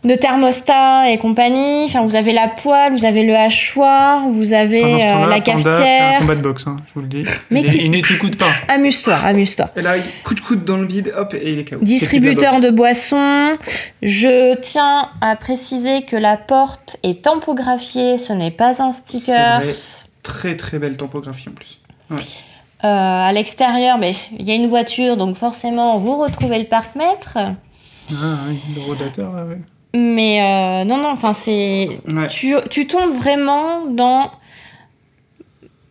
Speaker 2: de thermostat et compagnie. Enfin, vous avez la poêle, vous avez le hachoir, vous avez
Speaker 4: Pendant ce
Speaker 2: euh,
Speaker 4: temps-là,
Speaker 2: la
Speaker 4: Panda fait un
Speaker 2: cafetière.
Speaker 4: combat de boxe, hein, je vous le dis.
Speaker 2: Mais
Speaker 4: il, est-
Speaker 2: qui-
Speaker 4: il ne t'écoute pas.
Speaker 2: Amuse-toi, amuse-toi.
Speaker 6: Et là, il- coup de coude dans le bide, hop, et il est KO.
Speaker 2: Distributeur de boissons. Je tiens à préciser que la porte est tampographiée, ce n'est pas un sticker.
Speaker 6: C'est vrai. Très très belle tempographie en plus.
Speaker 2: Euh, à l'extérieur, mais il y a une voiture, donc forcément, vous retrouvez le parc-mètre.
Speaker 4: Ah, oui, le rodateur, là, ouais.
Speaker 2: Mais euh, non, non, enfin, c'est.
Speaker 6: Ouais.
Speaker 2: Tu, tu tombes vraiment dans.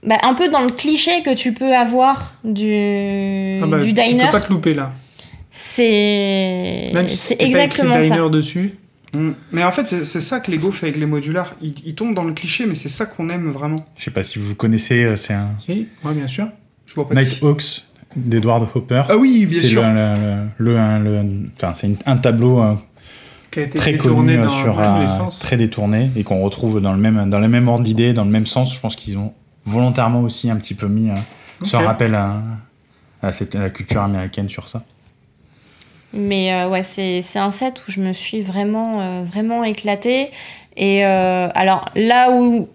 Speaker 2: bah, un peu dans le cliché que tu peux avoir du,
Speaker 4: Ah bah,
Speaker 2: Euh, du
Speaker 4: Tu
Speaker 2: diner.
Speaker 4: peux pas te louper là.
Speaker 2: C'est.
Speaker 4: Même si
Speaker 2: c'est
Speaker 4: c'est
Speaker 2: exactement
Speaker 4: pas écrit
Speaker 2: ça.
Speaker 4: diner dessus.
Speaker 6: Mm. Mais en fait, c'est c'est ça que Lego fait avec les modulars. Ils, ils tombent dans le cliché, mais c'est ça qu'on aime vraiment.
Speaker 5: Je sais pas si vous connaissez, euh, c'est un
Speaker 4: Si, ouais, bien sûr.
Speaker 6: Je vois pas de-
Speaker 5: Nighthawks d'Edward Hopper.
Speaker 6: Ah oui, bien
Speaker 5: c'est
Speaker 6: sûr.
Speaker 5: le, le- le- le- le- enfin, c'est une- un tableau euh,
Speaker 4: Qui a été
Speaker 5: très
Speaker 4: détourné
Speaker 5: connu euh,
Speaker 4: dans
Speaker 5: sur
Speaker 4: tous
Speaker 5: un-
Speaker 4: les sens.
Speaker 5: très détourné et qu'on retrouve dans le même dans le même ordre d'idée, dans le même sens. Je pense qu'ils ont volontairement aussi un petit peu mis euh, ce
Speaker 4: Ok.
Speaker 5: rappel à, à cette- à la culture américaine sur ça.
Speaker 2: Mais euh, ouais, c'est c'est un set où je me suis vraiment, euh, vraiment éclatée. Et euh, alors là où,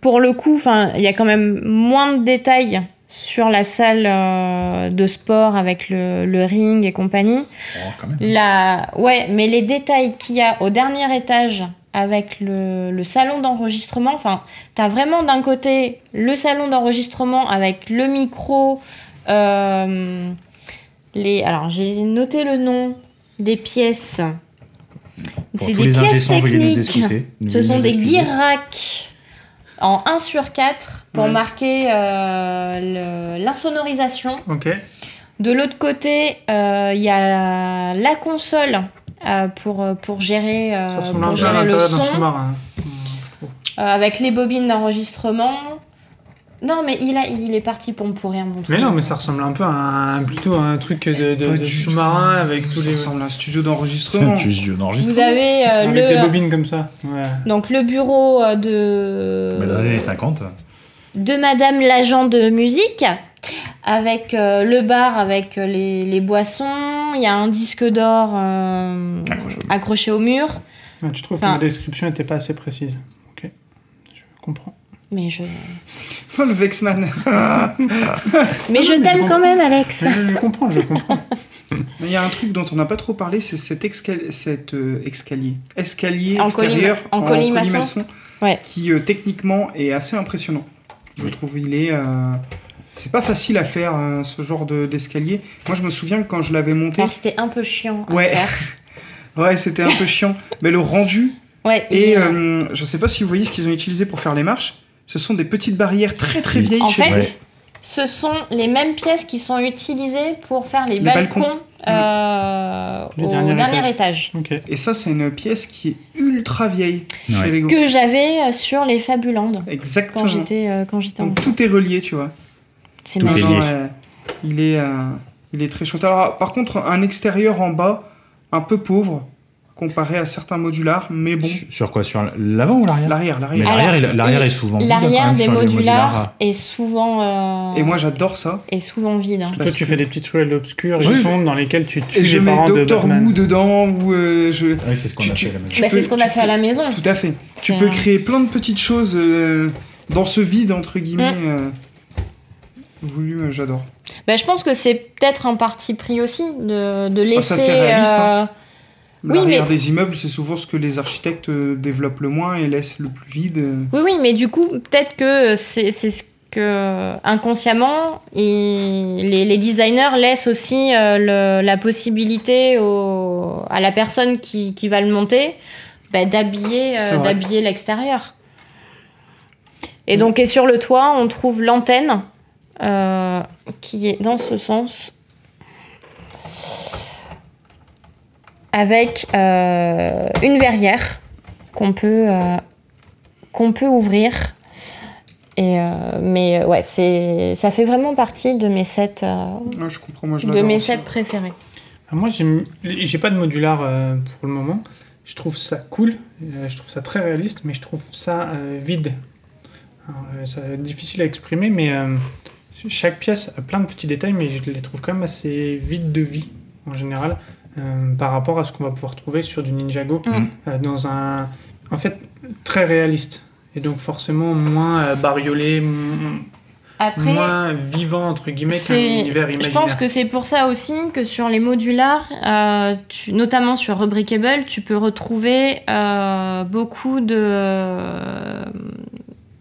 Speaker 2: pour le coup, 'fin, il y a quand même moins de détails sur la salle euh, de sport avec le, le ring et compagnie.
Speaker 5: Oh, quand même.
Speaker 2: La... Ouais, mais les détails qu'il y a au dernier étage avec le, le salon d'enregistrement, enfin, t'as vraiment d'un côté le salon d'enregistrement avec le micro, euh, les... Alors, j'ai noté le nom des pièces.
Speaker 5: Pour
Speaker 2: C'est
Speaker 5: tous
Speaker 2: des
Speaker 5: les ingés
Speaker 2: pièces
Speaker 5: sons, veuillez nous
Speaker 2: techniques.
Speaker 5: excuser.
Speaker 2: Ce
Speaker 5: Veuillez
Speaker 2: sont
Speaker 5: nous
Speaker 2: des
Speaker 5: excuser.
Speaker 2: gear racks en 1 sur 4 pour
Speaker 6: Ouais.
Speaker 2: marquer euh, le- l'insonorisation.
Speaker 4: Ok.
Speaker 2: De l'autre côté, euh, il y a la, la console euh, pour, euh, pour gérer, euh,
Speaker 4: Ça ressemble à
Speaker 2: pour
Speaker 4: un
Speaker 2: gérer
Speaker 4: jardin
Speaker 2: le
Speaker 4: d'un
Speaker 2: son,
Speaker 4: sous-marin.
Speaker 2: euh, avec les bobines d'enregistrement. Non, mais il, a, il est parti pour me pourrir mon truc.
Speaker 4: Mais non, mais ça ressemble un peu à un, plutôt à un truc de, de- de
Speaker 6: Pas du
Speaker 4: sous-marin
Speaker 6: tout.
Speaker 4: avec tous
Speaker 6: Ça
Speaker 4: les.
Speaker 6: ressemble à un studio
Speaker 5: C'est
Speaker 6: d'enregistrement.
Speaker 5: juste du
Speaker 2: Vous
Speaker 5: enregistrement.
Speaker 2: avez euh,
Speaker 4: Avec des
Speaker 2: le,
Speaker 4: bobines comme ça. Ouais.
Speaker 2: donc, le bureau euh, de,
Speaker 5: Mais Dans les années 50.
Speaker 2: de madame l'agent de musique, avec euh, le bar avec euh, les, les boissons. Il y a un disque d'or euh,
Speaker 5: Accroché au mur.
Speaker 2: accroché au mur.
Speaker 4: Ouais, tu trouves que
Speaker 2: Enfin-
Speaker 4: ma description n'était pas assez précise. Ok. Je comprends.
Speaker 2: Mais je,
Speaker 6: Oh, le Vexman.
Speaker 2: mais je
Speaker 4: mais je
Speaker 2: t'aime
Speaker 4: comprends.
Speaker 2: quand même, Alex.
Speaker 4: Mais je, je comprends, je comprends.
Speaker 6: Mais Il y a un truc dont on n'a pas trop parlé, c'est cet exca- cet, euh, escalier. Escalier
Speaker 2: En
Speaker 6: extérieur
Speaker 2: colima- en colimaçon. Ouais.
Speaker 6: qui euh, techniquement est assez impressionnant. Je trouve il est. euh, C'est pas facile à faire euh, ce genre de- d'escalier. Moi je me souviens que quand je l'avais monté,
Speaker 2: Alors c'était un peu chiant à
Speaker 6: Ouais.
Speaker 2: faire.
Speaker 6: ouais c'était un peu chiant, mais le rendu
Speaker 2: Ouais.
Speaker 6: et
Speaker 2: il-
Speaker 6: euh, je sais pas si vous voyez ce qu'ils ont utilisé pour faire les marches. Ce sont des petites barrières très très vieilles.
Speaker 2: en
Speaker 6: chez-
Speaker 2: fait,
Speaker 5: Ouais.
Speaker 2: ce sont les mêmes pièces qui sont utilisées pour faire les,
Speaker 6: Les
Speaker 2: balcons,
Speaker 6: balcons.
Speaker 2: euh,
Speaker 4: Le
Speaker 2: au
Speaker 4: dernier
Speaker 2: dernier,
Speaker 4: étage.
Speaker 2: étage.
Speaker 4: Ok.
Speaker 6: Et ça c'est une pièce qui est ultra vieille
Speaker 5: Ouais.
Speaker 6: chez Lego.
Speaker 2: Que j'avais euh, sur les Fabulandes quand
Speaker 6: Exactement.
Speaker 2: j'étais euh, quand j'étais en
Speaker 6: Donc tout est relié, tu vois.
Speaker 2: C'est
Speaker 5: tout est
Speaker 2: magique.
Speaker 5: lié.
Speaker 6: euh, il est, euh, il est très chaud. Alors, par contre, un extérieur en bas, un peu pauvre, comparé à certains modulars, mais bon.
Speaker 5: Sur- Sur quoi Sur l'avant ou l'arrière
Speaker 6: L'arrière,
Speaker 5: Mais
Speaker 6: l'arrière.
Speaker 5: l'arrière,
Speaker 2: Alors,
Speaker 5: il- l'arrière
Speaker 2: et-
Speaker 5: est souvent vide, quand
Speaker 2: L'arrière
Speaker 5: même,
Speaker 2: des
Speaker 5: sur les euh.
Speaker 2: modulars est souvent euh,
Speaker 6: Et moi, j'adore ça.
Speaker 2: est souvent vide. hein.
Speaker 4: Toi,
Speaker 6: Parce
Speaker 4: tu
Speaker 6: que-
Speaker 4: fais des petites ruelles obscures et
Speaker 6: Oui.
Speaker 4: sombres dans lesquelles tu tues
Speaker 6: Et je
Speaker 4: les
Speaker 6: mets
Speaker 4: parents de
Speaker 6: Doctor
Speaker 4: Batman.
Speaker 6: Who dedans, ou euh, je.
Speaker 4: Ah
Speaker 5: Oui, c'est ce qu'on
Speaker 6: Tu-
Speaker 5: a
Speaker 6: tu-
Speaker 5: fait, la même
Speaker 6: tu
Speaker 2: Bah,
Speaker 6: peux-
Speaker 2: c'est ce qu'on a
Speaker 6: tu
Speaker 2: fait à
Speaker 6: peux-
Speaker 2: la maison.
Speaker 6: Tout à fait. Tu
Speaker 2: C'est
Speaker 6: peux
Speaker 2: un-
Speaker 6: créer plein de petites choses euh, dans ce vide, entre guillemets.
Speaker 2: Mm.
Speaker 6: euh, voulu, euh, j'adore.
Speaker 2: Bah, je pense que c'est peut-être un parti pris aussi de, de
Speaker 6: Ah, ça,
Speaker 2: laisser.
Speaker 6: c'est réaliste,
Speaker 2: euh, Oui,
Speaker 6: L'arrière
Speaker 2: mais-
Speaker 6: des immeubles, c'est souvent ce que les
Speaker 2: Mm.
Speaker 6: architectes euh, développent le moins et laissent le plus vide. euh.
Speaker 2: Oui, oui, mais du coup, peut-être que c'est c'est ce que inconsciemment, ils- les, les designers laissent aussi euh, le- la possibilité au- à la personne qui, qui va le monter bah, d'habiller, euh,
Speaker 6: C'est vrai.
Speaker 2: d'habiller l'extérieur. Et donc, et sur le toit, on trouve l'antenne euh, qui est dans ce sens. Avec euh, une verrière qu'on peut, euh, qu'on peut ouvrir. Et, euh, mais euh, ouais, c'est, ça fait vraiment partie de mes sets, euh,
Speaker 6: Ouais, Ah, je comprends, moi je
Speaker 2: de
Speaker 6: l'adore
Speaker 2: mes
Speaker 6: aussi.
Speaker 2: sets préférés.
Speaker 4: Ah, Moi, j'aime- j'ai pas de modular euh, pour le moment. Je trouve ça cool, euh, je trouve ça très réaliste, mais je trouve ça euh, vide. Alors, euh, ça difficile à exprimer, mais euh, chaque pièce a plein de petits détails, mais je les trouve quand même assez vides de vie en général euh, par rapport à ce qu'on va pouvoir trouver sur du Ninjago
Speaker 2: Mm.
Speaker 4: euh, dans un, en fait, très réaliste et donc forcément moins euh, bariolé, m-
Speaker 2: Après,
Speaker 4: moins vivant entre guillemets qu'un
Speaker 2: c'est-
Speaker 4: univers
Speaker 2: je
Speaker 4: imaginaire.
Speaker 2: pense que c'est pour ça aussi que sur les modulars, euh, tu- notamment sur Rubricable, tu peux retrouver euh, beaucoup de euh,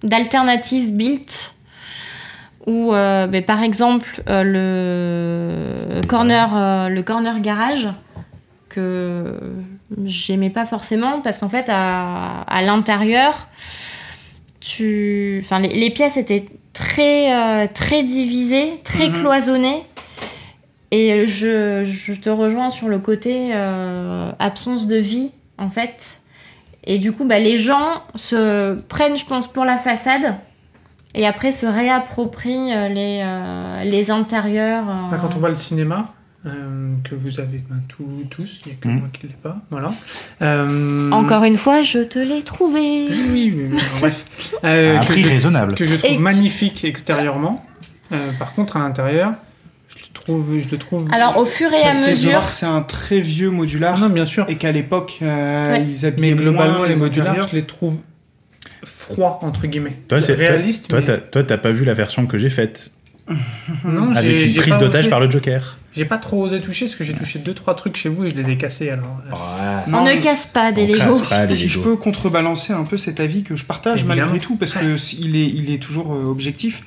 Speaker 2: d'alternatives built. Où, euh, ben, par exemple, euh, le, corner, euh, le corner garage, que j'aimais pas forcément, parce qu'en fait, à, à l'intérieur, tu... enfin, les, les pièces étaient très, euh, très divisées, très
Speaker 6: Mhm.
Speaker 2: cloisonnées. Et je, je te rejoins sur le côté euh, absence de vie, en fait. Et du coup, bah, les gens se prennent, je pense, pour la façade. Et après, se réapproprient euh, les, euh, les intérieurs. euh.
Speaker 4: Là, quand on voit le cinéma, euh, que vous avez ben, tous- tous, il n'y a que
Speaker 5: Mm.
Speaker 4: moi qui ne l'ai pas, voilà. Euh,
Speaker 2: Encore une fois, je te l'ai trouvé.
Speaker 4: Oui, oui, oui, oui, bref. Euh,
Speaker 5: à un
Speaker 4: que,
Speaker 5: prix
Speaker 4: je,
Speaker 5: raisonnable.
Speaker 4: que je trouve
Speaker 2: Et-
Speaker 4: magnifique extérieurement. Euh, par contre, à l'intérieur, je le trouve. Je le trouve
Speaker 2: Alors, au fur et à
Speaker 6: Parce que je
Speaker 2: mesure,
Speaker 6: remarque que c'est un très vieux
Speaker 4: Ah
Speaker 6: modular
Speaker 4: non, bien sûr.
Speaker 6: et qu'à l'époque euh,
Speaker 2: Ouais.
Speaker 6: ils habillaient
Speaker 4: Mais globalement,
Speaker 6: moins
Speaker 4: les modulars,
Speaker 6: intérieurs.
Speaker 4: je les trouve froids, entre guillemets.
Speaker 5: Toi, c'est
Speaker 4: réaliste.
Speaker 5: Toi,
Speaker 4: mais-
Speaker 5: t'as- toi, t'as pas vu la version que j'ai faite
Speaker 4: non,
Speaker 5: avec
Speaker 4: j'ai-
Speaker 5: une
Speaker 4: j'ai
Speaker 5: prise
Speaker 4: pas
Speaker 5: d'otage
Speaker 4: osé-
Speaker 5: par le Joker.
Speaker 4: J'ai pas trop osé toucher parce que j'ai touché deux trois trucs chez vous et je les ai cassés. Alors, euh,
Speaker 6: Non,
Speaker 2: on ne
Speaker 6: mais-
Speaker 2: casse pas des
Speaker 5: On
Speaker 2: Legos.
Speaker 5: casse pas les
Speaker 6: si je
Speaker 5: Legos.
Speaker 6: peux contrebalancer un peu cet avis que je partage
Speaker 4: Évidemment.
Speaker 6: malgré tout, parce que s- il est, il est toujours euh, objectif,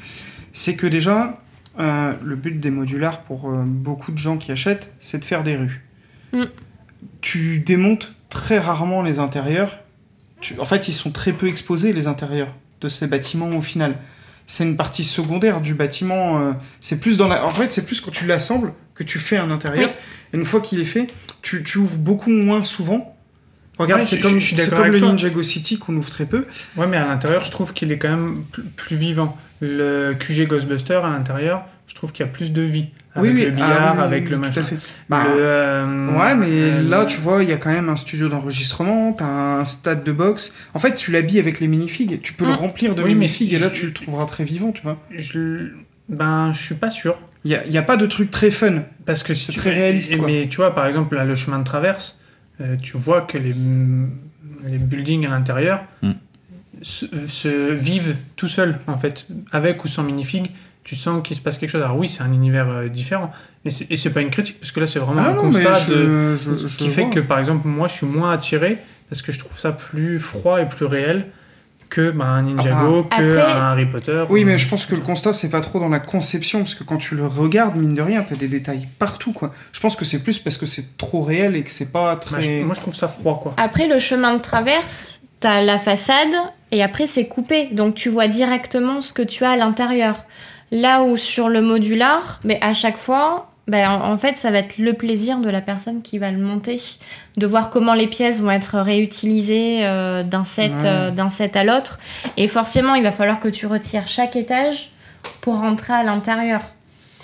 Speaker 6: c'est que déjà, euh, le but des modulars pour euh, beaucoup de gens qui achètent, c'est de faire des rues.
Speaker 2: Mm.
Speaker 6: Tu démontes très rarement les intérieurs. Tu- en fait, ils sont très peu exposés, les intérieurs de ces bâtiments au final. C'est une partie secondaire du bâtiment. euh, c'est plus dans la. En fait, c'est plus quand tu l'assembles que tu fais un intérieur. Et une fois qu'il est fait, tu, tu ouvres beaucoup moins souvent. Regarde,
Speaker 4: Ouais,
Speaker 6: c'est
Speaker 4: je- je
Speaker 6: comme,
Speaker 4: suis
Speaker 6: c'est
Speaker 4: d'accord
Speaker 6: comme
Speaker 4: avec
Speaker 6: le
Speaker 4: toi.
Speaker 6: Ninjago City qu'on ouvre très peu.
Speaker 4: Ouais, mais à l'intérieur, je trouve qu'il est quand même pl- plus vivant. Le QG Ghostbuster, à l'intérieur, je trouve qu'il y a plus de vie. Avec le
Speaker 6: ah,
Speaker 4: billard,
Speaker 6: oui, oui,
Speaker 4: avec
Speaker 6: oui,
Speaker 4: le
Speaker 6: tout
Speaker 4: machin.
Speaker 6: à fait. Bah,
Speaker 4: Le, euh,
Speaker 6: Ouais, mais
Speaker 4: euh,
Speaker 6: là, tu vois, il y a quand même un studio d'enregistrement, t'as un stade de boxe. En fait, tu l'habilles avec les minifigs. Tu peux le
Speaker 2: Mm.
Speaker 6: remplir de
Speaker 4: Mmh. Oui, mais
Speaker 6: minifigs et là,
Speaker 4: je-
Speaker 6: tu le trouveras très vivant, tu vois.
Speaker 4: Je... l- Ben, je suis pas sûr.
Speaker 6: Il n'y a, pas de truc très fun.
Speaker 4: Parce que si
Speaker 6: C'est
Speaker 4: tu-
Speaker 6: très réaliste,
Speaker 4: et-
Speaker 6: quoi.
Speaker 4: Mais tu vois, par exemple, là, le chemin de traverse, euh, tu vois que les, mm, les buildings à l'intérieur
Speaker 5: Mm.
Speaker 4: se, se vivent tout seuls, en fait, avec ou sans minifig. Tu sens qu'il se passe quelque chose. Alors oui, c'est un univers euh, différent, mais c'est- et c'est pas une critique, parce que là, c'est vraiment
Speaker 6: Ah
Speaker 4: un
Speaker 6: non, mais
Speaker 4: constat
Speaker 6: je-
Speaker 4: de.
Speaker 6: je- je
Speaker 4: Ce qui fait
Speaker 6: vois.
Speaker 4: que, par exemple, moi, je suis moins attiré parce que je trouve ça plus froid et plus réel que bah, un Ninjago,
Speaker 2: Ah.
Speaker 4: que
Speaker 2: Après-
Speaker 4: un Harry Potter.
Speaker 6: Oui, mais je pense que le constat, c'est pas trop dans la conception, parce que quand tu le regardes, mine de rien, t'as des détails partout, quoi. Je pense que c'est plus parce que c'est trop réel et que c'est pas
Speaker 4: Bah, je-
Speaker 6: très.
Speaker 4: moi, je trouve ça froid, quoi.
Speaker 2: Après, le chemin de traverse, t'as la façade et après, c'est coupé. Donc, tu vois directement ce que tu as à l'intérieur. Là où sur le modular, mais à chaque fois, ben, en en fait, ça va être le plaisir de la personne qui va le monter, de voir comment les pièces vont être réutilisées euh, d'un set,
Speaker 6: Ouais.
Speaker 2: euh, d'un set à l'autre. Et forcément, il va falloir que tu retires chaque étage pour rentrer à l'intérieur.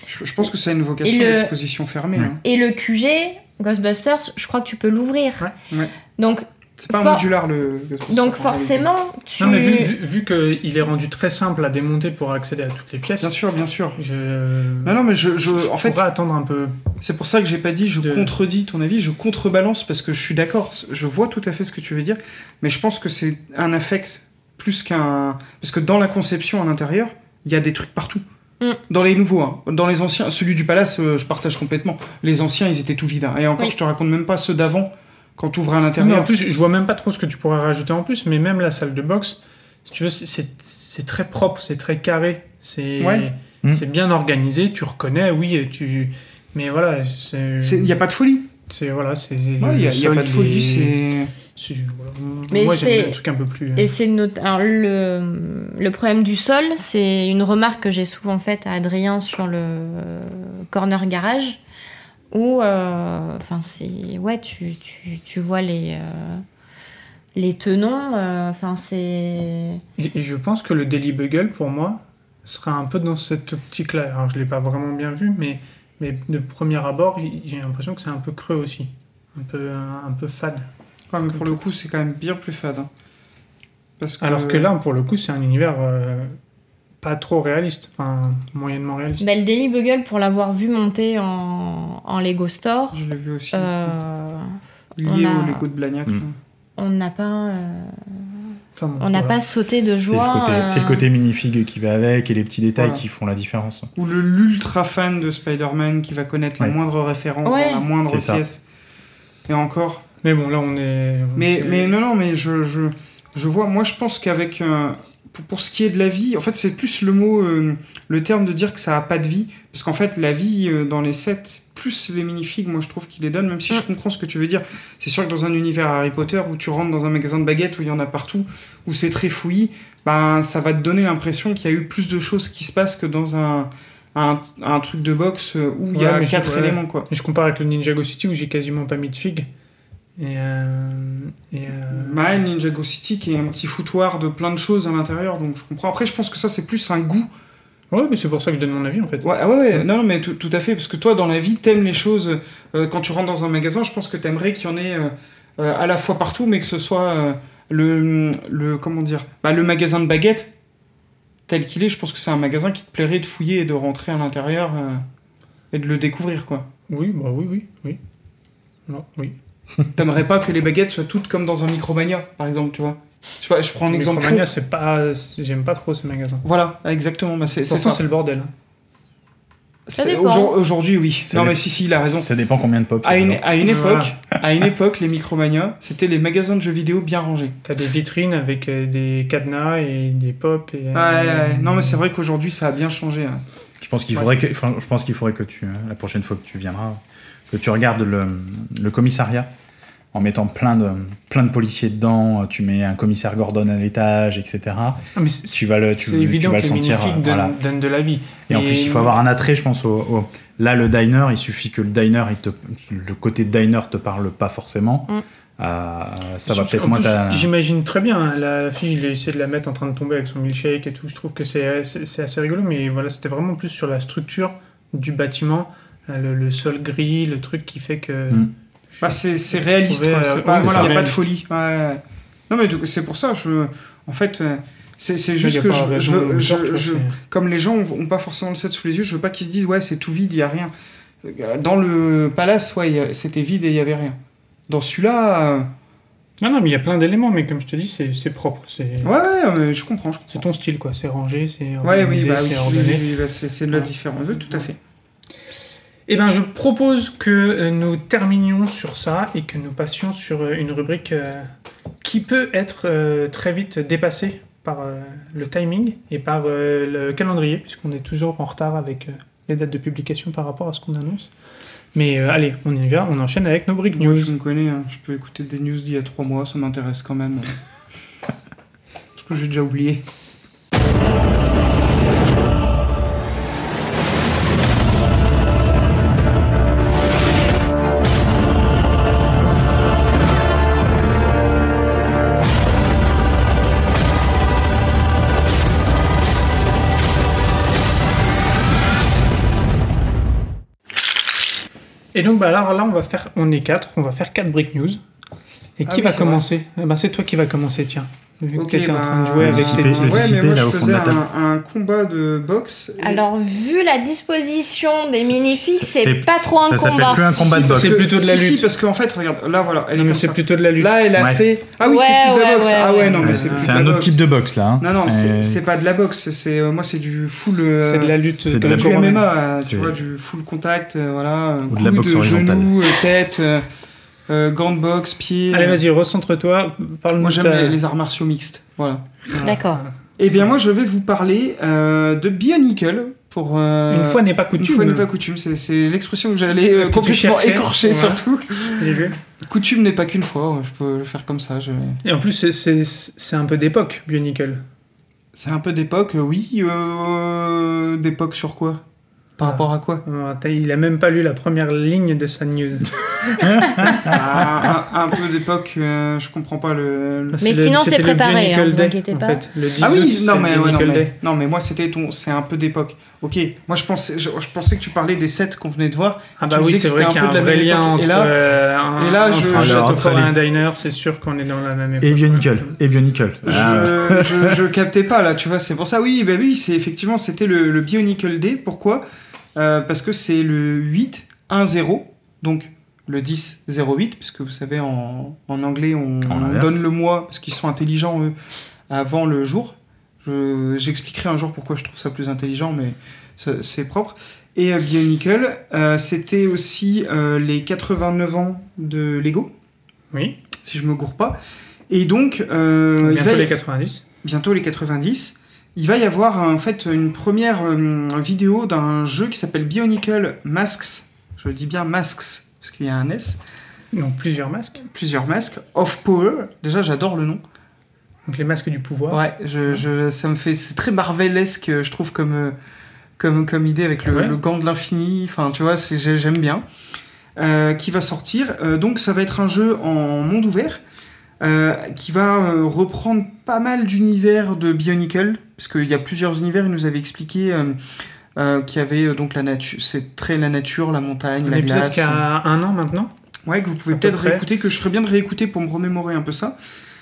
Speaker 6: Je, je pense que ça a une vocation
Speaker 2: Et le-
Speaker 6: d'exposition fermée.
Speaker 5: Ouais.
Speaker 6: hein.
Speaker 2: Et le QG, Ghostbusters, je crois que tu peux l'ouvrir.
Speaker 6: Ouais, ouais.
Speaker 2: Donc,
Speaker 6: C'est pas un
Speaker 2: For-
Speaker 6: modular, le. le constat, en
Speaker 2: donc
Speaker 6: réalité.
Speaker 2: forcément, tu...
Speaker 4: Non, mais vu, vu, vu qu'il est rendu très simple à démonter pour accéder à toutes les pièces,
Speaker 6: Bien sûr, bien sûr.
Speaker 4: je.
Speaker 6: Non, non, mais je, je- en fait,
Speaker 4: pourrais attendre un peu.
Speaker 6: c'est pour ça que j'ai pas dit je
Speaker 4: De-
Speaker 6: contredis ton avis, je contrebalance parce que je suis d'accord, je vois tout à fait ce que tu veux dire, mais je pense que c'est un affect plus qu'un. Parce que dans la conception à l'intérieur, il y a des trucs partout.
Speaker 2: Mm.
Speaker 6: Dans les nouveaux, hein. dans les anciens, celui du palace, euh, je partage complètement. Les anciens, ils étaient tout vides. hein. Et encore,
Speaker 2: Oui.
Speaker 6: je te raconte même pas ceux d'avant quand tu ouvres à
Speaker 4: Mais en
Speaker 6: l'intérieur.
Speaker 4: plus, je vois même pas trop ce que tu pourrais rajouter en plus, mais même la salle de boxe, si tu veux, c'est- c'est c'est très propre, c'est très carré, c'est
Speaker 6: Ouais. Hmm.
Speaker 5: Mm.
Speaker 4: c'est bien organisé, tu reconnais, oui, tu. Mais voilà, c'est.
Speaker 6: Il n'y a pas de folie.
Speaker 4: c'est- Voilà, c'est.
Speaker 6: Il
Speaker 4: Mm. le
Speaker 6: n'y a, y a
Speaker 4: sol,
Speaker 6: pas de
Speaker 4: il
Speaker 6: folie,
Speaker 4: est-
Speaker 6: c'est.
Speaker 4: c'est- voilà.
Speaker 2: Mais
Speaker 4: Moi, j'aime
Speaker 2: c'est-
Speaker 4: bien un truc un peu
Speaker 5: Mm.
Speaker 4: plus. euh,
Speaker 2: Et c'est notre- alors, le, le problème du sol, c'est une remarque que j'ai souvent faite à Adrien sur le euh, corner garage, où, euh, enfin, c'est ouais, tu, tu, tu vois les euh, les tenons, euh, enfin c'est
Speaker 4: Et, et je pense que le Daily Bugle, pour moi, sera un peu dans cette optique-là. Alors, je ne l'ai pas vraiment bien vu, mais, mais de premier abord, il- j'ai l'impression que c'est un peu creux aussi. Un peu, un, un peu fade.
Speaker 6: Ouais, mais pour le coup, c'est quand même bien plus fade. hein. Parce que...
Speaker 4: Alors que là, pour le coup, c'est un univers euh, pas trop réaliste. Enfin, moyennement réaliste.
Speaker 2: Bah, le Daily Bugle pour l'avoir vu monter en, en Lego Store.
Speaker 6: Je l'ai vu aussi.
Speaker 2: euh,
Speaker 6: lié
Speaker 2: on a-
Speaker 6: au Lego de Blagnac.
Speaker 5: Mm.
Speaker 6: hein.
Speaker 2: on n'a pas, euh,
Speaker 4: Enfin, bon,
Speaker 2: on n'a
Speaker 4: voilà.
Speaker 2: pas sauté de
Speaker 5: C'est
Speaker 2: joie.
Speaker 5: le, côté-
Speaker 2: euh,
Speaker 5: c'est le côté minifig qui va avec et les petits détails
Speaker 6: Voilà.
Speaker 5: qui font la différence.
Speaker 6: Ou le l'ultra fan de Spider-Man qui va connaître
Speaker 5: Ouais.
Speaker 6: la moindre référence
Speaker 2: Ouais.
Speaker 6: dans la moindre
Speaker 5: C'est ça.
Speaker 6: pièce. Et encore,
Speaker 4: Mais bon, là, on est. on
Speaker 6: Mais,
Speaker 4: est-
Speaker 6: mais non, non, mais je, je, je vois, moi je pense qu'avec. euh, pour, pour ce qui est de la vie, en fait, c'est plus le mot, euh, le terme de dire que ça a pas de vie. Parce qu'en fait, la vie euh, dans les sets, plus les minifigs, moi je trouve qu'ils les donnent, même si je comprends ce que tu veux dire. C'est sûr que dans un univers Harry Potter où tu rentres dans un magasin de baguettes où il y en a partout, où c'est très fouillis, ben, ça va te donner l'impression qu'il y a eu plus de choses qui se passent que dans un, un, un truc de boxe euh, où il y
Speaker 4: Ouais,
Speaker 6: a
Speaker 4: mais je-
Speaker 6: quatre
Speaker 4: ouais.
Speaker 6: éléments, quoi.
Speaker 4: Et je compare avec le Ninjago City où j'ai quasiment pas mis de figue. Et. euh, et euh,
Speaker 6: Ouais, Ninjago City qui est un petit foutoir de plein de choses à l'intérieur, donc je comprends. Après, je pense que ça, c'est plus un goût. Euh,
Speaker 4: Ouais, mais c'est pour ça que je donne mon avis en fait.
Speaker 6: Ouais, ouais, ouais, non, non, mais tout, tout à fait, parce que toi, dans la vie, t'aimes les choses. euh, quand tu rentres dans un magasin, je pense que t'aimerais qu'il y en ait euh, euh, à la fois partout, mais que ce soit euh, le, le. Comment dire bah, Le magasin de baguettes, tel qu'il est, je pense que c'est un magasin qui te plairait de fouiller et de rentrer à l'intérieur euh, et de le découvrir, quoi.
Speaker 4: Oui, bah oui, oui, oui. Non, oui.
Speaker 6: T'aimerais pas que les baguettes soient toutes comme dans un Micromania, par exemple, tu vois. Je, sais pas, je prends un exemple.
Speaker 4: Micromania, c'est pas. c'est- J'aime pas trop ce magasin.
Speaker 6: Voilà, exactement, bah, c'est c'est
Speaker 4: Pourtant,
Speaker 6: ça.
Speaker 4: c'est le bordel. hein.
Speaker 2: Ça
Speaker 6: C'est-
Speaker 2: dépend.
Speaker 6: aujourd- Aujourd'hui, oui.
Speaker 5: Ça
Speaker 6: Non, mais
Speaker 5: dépend.
Speaker 6: si, si, il a raison.
Speaker 5: Ça dépend combien de pop. il y
Speaker 4: Ah,
Speaker 5: a
Speaker 6: À une,
Speaker 5: dedans.
Speaker 6: à une
Speaker 4: Voilà.
Speaker 6: époque, à une époque, les Micromania, c'était les magasins de jeux vidéo bien rangés.
Speaker 4: T'as des vitrines avec euh, des cadenas et des pop et. euh,
Speaker 6: Ouais, ouais, ouais. Euh, Non, mais c'est vrai qu'aujourd'hui, ça a bien changé. hein.
Speaker 5: Je pense qu'il faudrait que, enfin, je pense qu'il faudrait que tu, euh, la prochaine fois que tu viendras, que tu regardes le, le commissariat en mettant plein de, plein de policiers dedans. Tu mets un commissaire Gordon à l'étage, etc.
Speaker 4: Ah, mais c'est
Speaker 5: Tu vas le, tu,
Speaker 4: c'est
Speaker 5: tu
Speaker 4: évident
Speaker 5: vas le
Speaker 4: que les
Speaker 5: sentir. euh,
Speaker 4: minifigs donnent,
Speaker 5: voilà.
Speaker 4: donnent de la vie.
Speaker 5: Et, en plus, il faut avoir un attrait, je pense. Au, au- Là, le diner, il suffit que le diner, il te... le côté diner te parle pas forcément.
Speaker 2: Mm.
Speaker 5: Euh, ça va
Speaker 4: Surtout
Speaker 5: peut-être
Speaker 4: qu'en
Speaker 5: moins.
Speaker 4: plus,
Speaker 5: t'a-
Speaker 4: J'imagine très bien hein, la fille, j'ai essayé de la mettre en train de tomber avec son milkshake et tout. Je trouve que c'est euh, c'est- c'est assez rigolo, mais voilà, c'était vraiment plus sur la structure du bâtiment, euh, le, le sol gris, le truc qui fait que.
Speaker 5: Mm.
Speaker 6: Bah, c'est c'est réaliste.
Speaker 4: Trouver,
Speaker 6: quoi.
Speaker 4: euh,
Speaker 6: C'est pas-
Speaker 4: ouais,
Speaker 6: voilà,
Speaker 4: c'est
Speaker 6: il n'y a pas de
Speaker 4: réaliste.
Speaker 6: folie. Ouais, ouais. Non, mais du coup, c'est pour ça. Je, en fait, euh, c'est c'est
Speaker 4: Il y
Speaker 6: juste
Speaker 4: a
Speaker 6: que
Speaker 4: pas
Speaker 6: je, je
Speaker 4: raison
Speaker 6: veux-
Speaker 4: de
Speaker 6: je-
Speaker 4: genre, tu vois,
Speaker 6: je-
Speaker 4: c'est-
Speaker 6: comme les gens n'ont pas forcément le set sous les yeux, je veux pas qu'ils se disent ouais c'est tout vide, il y a rien. Euh, Dans le palace, ouais, il y a- c'était vide et il y avait rien. Dans celui-là, euh,
Speaker 4: Non, non, mais il y a plein d'éléments, mais comme je te dis, c'est c'est propre. C'est
Speaker 6: ouais, ouais, mais je comprends, je comprends.
Speaker 4: c'est ton style, quoi. C'est rangé, c'est
Speaker 6: Ouais, oui,
Speaker 4: organisé,
Speaker 6: bah oui,
Speaker 4: c'est
Speaker 6: oui,
Speaker 4: ordonné.
Speaker 6: oui, bah, c'est c'est de la
Speaker 4: Ouais.
Speaker 6: différence, oui, tout à fait.
Speaker 4: Eh bien, je propose que euh, nous terminions sur ça et que nous passions sur euh, une rubrique euh, qui peut être euh, très vite dépassée par euh, le timing et par euh, le calendrier, puisqu'on est toujours en retard avec euh, les dates de publication par rapport à ce qu'on annonce. Mais euh, allez, on y va, on enchaîne avec nos break news.
Speaker 6: Moi, je me connais, hein, je peux écouter des news d'il y a trois mois, ça m'intéresse quand même. Parce que j'ai déjà oublié.
Speaker 4: Et donc, bah, là, là, on va faire, on est quatre, on va faire quatre break news. Et qui
Speaker 6: Ah oui,
Speaker 4: va
Speaker 6: c'est
Speaker 4: commencer Eh ben, C'est toi qui va commencer, tiens. Vu
Speaker 6: Ok,
Speaker 4: que t'étais en train de
Speaker 6: bah,
Speaker 4: jouer avec
Speaker 5: Anticiper,
Speaker 4: tes
Speaker 5: le
Speaker 4: news.
Speaker 6: Ouais, mais
Speaker 5: dissipé,
Speaker 6: moi,
Speaker 5: là,
Speaker 6: je
Speaker 5: au fond de
Speaker 6: faisais
Speaker 5: la table.
Speaker 6: un, un combat de boxe. et-
Speaker 2: Alors, vu la disposition des
Speaker 5: C'est-
Speaker 2: minifigs, c'est pas trop un
Speaker 5: ça s'appelle
Speaker 2: combat.
Speaker 5: plus un combat de
Speaker 6: Si,
Speaker 5: boxe.
Speaker 4: c'est
Speaker 6: parce que-
Speaker 4: plutôt de la
Speaker 6: si, si,
Speaker 4: lutte.
Speaker 6: parce qu'en fait, regarde, là, voilà, elle est
Speaker 4: Non, mais
Speaker 6: comme
Speaker 4: c'est
Speaker 6: ça.
Speaker 4: plutôt de la lutte.
Speaker 6: Là, elle a
Speaker 5: Ouais.
Speaker 6: fait. Ah oui,
Speaker 2: Ouais,
Speaker 6: c'est plus de la
Speaker 2: ouais,
Speaker 6: boxe.
Speaker 2: ouais,
Speaker 6: ah ouais,
Speaker 2: ouais.
Speaker 6: non, mais
Speaker 5: Euh,
Speaker 6: c'est plus
Speaker 5: C'est
Speaker 6: de
Speaker 5: un
Speaker 6: la
Speaker 5: autre
Speaker 6: boxe.
Speaker 5: type de boxe là. hein.
Speaker 6: Non, non, c'est
Speaker 5: C'est-
Speaker 6: c'est pas de la boxe. C'est euh, moi, c'est du full. euh,
Speaker 4: C'est de la lutte.
Speaker 5: c'est de
Speaker 4: comme
Speaker 5: la
Speaker 6: du
Speaker 4: Coran.
Speaker 6: MMA, euh, tu
Speaker 5: C'est-
Speaker 6: vois, du full contact, euh, voilà,
Speaker 5: Ou de la boxe horizontale.
Speaker 6: genou, euh, tête, euh, euh, gants de boxe, pieds.
Speaker 4: Allez, vas-y, euh. recentre-toi. Parle-nous
Speaker 6: Moi,
Speaker 4: de
Speaker 6: j'aime
Speaker 4: ta-
Speaker 6: les, les arts martiaux mixtes. Voilà.
Speaker 2: D'accord.
Speaker 6: Eh bien, moi, je vais vous parler euh, de Bionicle pour. euh,
Speaker 4: Une fois n'est pas
Speaker 6: une
Speaker 4: coutume.
Speaker 6: fois n'est pas coutume, c'est- c'est l'expression que j'allais euh,
Speaker 4: Que tu
Speaker 6: complètement
Speaker 4: cherchais.
Speaker 6: écorcher
Speaker 4: Ouais.
Speaker 6: surtout.
Speaker 4: J'ai vu.
Speaker 6: Coutume n'est pas qu'une fois, ouais, je peux le faire comme ça. je-
Speaker 4: Et en plus, c'est- c'est c'est un peu d'époque, Bionicle.
Speaker 6: C'est un peu d'époque, euh, oui. euh, D'époque sur quoi Par
Speaker 4: Ah.
Speaker 6: rapport à quoi
Speaker 4: Oh, t'as- Il a même pas lu la première ligne de sa news.
Speaker 6: Ah, un, un peu d'époque, euh, je comprends pas le. le-
Speaker 4: C'est
Speaker 2: Mais
Speaker 4: le-
Speaker 2: sinon,
Speaker 4: c'était
Speaker 2: c'est
Speaker 4: le
Speaker 2: préparé, hein,
Speaker 4: Bionicle
Speaker 2: vous
Speaker 4: Day,
Speaker 2: inquiétez
Speaker 4: en
Speaker 2: pas.
Speaker 4: fait. Le
Speaker 6: Ah oui,
Speaker 4: 18,
Speaker 6: non
Speaker 4: c'est
Speaker 6: mais, ouais, non,
Speaker 4: Bionicle Day.
Speaker 6: mais, non mais moi c'était ton, c'est un peu d'époque. Ok, moi je pensais, je, je pensais que tu parlais des sets qu'on venait de voir.
Speaker 4: Ah
Speaker 6: Tu
Speaker 4: bah
Speaker 6: me
Speaker 4: oui,
Speaker 6: disais
Speaker 4: c'est
Speaker 6: que
Speaker 4: vrai
Speaker 6: c'était
Speaker 4: qu'il y
Speaker 6: un
Speaker 4: a un
Speaker 6: peu de la
Speaker 4: vrai
Speaker 6: même
Speaker 4: lien
Speaker 6: époque.
Speaker 4: entre,
Speaker 6: Et là-
Speaker 4: euh, un,
Speaker 6: et là, je-
Speaker 4: entre un
Speaker 5: je-
Speaker 4: château
Speaker 5: entre
Speaker 4: fort et
Speaker 5: les-
Speaker 4: un diner, c'est sûr qu'on est dans la même époque.
Speaker 5: Et Bionicle. Et Bionicle. Ah.
Speaker 6: Je, je, je captais pas là, tu vois, c'est pour ça. Oui, bah oui, c'est effectivement, c'était le, le Bionicle Day. Pourquoi Euh, Parce que c'est le 8 1 0, donc le 10 08, puisque vous savez en, en anglais on,
Speaker 5: En
Speaker 6: on
Speaker 5: inverse.
Speaker 6: donne le mois parce qu'ils sont intelligents eux avant le jour. Je- J'expliquerai un jour pourquoi je trouve ça plus intelligent, mais ça- c'est propre. Et euh, Bionicle, euh, c'était aussi euh, les 89 ans de Lego,
Speaker 4: Oui,
Speaker 6: si je me gourre pas. Et donc, euh, il va
Speaker 4: bientôt
Speaker 6: y-
Speaker 4: les 90.
Speaker 6: bientôt les 90. Il va y avoir euh, en fait une première euh, vidéo d'un jeu qui s'appelle Bionicle Masks. Je dis bien Masks, parce qu'il y a un S.
Speaker 4: Donc plusieurs masques.
Speaker 6: Plusieurs masques. Of Power. Déjà, j'adore le nom.
Speaker 4: Donc les masques du pouvoir.
Speaker 6: Ouais, je, je- ça me fait. C'est très Marvelesque, je trouve, comme, euh, comme, comme idée avec le,
Speaker 4: Ah Ouais.
Speaker 6: le gant de l'infini. Enfin, tu vois, c'est- j'ai- j'aime bien. Euh, qui va sortir. Euh, donc, ça va être un jeu en monde ouvert euh, qui va euh, reprendre pas mal d'univers de Bionicle, parce qu'il y a plusieurs univers. Il nous avait expliqué euh, euh, qu'il y avait euh, donc la nature. C'est très la nature, la montagne,
Speaker 4: Un
Speaker 6: la
Speaker 4: épisode
Speaker 6: glace.
Speaker 4: qui a un an maintenant,
Speaker 6: Ouais, que vous pouvez
Speaker 4: à peu
Speaker 6: peut-être
Speaker 4: près.
Speaker 6: réécouter, que je ferais bien de réécouter pour me remémorer un peu ça.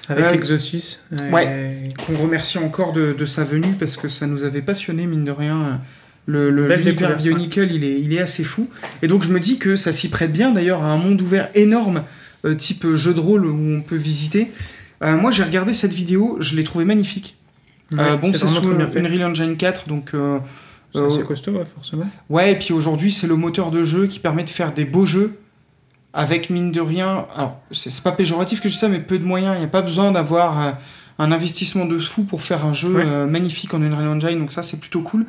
Speaker 4: avec
Speaker 6: Euh,
Speaker 4: Exocis. et-
Speaker 6: ouais. qu'on remercie encore de, de sa venue parce que ça nous avait passionné, mine de rien. euh, Le, le,
Speaker 4: Belle
Speaker 6: l'univers
Speaker 4: découverte,
Speaker 6: Bionicle, il, est, il est assez fou. Et donc, je me dis que ça s'y prête bien, d'ailleurs, à un monde ouvert énorme, euh, type jeu de rôle où on peut visiter. Euh, moi, j'ai regardé cette vidéo, je l'ai trouvée magnifique.
Speaker 4: Ouais,
Speaker 6: Euh, bon, c'est
Speaker 4: vraiment
Speaker 6: sous
Speaker 4: très bien fait.
Speaker 6: Unreal Engine 4, donc. euh,
Speaker 4: C'est
Speaker 6: euh,
Speaker 4: assez costaud, ouais, forcément.
Speaker 6: Ouais, et puis aujourd'hui, c'est le moteur de jeu qui permet de faire des beaux jeux avec mine de rien. Alors, c'est c'est pas péjoratif que je dis ça, mais peu de moyens. Il n'y a pas besoin d'avoir euh, un investissement de fou pour faire un jeu
Speaker 4: Ouais.
Speaker 6: euh, magnifique en Unreal Engine, donc ça, c'est plutôt cool.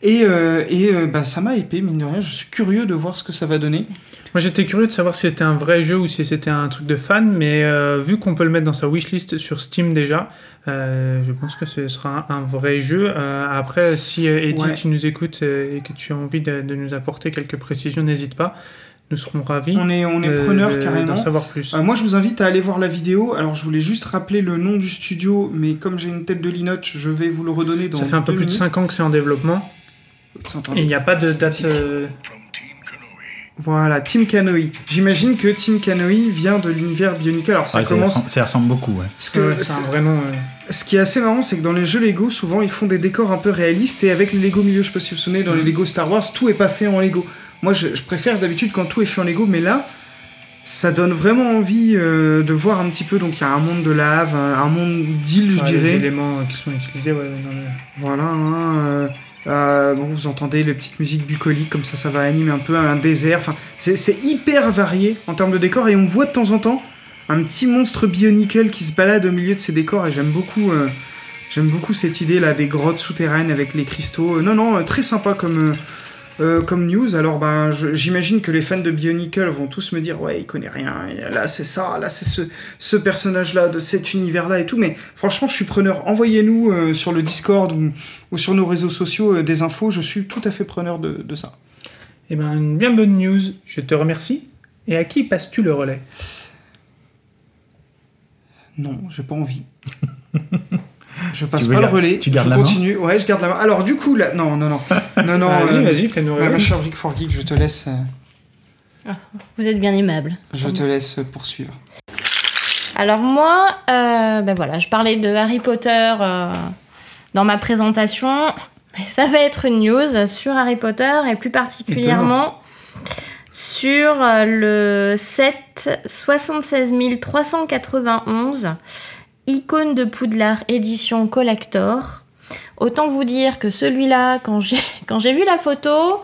Speaker 6: Et, euh, et euh, bah, ça m'a épé, mine de rien. Je suis curieux de voir ce que ça va donner.
Speaker 4: Moi j'étais curieux de savoir si c'était un vrai jeu ou si c'était un truc de fan, mais euh, vu qu'on peut le mettre dans sa wishlist sur Steam déjà, euh, je pense que ce sera un, un vrai jeu. Euh, après, si euh, Eddie
Speaker 6: Ouais.
Speaker 4: tu nous écoutes euh, et que tu as envie de, de nous apporter quelques précisions, n'hésite pas, nous serons ravis.
Speaker 6: On est, on est
Speaker 4: euh,
Speaker 6: preneurs
Speaker 4: de-
Speaker 6: carrément.
Speaker 4: D'en savoir plus.
Speaker 6: Euh, moi, je vous invite à aller voir la vidéo. Alors, je voulais juste rappeler le nom du studio, mais comme j'ai une tête de linotte, je vais vous le redonner dans
Speaker 4: Ça fait un peu
Speaker 6: deux
Speaker 4: plus de
Speaker 6: minutes.
Speaker 4: 5 ans que c'est en développement
Speaker 6: Sympa.
Speaker 4: et il n'y a pas de date. euh,
Speaker 6: Voilà, Team Kanoï. J'imagine que Team Kanoï vient de l'univers Bionicle. Alors ça
Speaker 5: Ouais,
Speaker 6: commence.
Speaker 5: ressemble- ça ressemble beaucoup, ouais.
Speaker 6: Ce, que-
Speaker 4: que c'est un vrai nom. euh,
Speaker 6: ce qui est assez marrant, c'est que dans les jeux Lego, souvent ils font des décors un peu réalistes et avec les Lego milieu, je sais pas si vous vous souvenez, dans les
Speaker 4: Mm.
Speaker 6: Lego Star Wars, tout est pas fait en Lego. Moi, je, je préfère d'habitude quand tout est fait en Lego, mais là, ça donne vraiment envie euh, de voir un petit peu. Donc il y a un monde de lave, un un monde d'île, je
Speaker 4: ouais, Les
Speaker 6: dirais.
Speaker 4: éléments euh, qui sont utilisés ouais, dans le-
Speaker 6: Voilà. hein, euh, euh, bon, vous entendez les petites musiques bucoliques, comme ça, ça va animer un peu un désert. Enfin, c'est- c'est hyper varié en termes de décor et on voit de temps en temps un petit monstre bionicle qui se balade au milieu de ces décors et j'aime beaucoup. euh, J'aime beaucoup cette idée là des grottes souterraines avec les cristaux. Euh, Non, non, euh, très sympa comme, euh, euh, comme news. Alors, ben, je- j'imagine que les fans de Bionicle vont tous me dire Ouais, il connaît rien. Et Là, c'est ça. Là, c'est ce, ce personnage là, de cet univers là et tout. Mais franchement, je suis preneur. Envoyez-nous euh, sur le Discord ou, ou sur nos réseaux sociaux euh, des infos. Je suis tout à fait preneur de, de ça.
Speaker 4: Eh ben, une bien bonne news, je te remercie. Et à qui passes-tu le relais
Speaker 6: Non, j'ai pas envie. Je passe
Speaker 5: veux
Speaker 6: pas le
Speaker 5: gar-
Speaker 6: relais.
Speaker 5: tu gardes
Speaker 6: je
Speaker 5: la main
Speaker 6: continue. Ouais, je garde la main. Alors, du coup, là. Non, non, non. Non, non.
Speaker 4: Vas-y,
Speaker 6: euh,
Speaker 4: vas-y, fais-nous
Speaker 6: ma-
Speaker 4: rêver.
Speaker 6: ma chère Brick for Geek, je te laisse. euh,
Speaker 2: Vous êtes bien aimable.
Speaker 6: Je te laisse poursuivre.
Speaker 2: Alors moi, euh, ben voilà, je parlais de Harry Potter euh, dans ma présentation. Mais ça va être une news sur Harry Potter et plus particulièrement sur euh, le set 76391, icône de Poudlard édition collector. Autant vous dire que celui-là, quand j'ai quand j'ai vu la photo,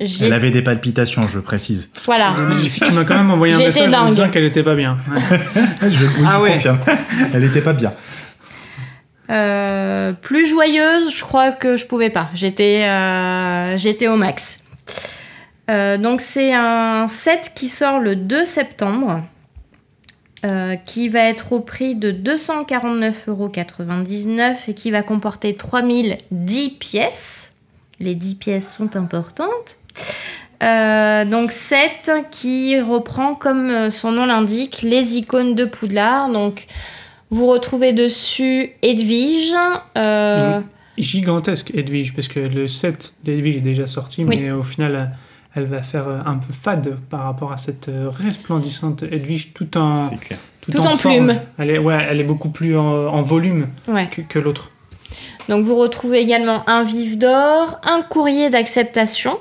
Speaker 2: j'ai-
Speaker 5: Elle avait des palpitations, je précise.
Speaker 2: Voilà.
Speaker 4: Tu m'as quand même envoyé un
Speaker 2: J'ai été
Speaker 4: message en me
Speaker 2: dingue.
Speaker 4: disant qu'elle était pas bien. Ouais.
Speaker 5: Je, oui,
Speaker 6: Ah
Speaker 5: je
Speaker 6: ouais.
Speaker 5: confirme. Elle était pas bien.
Speaker 2: Euh, plus joyeuse, je crois que je pouvais pas. J'étais, euh, j'étais au max. Euh, donc c'est un set qui sort le 2 septembre, euh, qui va être au prix de 249,99€ et qui va comporter 3010 pièces. Les 10 pièces sont importantes. Euh, donc 7 qui reprend, comme euh, son nom l'indique, les icônes de Poudlard. Donc vous retrouvez dessus Edwige. euh,
Speaker 4: Gigantesque, Edwige, parce que le set d'Edwige est déjà sorti,
Speaker 2: Oui.
Speaker 4: mais au final, elle va faire euh, un peu fade par rapport à cette euh, resplendissante Edwige, tout en,
Speaker 5: C'est clair.
Speaker 2: Tout en
Speaker 4: forme.
Speaker 2: plume.
Speaker 4: Elle est, ouais, elle est beaucoup plus en, en volume
Speaker 2: ouais.
Speaker 4: que, que l'autre.
Speaker 2: Donc vous retrouvez également un vif d'or, un courrier d'acceptation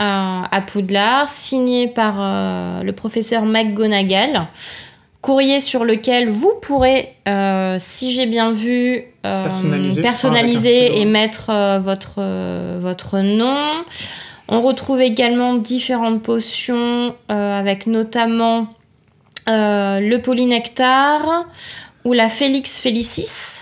Speaker 2: euh, à Poudlard, signé par euh, le professeur McGonagall. Courrier sur lequel vous pourrez, euh, si j'ai bien vu, euh,
Speaker 4: Personnaliser, je crois,
Speaker 2: personnaliser
Speaker 4: avec un stylo.
Speaker 2: et mettre euh, votre, euh, votre nom. On retrouve également différentes potions euh, avec notamment euh, le polynectar ou la Félix Félicis.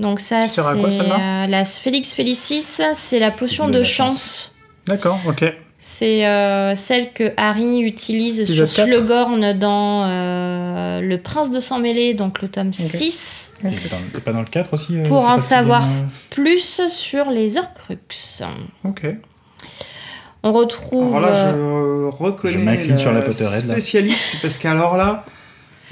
Speaker 2: Donc ça,
Speaker 4: Qui
Speaker 2: c'est
Speaker 4: sert à quoi, celle-là
Speaker 2: euh, la Félix Félicis, c'est la potion
Speaker 5: de
Speaker 2: de
Speaker 5: la
Speaker 2: chance.
Speaker 4: D'accord, ok.
Speaker 2: C'est euh, celle que Harry utilise
Speaker 4: Déjà
Speaker 2: sur
Speaker 4: quatre
Speaker 2: Slughorn dans euh, Le Prince de Sang Mêlé, donc le tome 6,
Speaker 5: Il était dans- T'es pas dans le 4 aussi euh,
Speaker 2: Pour
Speaker 5: c'est
Speaker 2: en
Speaker 5: pas ce qui
Speaker 2: savoir-
Speaker 5: donne, euh,
Speaker 2: plus sur les Horcruxes.
Speaker 4: Ok.
Speaker 2: On retrouve...
Speaker 6: Alors là,
Speaker 2: euh,
Speaker 6: je euh, reconnais
Speaker 5: Je m'incline sur la Potterhead, là.
Speaker 6: spécialiste, parce qu'alors là,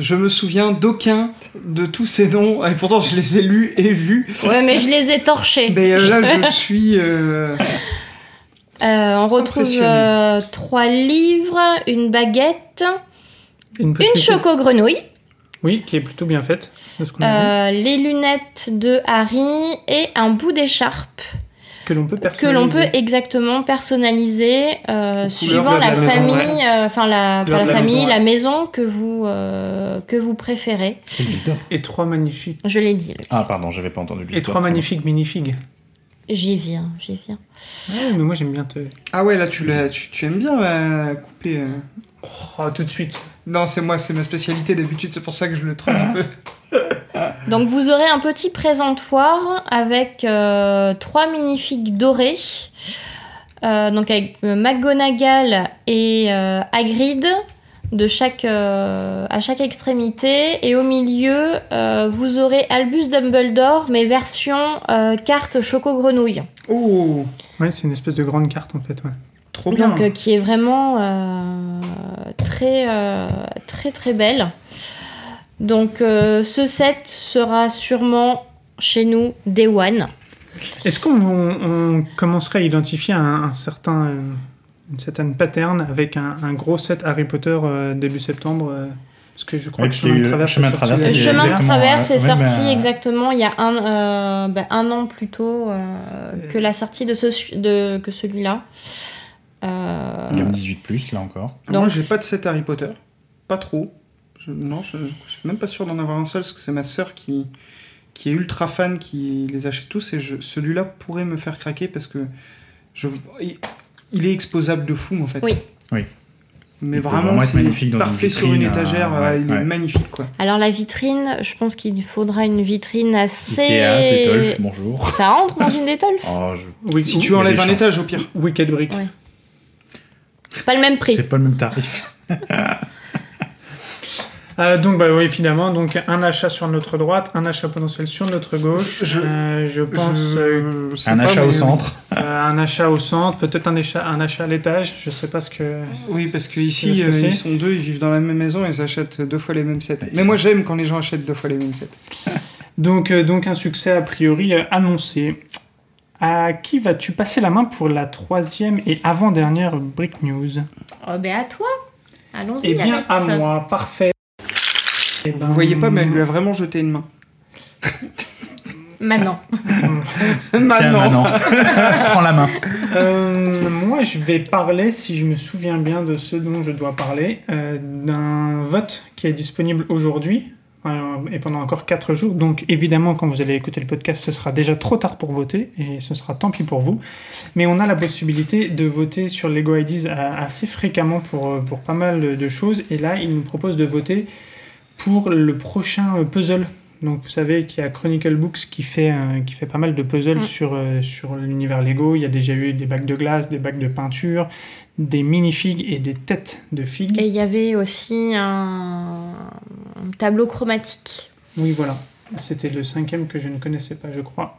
Speaker 6: je me souviens d'aucun de tous ces noms, et pourtant je les ai lus et vus,
Speaker 2: euh, Ouais, mais je les ai torchés.
Speaker 6: mais euh, là je suis... euh,
Speaker 2: Euh, on retrouve
Speaker 6: Impressionné.
Speaker 2: euh, trois livres, une baguette, une
Speaker 4: possibilité-
Speaker 2: choco-grenouille,
Speaker 4: Oui, qui est plutôt bien faite. de ce qu'on a vu,
Speaker 2: euh, les lunettes de Harry et un bout d'écharpe.
Speaker 4: que l'on peut
Speaker 2: que l'on peut
Speaker 4: personnaliser.
Speaker 2: exactement personnaliser euh, suivant
Speaker 6: de la
Speaker 2: la,
Speaker 6: maison,
Speaker 2: famille, euh, enfin la,
Speaker 4: Couleur
Speaker 2: pas
Speaker 4: de
Speaker 2: la
Speaker 4: la
Speaker 2: famille,
Speaker 4: maison, ouais.
Speaker 2: la maison que vous euh, que vous préférez.
Speaker 5: c'est le glitter.
Speaker 4: Et trois magnifiques.
Speaker 2: Je l'ai dit. le-
Speaker 5: Ah, pardon, j'avais pas entendu. le
Speaker 4: Et
Speaker 5: glitter,
Speaker 4: trois
Speaker 5: c'est bon.
Speaker 4: magnifiques minifigs.
Speaker 2: J'y viens, j'y viens.
Speaker 4: Ouais, mais moi j'aime bien te.
Speaker 6: Ah ouais, là tu, l'as- tu, tu aimes bien euh, couper... euh.
Speaker 4: Oh, tout de suite.
Speaker 6: Non, c'est moi, c'est ma spécialité d'habitude, c'est pour ça que je le troll un peu.
Speaker 2: Donc vous aurez un petit présentoir avec euh, trois magnifiques dorés. Euh, donc avec euh, McGonagall et euh, Hagrid de chaque, euh, à chaque extrémité. Et au milieu, euh, vous aurez Albus Dumbledore, mais version euh, carte choco-grenouille.
Speaker 6: Oh,
Speaker 4: Ouais, c'est une espèce de grande carte en fait. Ouais. Oh
Speaker 6: trop bien.
Speaker 2: Donc euh, qui est vraiment euh, très euh, très très belle. Donc euh, ce set sera sûrement chez nous Day One.
Speaker 4: Est-ce qu'on on- on commencerait à identifier un, un certain, euh, une certaine pattern avec un, un gros set Harry Potter euh, début septembre euh, Parce que je crois
Speaker 5: Ouais,
Speaker 4: que
Speaker 5: puis il y a eu le chemin
Speaker 4: est
Speaker 5: de traverse,
Speaker 4: sorti,
Speaker 2: Le
Speaker 5: il y a
Speaker 4: euh,
Speaker 2: chemin de
Speaker 5: exactement,
Speaker 2: traverse
Speaker 5: euh,
Speaker 2: est
Speaker 5: ouais,
Speaker 2: sorti
Speaker 5: bah,
Speaker 2: exactement il y a un, euh, bah, un an plus tôt euh, que la sortie de, ce, de que celui-là. Euh,
Speaker 5: Gamme 18, plus, là encore.
Speaker 6: Moi,
Speaker 2: donc,
Speaker 6: j'ai pas de set Harry Potter. Pas trop. Je- non, je, je suis même pas sûr d'en avoir un seul, parce que c'est ma sœur qui, qui est ultra fan, qui les achète tous, et je- celui-là pourrait me faire craquer, parce que je, il, il est exposable de fou, en fait.
Speaker 2: Oui.
Speaker 5: Oui.
Speaker 6: Mais
Speaker 5: Il peut
Speaker 6: vraiment,
Speaker 5: vraiment être
Speaker 6: c'est
Speaker 5: magnifique dans une
Speaker 6: parfait sur une
Speaker 5: vitrine,
Speaker 6: étagère,
Speaker 5: euh,
Speaker 6: euh,
Speaker 5: ouais,
Speaker 6: il est
Speaker 5: ouais.
Speaker 6: magnifique, quoi.
Speaker 2: alors la vitrine, je pense qu'il faudra une vitrine assez.
Speaker 5: Ikea, Détolf, bonjour.
Speaker 2: Ça rentre dans une Détolf.
Speaker 5: Oh, je-
Speaker 4: Oui,
Speaker 6: Si
Speaker 4: ou-
Speaker 5: il
Speaker 6: tu
Speaker 5: y a
Speaker 6: enlèves
Speaker 5: des
Speaker 6: un
Speaker 5: chances.
Speaker 6: étage, au pire.
Speaker 4: Wicked Brick.
Speaker 2: Ouais. Pas le même prix.
Speaker 5: C'est pas le même tarif.
Speaker 4: Euh, donc, bah oui, finalement, donc un achat sur notre droite, un achat potentiel sur notre gauche.
Speaker 6: Je-
Speaker 4: Je, je pense euh,
Speaker 6: Je- je sais
Speaker 5: Un
Speaker 6: pas,
Speaker 5: achat
Speaker 6: mais-
Speaker 5: au centre.
Speaker 4: à Euh, un achat au centre, peut-être un, achat- un achat à l'étage. Je sais pas ce que.
Speaker 6: Oui, parce que
Speaker 4: Ça va
Speaker 6: ici,
Speaker 4: se
Speaker 6: euh,
Speaker 4: passer.
Speaker 6: ils sont deux, ils vivent dans la même maison, ils achètent deux fois les mêmes sets. Mais moi, j'aime quand les gens achètent deux fois les mêmes sets.
Speaker 4: Donc, euh, donc un succès a priori euh, annoncé. À qui vas-tu passer la main pour la troisième et avant-dernière Brick News
Speaker 2: Oh, ben à toi. Allons-y.
Speaker 4: Eh bien,
Speaker 2: Alex.
Speaker 4: à moi, parfait. Eh ben,
Speaker 6: Vous voyez pas, mais elle lui a vraiment jeté une main.
Speaker 2: Maintenant.
Speaker 5: Tiens,
Speaker 6: Maintenant.
Speaker 5: maintenant. Prends la main.
Speaker 4: Euh, moi, je vais parler, si je me souviens bien de ce dont je dois parler, euh, d'un vote qui est disponible aujourd'hui. euh, et pendant encore 4 jours. Donc évidemment, quand vous allez écouter le podcast, ce sera déjà trop tard pour voter et ce sera tant pis pour vous. Mais on a la possibilité de voter sur Lego Ideas a- assez fréquemment pour, euh, pour pas mal de choses. Et là, il nous propose de voter pour le prochain euh, puzzle. Donc vous savez qu'il y a Chronicle Books qui fait, euh, qui fait pas mal de puzzles
Speaker 2: Mm.
Speaker 4: sur, euh, sur l'univers Lego. Il y a déjà eu des bacs de glace, des bacs de peinture, des minifigs et des têtes de figues.
Speaker 2: Et il y avait aussi un, un tableau chromatique.
Speaker 4: Oui, voilà. C'était le cinquième que je ne connaissais pas, je crois.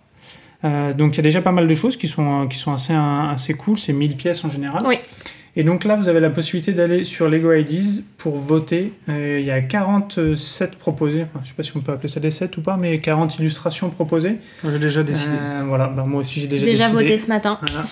Speaker 4: Euh, donc il y a déjà pas mal de choses qui sont, euh, qui sont assez, un- assez cool. C'est 1000 pièces en général.
Speaker 2: Oui.
Speaker 4: Et donc là, vous avez la possibilité d'aller sur Lego IDs pour voter. Euh, Il y a 47 proposés. Enfin, je sais pas si on peut appeler ça des 7 ou pas, mais 40 illustrations proposées.
Speaker 6: Moi, J'ai déjà décidé.
Speaker 4: Euh, voilà, bah, moi aussi j'ai déjà,
Speaker 2: Déjà
Speaker 4: décidé.
Speaker 2: voté ce matin.
Speaker 4: Voilà.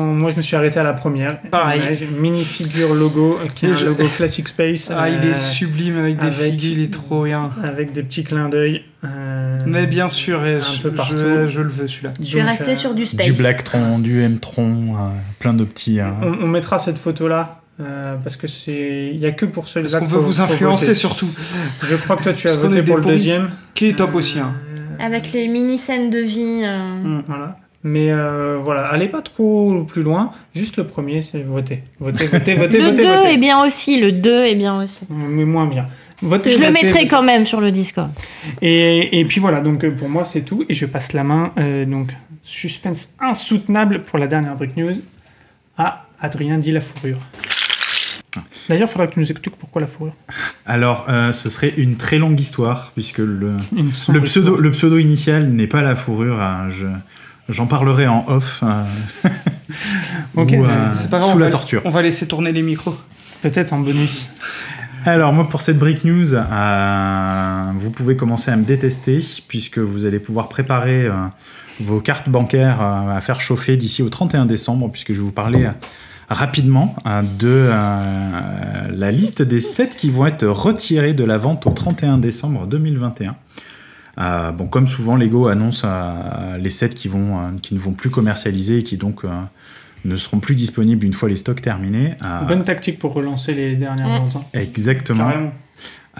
Speaker 4: Euh, moi, je me suis arrêté à la première.
Speaker 6: Pareil.
Speaker 4: Ouais, j'ai une mini figure logo, euh, qui est
Speaker 6: Et
Speaker 4: un
Speaker 6: je-
Speaker 4: logo Classic Space.
Speaker 6: Ah, il
Speaker 4: euh,
Speaker 6: est sublime avec des
Speaker 4: avec-
Speaker 6: figues, il est trop bien.
Speaker 4: Avec des petits clins d'œil. euh,
Speaker 6: Mais bien sûr, eh,
Speaker 4: un
Speaker 6: je,
Speaker 4: peu
Speaker 6: je-
Speaker 4: partout.
Speaker 6: je le veux celui-là.
Speaker 2: Je suis
Speaker 4: Donc,
Speaker 2: restée
Speaker 4: euh,
Speaker 2: sur du space.
Speaker 5: Du Blacktron, du M-Tron, euh, plein de petits. euh,
Speaker 4: On, on mettra cette photo-là. euh, parce que c'est, il y a que pour ceux
Speaker 6: Parce qu'on veut vous influencer surtout.
Speaker 4: Je crois que toi tu as
Speaker 6: Parce qu'on
Speaker 4: voté
Speaker 6: est des
Speaker 4: pour le
Speaker 6: pourris.
Speaker 4: deuxième.
Speaker 6: Qui est top aussi. hein.
Speaker 4: Euh,
Speaker 2: Avec les mini scènes de vie. euh,
Speaker 6: Mm.
Speaker 4: hmm, Voilà. Mais euh, voilà, allez pas trop plus loin. Juste le premier, c'est voter, voter, voter, voter,
Speaker 2: Le
Speaker 4: voter,
Speaker 2: 2
Speaker 4: voter.
Speaker 2: est bien aussi, le 2 est bien aussi.
Speaker 4: Mais moins bien. Votez,
Speaker 2: Je le
Speaker 4: votez,
Speaker 2: mettrai
Speaker 4: votez.
Speaker 2: quand même sur le Discord.
Speaker 4: Et, et puis voilà, donc euh, pour moi c'est tout. Et je passe la main, euh, donc suspense insoutenable pour la dernière Brick News, à Adrien dit la fourrure. D'ailleurs, il faudra que tu nous expliques pourquoi la fourrure.
Speaker 5: Alors, euh, ce serait une très longue histoire, puisque le,
Speaker 4: Une
Speaker 5: le
Speaker 4: sombre
Speaker 5: pseudo,
Speaker 4: histoire.
Speaker 5: le pseudo initial n'est pas la fourrure. hein, je- J'en parlerai en off. euh,
Speaker 4: Ok,
Speaker 5: ou,
Speaker 4: c'est-
Speaker 5: euh,
Speaker 6: C'est pas grave.
Speaker 5: sous
Speaker 6: on
Speaker 5: la
Speaker 6: va-
Speaker 5: torture.
Speaker 6: On va laisser tourner les micros.
Speaker 4: Peut-être en bonus.
Speaker 5: Alors moi pour cette break news, euh, vous pouvez commencer à me détester puisque vous allez pouvoir préparer euh, vos cartes bancaires euh, à faire chauffer d'ici au 31 décembre puisque je vais vous parler euh, rapidement euh, de euh, la liste des 7 qui vont être retirés de la vente au 31 décembre 2021. Euh, bon, comme souvent, Lego annonce euh, les sets qui, vont, euh, qui ne vont plus commercialiser et qui donc euh, ne seront plus disponibles une fois les stocks terminés. Euh,
Speaker 4: Bonne tactique pour relancer les dernières
Speaker 2: Mm.
Speaker 4: ventes, hein.
Speaker 5: Exactement.
Speaker 6: Carrément.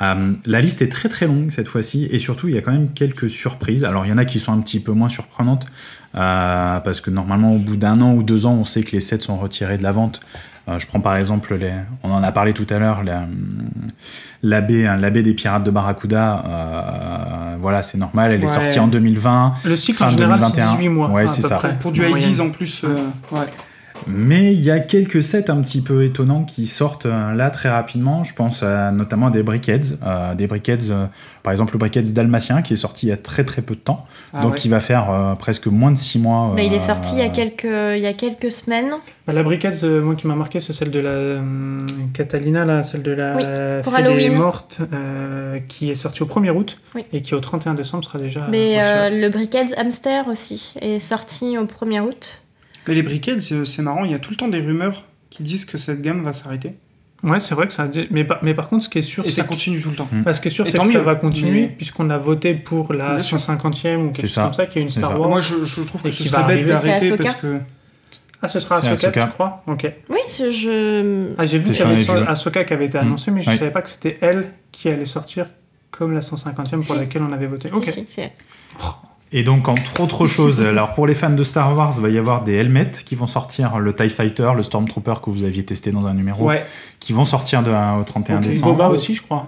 Speaker 5: Euh, la liste est très très longue cette fois-ci et surtout il y a quand même quelques surprises. Alors il y en a qui sont un petit peu moins surprenantes euh, parce que normalement au bout d'un an ou deux ans on sait que les sets sont retirés de la vente. Euh, je prends par exemple, les, on en a parlé tout à l'heure, la- l'abbé hein, l'abbé des pirates de Barracuda. euh, voilà, c'est normal, elle est
Speaker 6: Ouais.
Speaker 5: sortie en 2020.
Speaker 4: Le cycle en
Speaker 5: Fin
Speaker 4: général, c'est
Speaker 5: 2021.
Speaker 4: 18 mois.
Speaker 5: Ouais,
Speaker 4: à
Speaker 5: c'est
Speaker 4: peu
Speaker 5: ça.
Speaker 4: près.
Speaker 6: Pour du
Speaker 4: En
Speaker 6: IDs
Speaker 4: moyenne.
Speaker 6: en plus, euh, ouais.
Speaker 5: Mais il y a quelques sets un petit peu étonnants qui sortent euh, là très rapidement. Je pense à- notamment à des Brickheads. euh, des Brickheads, euh, par exemple le Brickheads dalmatien qui est sorti il y a très très peu de temps.
Speaker 6: Ah
Speaker 5: donc
Speaker 6: ouais.
Speaker 5: il va faire euh, presque moins de 6 mois.
Speaker 2: Mais Bah, il est
Speaker 5: euh,
Speaker 2: sorti il y a quelques, il y a quelques semaines
Speaker 4: Bah, la briquette, euh, moi qui m'a marqué, c'est celle de la euh, Catalina, là, celle de la
Speaker 2: Oui,
Speaker 4: euh,
Speaker 2: pour
Speaker 4: fée des
Speaker 2: Halloween.
Speaker 4: morte, euh, qui est sortie au 1er août
Speaker 2: Oui.
Speaker 4: et qui au 31 décembre sera déjà.
Speaker 2: Mais
Speaker 4: retirée.
Speaker 2: euh, le Brickheads Hamster aussi est sorti au 1er août.
Speaker 6: Mais les briquets, c'est c'est marrant, il y a tout le temps des rumeurs qui disent que cette gamme va s'arrêter.
Speaker 2: euh,
Speaker 4: Ouais, c'est vrai que ça. a dit- Mais, par- mais par contre, ce qui est sûr,
Speaker 6: Et
Speaker 4: c'est
Speaker 6: ça
Speaker 4: que,
Speaker 6: continue tout le temps.
Speaker 4: parce que, sûr,
Speaker 6: Et
Speaker 4: c'est
Speaker 6: tant
Speaker 4: que ça
Speaker 6: mieux.
Speaker 4: va continuer,
Speaker 6: Mais-
Speaker 4: puisqu'on a voté pour la
Speaker 6: Bien sûr.
Speaker 4: 150e ou
Speaker 5: C'est
Speaker 4: quelque chose
Speaker 5: ça.
Speaker 4: comme ça, qui est une
Speaker 5: C'est
Speaker 4: Star
Speaker 5: ça.
Speaker 4: Wars.
Speaker 6: Moi, je, je trouve que
Speaker 4: Et
Speaker 6: ce
Speaker 4: qui
Speaker 6: serait
Speaker 4: va
Speaker 6: bête
Speaker 4: arriver.
Speaker 2: C'est
Speaker 6: d'arrêter
Speaker 2: Ahsoka.
Speaker 6: parce que.
Speaker 4: Ah, ce sera
Speaker 5: C'est
Speaker 4: Ahsoka,
Speaker 5: Ahsoka.
Speaker 4: tu crois Ok.
Speaker 2: Oui, je- je...
Speaker 4: Ah, j'ai vu
Speaker 5: C'est
Speaker 4: qu'il y avait
Speaker 5: ce qu'on avait vu, ouais. Mm.
Speaker 4: Ahsoka qui avait été annoncée, mais je
Speaker 5: Ouais.
Speaker 4: savais pas que c'était elle qui allait sortir comme la 150e pour
Speaker 2: Si.
Speaker 4: laquelle on avait voté. Ok.
Speaker 2: si, si, c'est-
Speaker 5: Et donc entre autres choses, alors pour les fans de Star Wars, il va y avoir des helmets qui vont sortir, le TIE Fighter, le Stormtrooper que vous aviez testé dans un numéro,
Speaker 6: Ouais,
Speaker 5: qui vont sortir de, euh, au 31
Speaker 4: Ok.
Speaker 5: décembre.
Speaker 4: Boba aussi, je crois.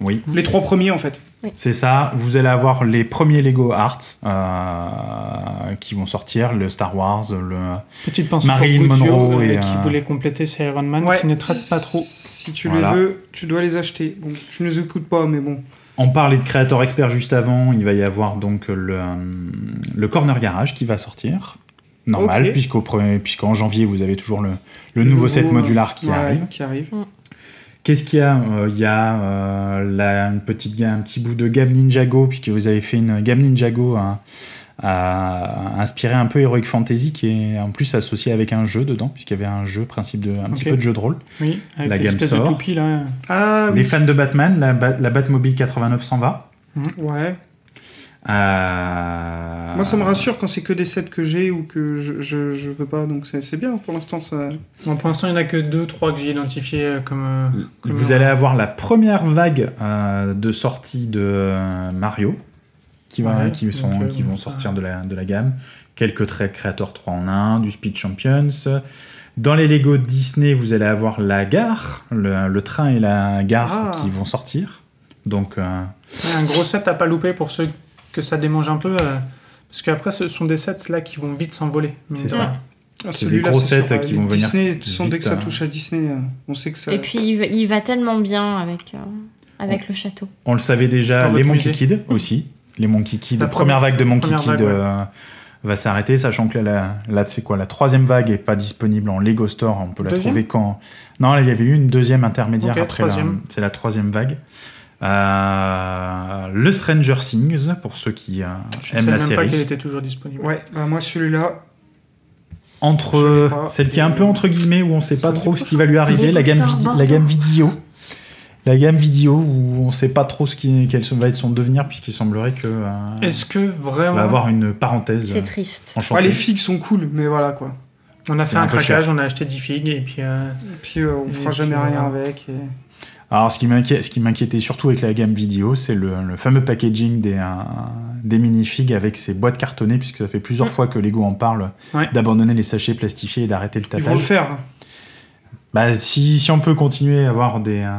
Speaker 5: Oui.
Speaker 6: les trois premiers en fait.
Speaker 5: C'est ça, vous allez avoir les premiers Lego Arts euh, qui vont sortir, le Star Wars, le...
Speaker 4: Petite pensée
Speaker 5: Marilyn
Speaker 4: pour Guccio,
Speaker 5: Monroe
Speaker 4: euh,
Speaker 5: et,
Speaker 4: qui
Speaker 5: euh,
Speaker 4: voulait compléter ses Iron Man,
Speaker 6: Ouais.
Speaker 4: qui ne traite pas trop.
Speaker 6: Si tu
Speaker 5: Voilà.
Speaker 6: les veux, tu dois les acheter. Bon, tu ne les écoutes pas, mais bon.
Speaker 5: On parlait de Creator Expert juste avant, il va y avoir donc le, euh, le Corner Garage qui va sortir. Normal,
Speaker 6: Ok.
Speaker 5: puisqu'au premier- puisqu'en janvier, vous avez toujours le, le nouveau set modular qui
Speaker 6: ouais,
Speaker 5: arrive.
Speaker 6: Qui arrive.
Speaker 2: Mmh.
Speaker 5: Qu'est-ce qu'il y a Euh, Il y a euh, la- une petite, ga- un petit bout de gamme Ninjago, puisque vous avez fait une gamme Ninjago hein, à- inspirée un peu Heroic Fantasy, qui est en plus associée avec un jeu dedans, puisqu'il y avait un jeu, principe de, un petit
Speaker 4: Ok.
Speaker 5: peu de jeu de rôle.
Speaker 4: Oui, avec
Speaker 5: La gamme
Speaker 4: l'espèce de
Speaker 5: sort.
Speaker 4: toupie là.
Speaker 6: Ah
Speaker 5: Les
Speaker 6: oui.
Speaker 5: fans de Batman, la, Bat- la Batmobile 89 s'en va.
Speaker 6: Ouais.
Speaker 5: Euh,
Speaker 6: Moi, ça me rassure quand c'est que des sets que j'ai ou que je, je, je veux pas, donc c'est c'est bien pour l'instant. Ça... ah,
Speaker 4: Bon, pour l'instant, il n'y en a que deux, trois que j'ai identifiés euh, comme. euh, comme
Speaker 5: Vous allez avoir la première vague euh, de sortie de euh, Mario qui, va,
Speaker 4: Ouais,
Speaker 5: qui, sont,
Speaker 4: donc, euh,
Speaker 5: qui vont
Speaker 4: ça-
Speaker 5: sortir de la, de la gamme. Quelques traits Creator 3 en 1, du Speed Champions. Dans les Lego Disney, vous allez avoir la gare, le, le train et la
Speaker 6: Ah.
Speaker 5: gare qui vont sortir. Donc, euh,
Speaker 4: Ouais, un gros set à pas louper pour ceux que ça démange un peu. euh, parce qu'après, ce sont des sets là qui vont vite s'envoler. euh, mine de
Speaker 5: C'est ça.
Speaker 4: rien.
Speaker 6: Ah,
Speaker 5: C'est des gros
Speaker 6: c'est
Speaker 5: sets
Speaker 6: sûr,
Speaker 5: qui
Speaker 6: les
Speaker 5: vont venir
Speaker 6: Disney, de toute façon, dès que
Speaker 5: vite,
Speaker 6: ça
Speaker 5: hein.
Speaker 6: touche à Disney, euh, on sait que ça.
Speaker 2: Et puis il va, il va tellement bien avec, euh, avec le château.
Speaker 5: on le savait déjà,
Speaker 4: Dans votre
Speaker 5: les Monkey
Speaker 4: musée.
Speaker 5: Kid aussi. Les Monkey Kid,
Speaker 4: La
Speaker 5: première vague de Monkey
Speaker 4: première
Speaker 5: Kid
Speaker 4: vague, ouais.
Speaker 5: euh, va s'arrêter, sachant que là, la, là, c'est quoi, la troisième vague est pas disponible en Lego Store. On peut la
Speaker 4: Deuxième
Speaker 5: trouver quand. Non, là, il y avait eu une deuxième intermédiaire
Speaker 4: Ok,
Speaker 5: après. la-
Speaker 4: troisième.
Speaker 5: C'est la troisième vague. Euh, le Stranger Things, pour ceux qui euh,
Speaker 4: Je ne savais
Speaker 5: aiment la
Speaker 4: même pas
Speaker 5: série.
Speaker 4: qu'elle était toujours disponible.
Speaker 6: Ouais, bah moi celui-là, Je
Speaker 5: entre
Speaker 6: l'ai pas.
Speaker 5: celle qui est un peu entre guillemets où on sait pas
Speaker 6: Samedi
Speaker 5: trop ce qui va lui arriver, la gamme, vidi- la gamme vidéo. La gamme vidéo où on sait pas trop ce qui, quel va être son devenir puisqu'il semblerait que euh,
Speaker 4: Est-ce que vraiment
Speaker 5: va avoir une parenthèse
Speaker 2: C'est triste.
Speaker 6: ouais,
Speaker 5: enchantée.
Speaker 6: Ah, les figues sont cool, mais voilà quoi.
Speaker 4: on a
Speaker 5: c'est
Speaker 4: fait
Speaker 5: un
Speaker 4: un,
Speaker 5: peu
Speaker 4: craquage, on a acheté 10 figues et puis euh,
Speaker 6: Et puis euh, on
Speaker 4: Et
Speaker 6: fera
Speaker 4: puis,
Speaker 6: jamais
Speaker 4: voilà.
Speaker 6: rien avec. et-
Speaker 5: Alors ce qui m'inquiète, ce qui m'inquiétait surtout avec la gamme vidéo, c'est le, le fameux packaging des euh, des minifigs avec ces boîtes cartonnées puisque ça fait plusieurs fois que Lego en parle
Speaker 4: Ouais.
Speaker 5: d'abandonner les sachets plastifiés et d'arrêter le
Speaker 6: Ils vont le
Speaker 5: tapage.
Speaker 6: faire.
Speaker 5: Bah si si on peut continuer à avoir des euh,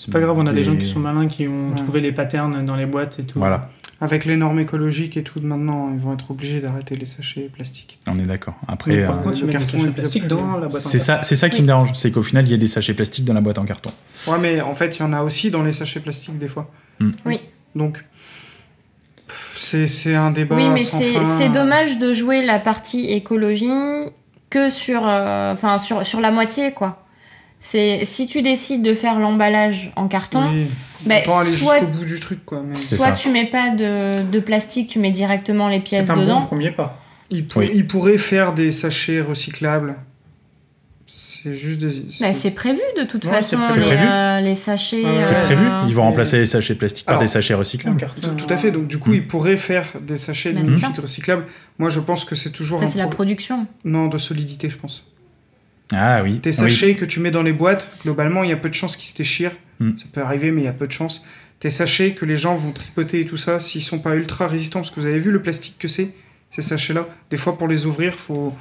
Speaker 4: c'est pas grave, on a des...
Speaker 5: Des-
Speaker 4: gens qui sont malins qui ont
Speaker 6: Ouais.
Speaker 4: trouvé les patterns dans les boîtes et tout.
Speaker 5: voilà.
Speaker 6: Avec les normes écologiques et tout de maintenant, ils vont être obligés d'arrêter les sachets plastiques.
Speaker 5: On est d'accord. Après,
Speaker 4: Mais par
Speaker 5: euh,
Speaker 4: contre,
Speaker 6: le
Speaker 4: ils mettent des
Speaker 6: carton est
Speaker 4: sachets
Speaker 6: bien
Speaker 4: plastiques
Speaker 6: plus-
Speaker 4: dans la boîte. en
Speaker 5: c'est ça, c'est ça qui me dérange, c'est qu'au final, il y a des sachets plastiques dans la boîte en carton.
Speaker 6: Ouais, mais en fait, il y en a aussi dans les sachets plastiques des fois.
Speaker 5: Hmm.
Speaker 2: Oui.
Speaker 6: Donc, pff, c'est c'est un débat.
Speaker 2: oui, mais
Speaker 6: sans
Speaker 2: c'est
Speaker 6: fin.
Speaker 2: c'est dommage de jouer la partie écologie que sur, euh, enfin sur, sur la moitié, quoi. C'est si tu décides de faire l'emballage en carton,
Speaker 6: Oui.
Speaker 2: Ben,
Speaker 6: Autant aller
Speaker 2: soit-
Speaker 6: jusqu'au bout du truc, quoi. Mais
Speaker 5: C'est
Speaker 2: soit
Speaker 5: ça.
Speaker 2: tu mets pas de, de plastique, tu mets directement les
Speaker 4: fait.
Speaker 2: pièces
Speaker 4: C'est un bon
Speaker 2: dedans.
Speaker 4: premier pas.
Speaker 6: ils, pour-
Speaker 5: Oui.
Speaker 6: ils pourraient faire des sachets recyclables. C'est juste des.
Speaker 2: Bah,
Speaker 6: c'est-
Speaker 2: c'est prévu de toute
Speaker 4: Ouais,
Speaker 2: façon
Speaker 4: c'est prévu.
Speaker 2: les,
Speaker 5: C'est prévu.
Speaker 2: euh, les sachets.
Speaker 4: Ouais, ouais.
Speaker 5: C'est
Speaker 4: Euh,
Speaker 5: prévu. Ils vont
Speaker 4: mais-
Speaker 5: remplacer les sachets plastiques par
Speaker 6: Alors,
Speaker 5: des sachets
Speaker 4: En
Speaker 5: recyclables.
Speaker 4: carton.
Speaker 6: Tout à fait. Donc, du coup,
Speaker 5: Hmm.
Speaker 6: ils pourraient faire des sachets de
Speaker 2: Ben,
Speaker 6: magnifiques
Speaker 2: Euh, ça.
Speaker 6: recyclables. Moi, je pense que c'est toujours
Speaker 2: Après,
Speaker 6: un
Speaker 2: c'est la
Speaker 6: pro-
Speaker 2: production.
Speaker 6: non de solidité, je pense.
Speaker 5: Ah oui.
Speaker 6: Tes
Speaker 5: oui.
Speaker 6: sachets que tu mets dans les boîtes, globalement, il y a peu de chances qu'ils se déchirent.
Speaker 5: Hmm.
Speaker 6: Ça peut arriver, mais il y a peu de chances. Tes sachets que les gens vont tripoter et tout ça, s'ils sont pas ultra résistants, parce que vous avez vu le plastique que c'est, ces sachets-là. Des fois, pour les ouvrir, faut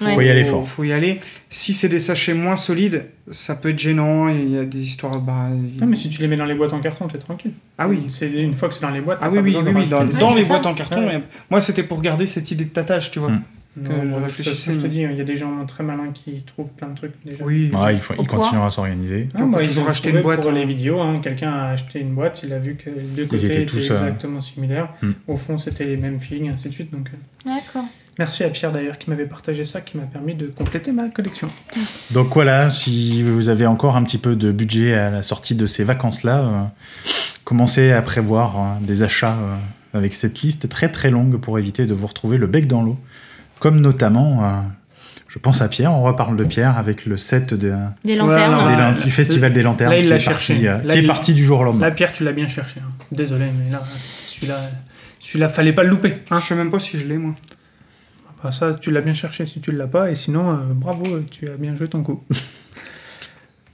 Speaker 2: Ouais.
Speaker 5: Faut y aller fort.
Speaker 6: Faut y aller. Si c'est des sachets moins solides, ça peut être gênant. Il y a des histoires. bah, il-
Speaker 4: Non, mais si tu les mets dans les boîtes en carton, t'es tranquille.
Speaker 6: Ah oui.
Speaker 4: C'est une fois que c'est dans les boîtes.
Speaker 6: Ah
Speaker 4: t'as
Speaker 6: oui,
Speaker 4: pas
Speaker 6: oui,
Speaker 4: besoin d'en
Speaker 6: oui, oui,
Speaker 4: rajouter.
Speaker 6: dans,
Speaker 2: Ouais,
Speaker 6: dans
Speaker 2: c'est
Speaker 6: les
Speaker 2: ça.
Speaker 6: boîtes en carton.
Speaker 4: Ouais.
Speaker 6: mais Moi, c'était pour garder cette idée de tatage, tu vois.
Speaker 5: Hmm.
Speaker 4: Non,
Speaker 6: que
Speaker 4: moi,
Speaker 6: je
Speaker 4: de toute
Speaker 6: réfléchissais,
Speaker 4: façon, Je te
Speaker 6: mais-
Speaker 4: dis, il y a des gens très malins qui trouvent plein de trucs déjà.
Speaker 6: Oui.
Speaker 5: Ouais, il faut, ils
Speaker 2: Pourquoi
Speaker 5: continueront à s'organiser.
Speaker 4: Ah,
Speaker 6: On
Speaker 4: bah,
Speaker 6: peut
Speaker 4: ils
Speaker 6: toujours
Speaker 4: ont
Speaker 6: acheter
Speaker 4: trouvé
Speaker 6: une boîte,
Speaker 4: Pour
Speaker 6: hein.
Speaker 4: les vidéos, hein, quelqu'un a acheté une boîte, il a vu que les deux côtés
Speaker 5: étaient
Speaker 4: étaient,
Speaker 5: tous, euh,
Speaker 4: exactement similaires.
Speaker 5: Hmm.
Speaker 4: Au fond, c'était les mêmes figues, ainsi de suite. Donc, euh,
Speaker 2: D'accord.
Speaker 4: merci à Pierre d'ailleurs qui m'avait partagé ça, qui m'a permis de compléter ma collection.
Speaker 5: Donc voilà, si vous avez encore un petit peu de budget à la sortie de ces vacances-là, euh, commencez à prévoir euh, des achats euh, avec cette liste très très longue pour éviter de vous retrouver le bec dans l'eau. Comme notamment, euh, je pense à Pierre, on reparle de Pierre avec le set de,
Speaker 2: Des
Speaker 4: Ouais,
Speaker 2: lanternes.
Speaker 4: non,
Speaker 5: des
Speaker 4: là,
Speaker 5: lan- du Festival des Lanternes
Speaker 4: Ah, là, il
Speaker 5: qui,
Speaker 4: l'a
Speaker 5: est parti,
Speaker 4: cherché.
Speaker 5: euh,
Speaker 4: Là,
Speaker 5: qui est
Speaker 4: il-
Speaker 5: parti du jour au lendemain.
Speaker 4: Là, Pierre, tu l'as bien cherché. hein. Désolé, mais là, celui-là, celui-là, fallait pas le louper. hein.
Speaker 6: Je sais même pas si je l'ai, moi.
Speaker 4: Après ça, tu l'as bien cherché si tu l'as pas, et sinon, euh, bravo, euh, tu as bien joué ton coup.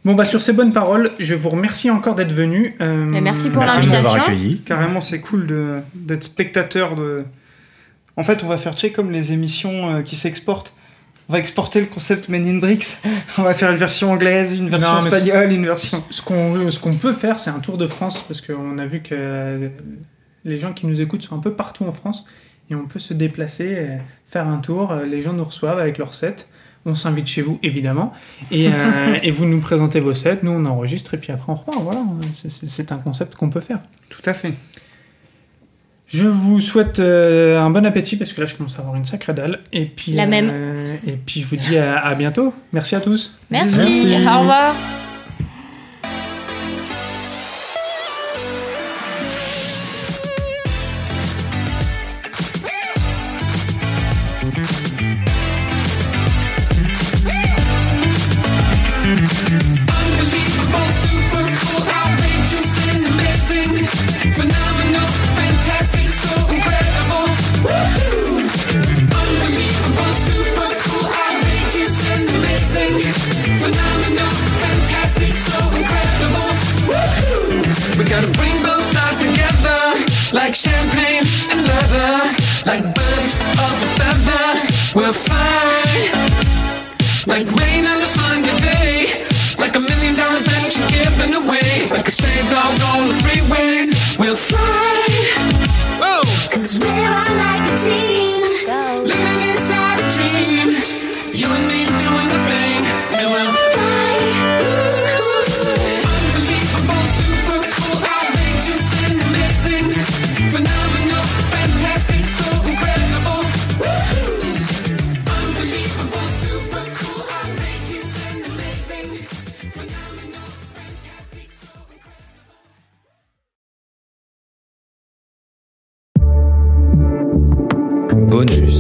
Speaker 4: bon, bah sur ces bonnes paroles, je vous remercie encore d'être venu. Euh,
Speaker 2: Mais merci pour
Speaker 5: Merci de nous avoir
Speaker 2: l'invitation.
Speaker 5: accueillis.
Speaker 6: Carrément, c'est cool de- d'être spectateur de. En fait, on va faire tu sais, comme les émissions euh, qui s'exportent. On va exporter le concept Men in Bricks. On va faire une version anglaise, une version
Speaker 4: Non, mais c'est-
Speaker 6: espagnole, une version.
Speaker 4: Ce qu'on ce qu'on peut faire, c'est un tour de France, parce qu'on a vu que euh, les gens qui nous écoutent sont un peu partout en France, et on peut se déplacer, euh, faire un tour, euh, les gens nous reçoivent avec leurs sets. On s'invite chez vous, évidemment, et, euh, et vous nous présentez vos sets, nous on enregistre, et puis après on repart. Voilà, c'est- c'est c'est un concept qu'on peut faire.
Speaker 6: Tout à fait.
Speaker 4: Je vous souhaite euh, un bon appétit parce que là je commence à avoir une sacrée dalle. Et puis,
Speaker 2: La même.
Speaker 4: euh, et puis je vous dis à- à bientôt. Merci à tous.
Speaker 2: Merci.
Speaker 5: Merci.
Speaker 2: Au revoir.
Speaker 8: Unbelievable, super cool, outrageous and amazing. Phenomenal, fantastic, so incredible. like champagne and leather, like birds of a feather. We'll fly like rain on a Sunday day, like a million dollars that you're giving away, like a stray dog on the freeway. We'll fly. Whoa. Cause we're on like a team, living inside a dream. You and me doing the thing, and we'll fly. Unbelievable, super cool, outrageous and amazing. Phenomenal, fantastic, so incredible. Unbelievable, super cool, outrageous and amazing. Phenomenal, fantastic, so incredible.
Speaker 9: Bonus.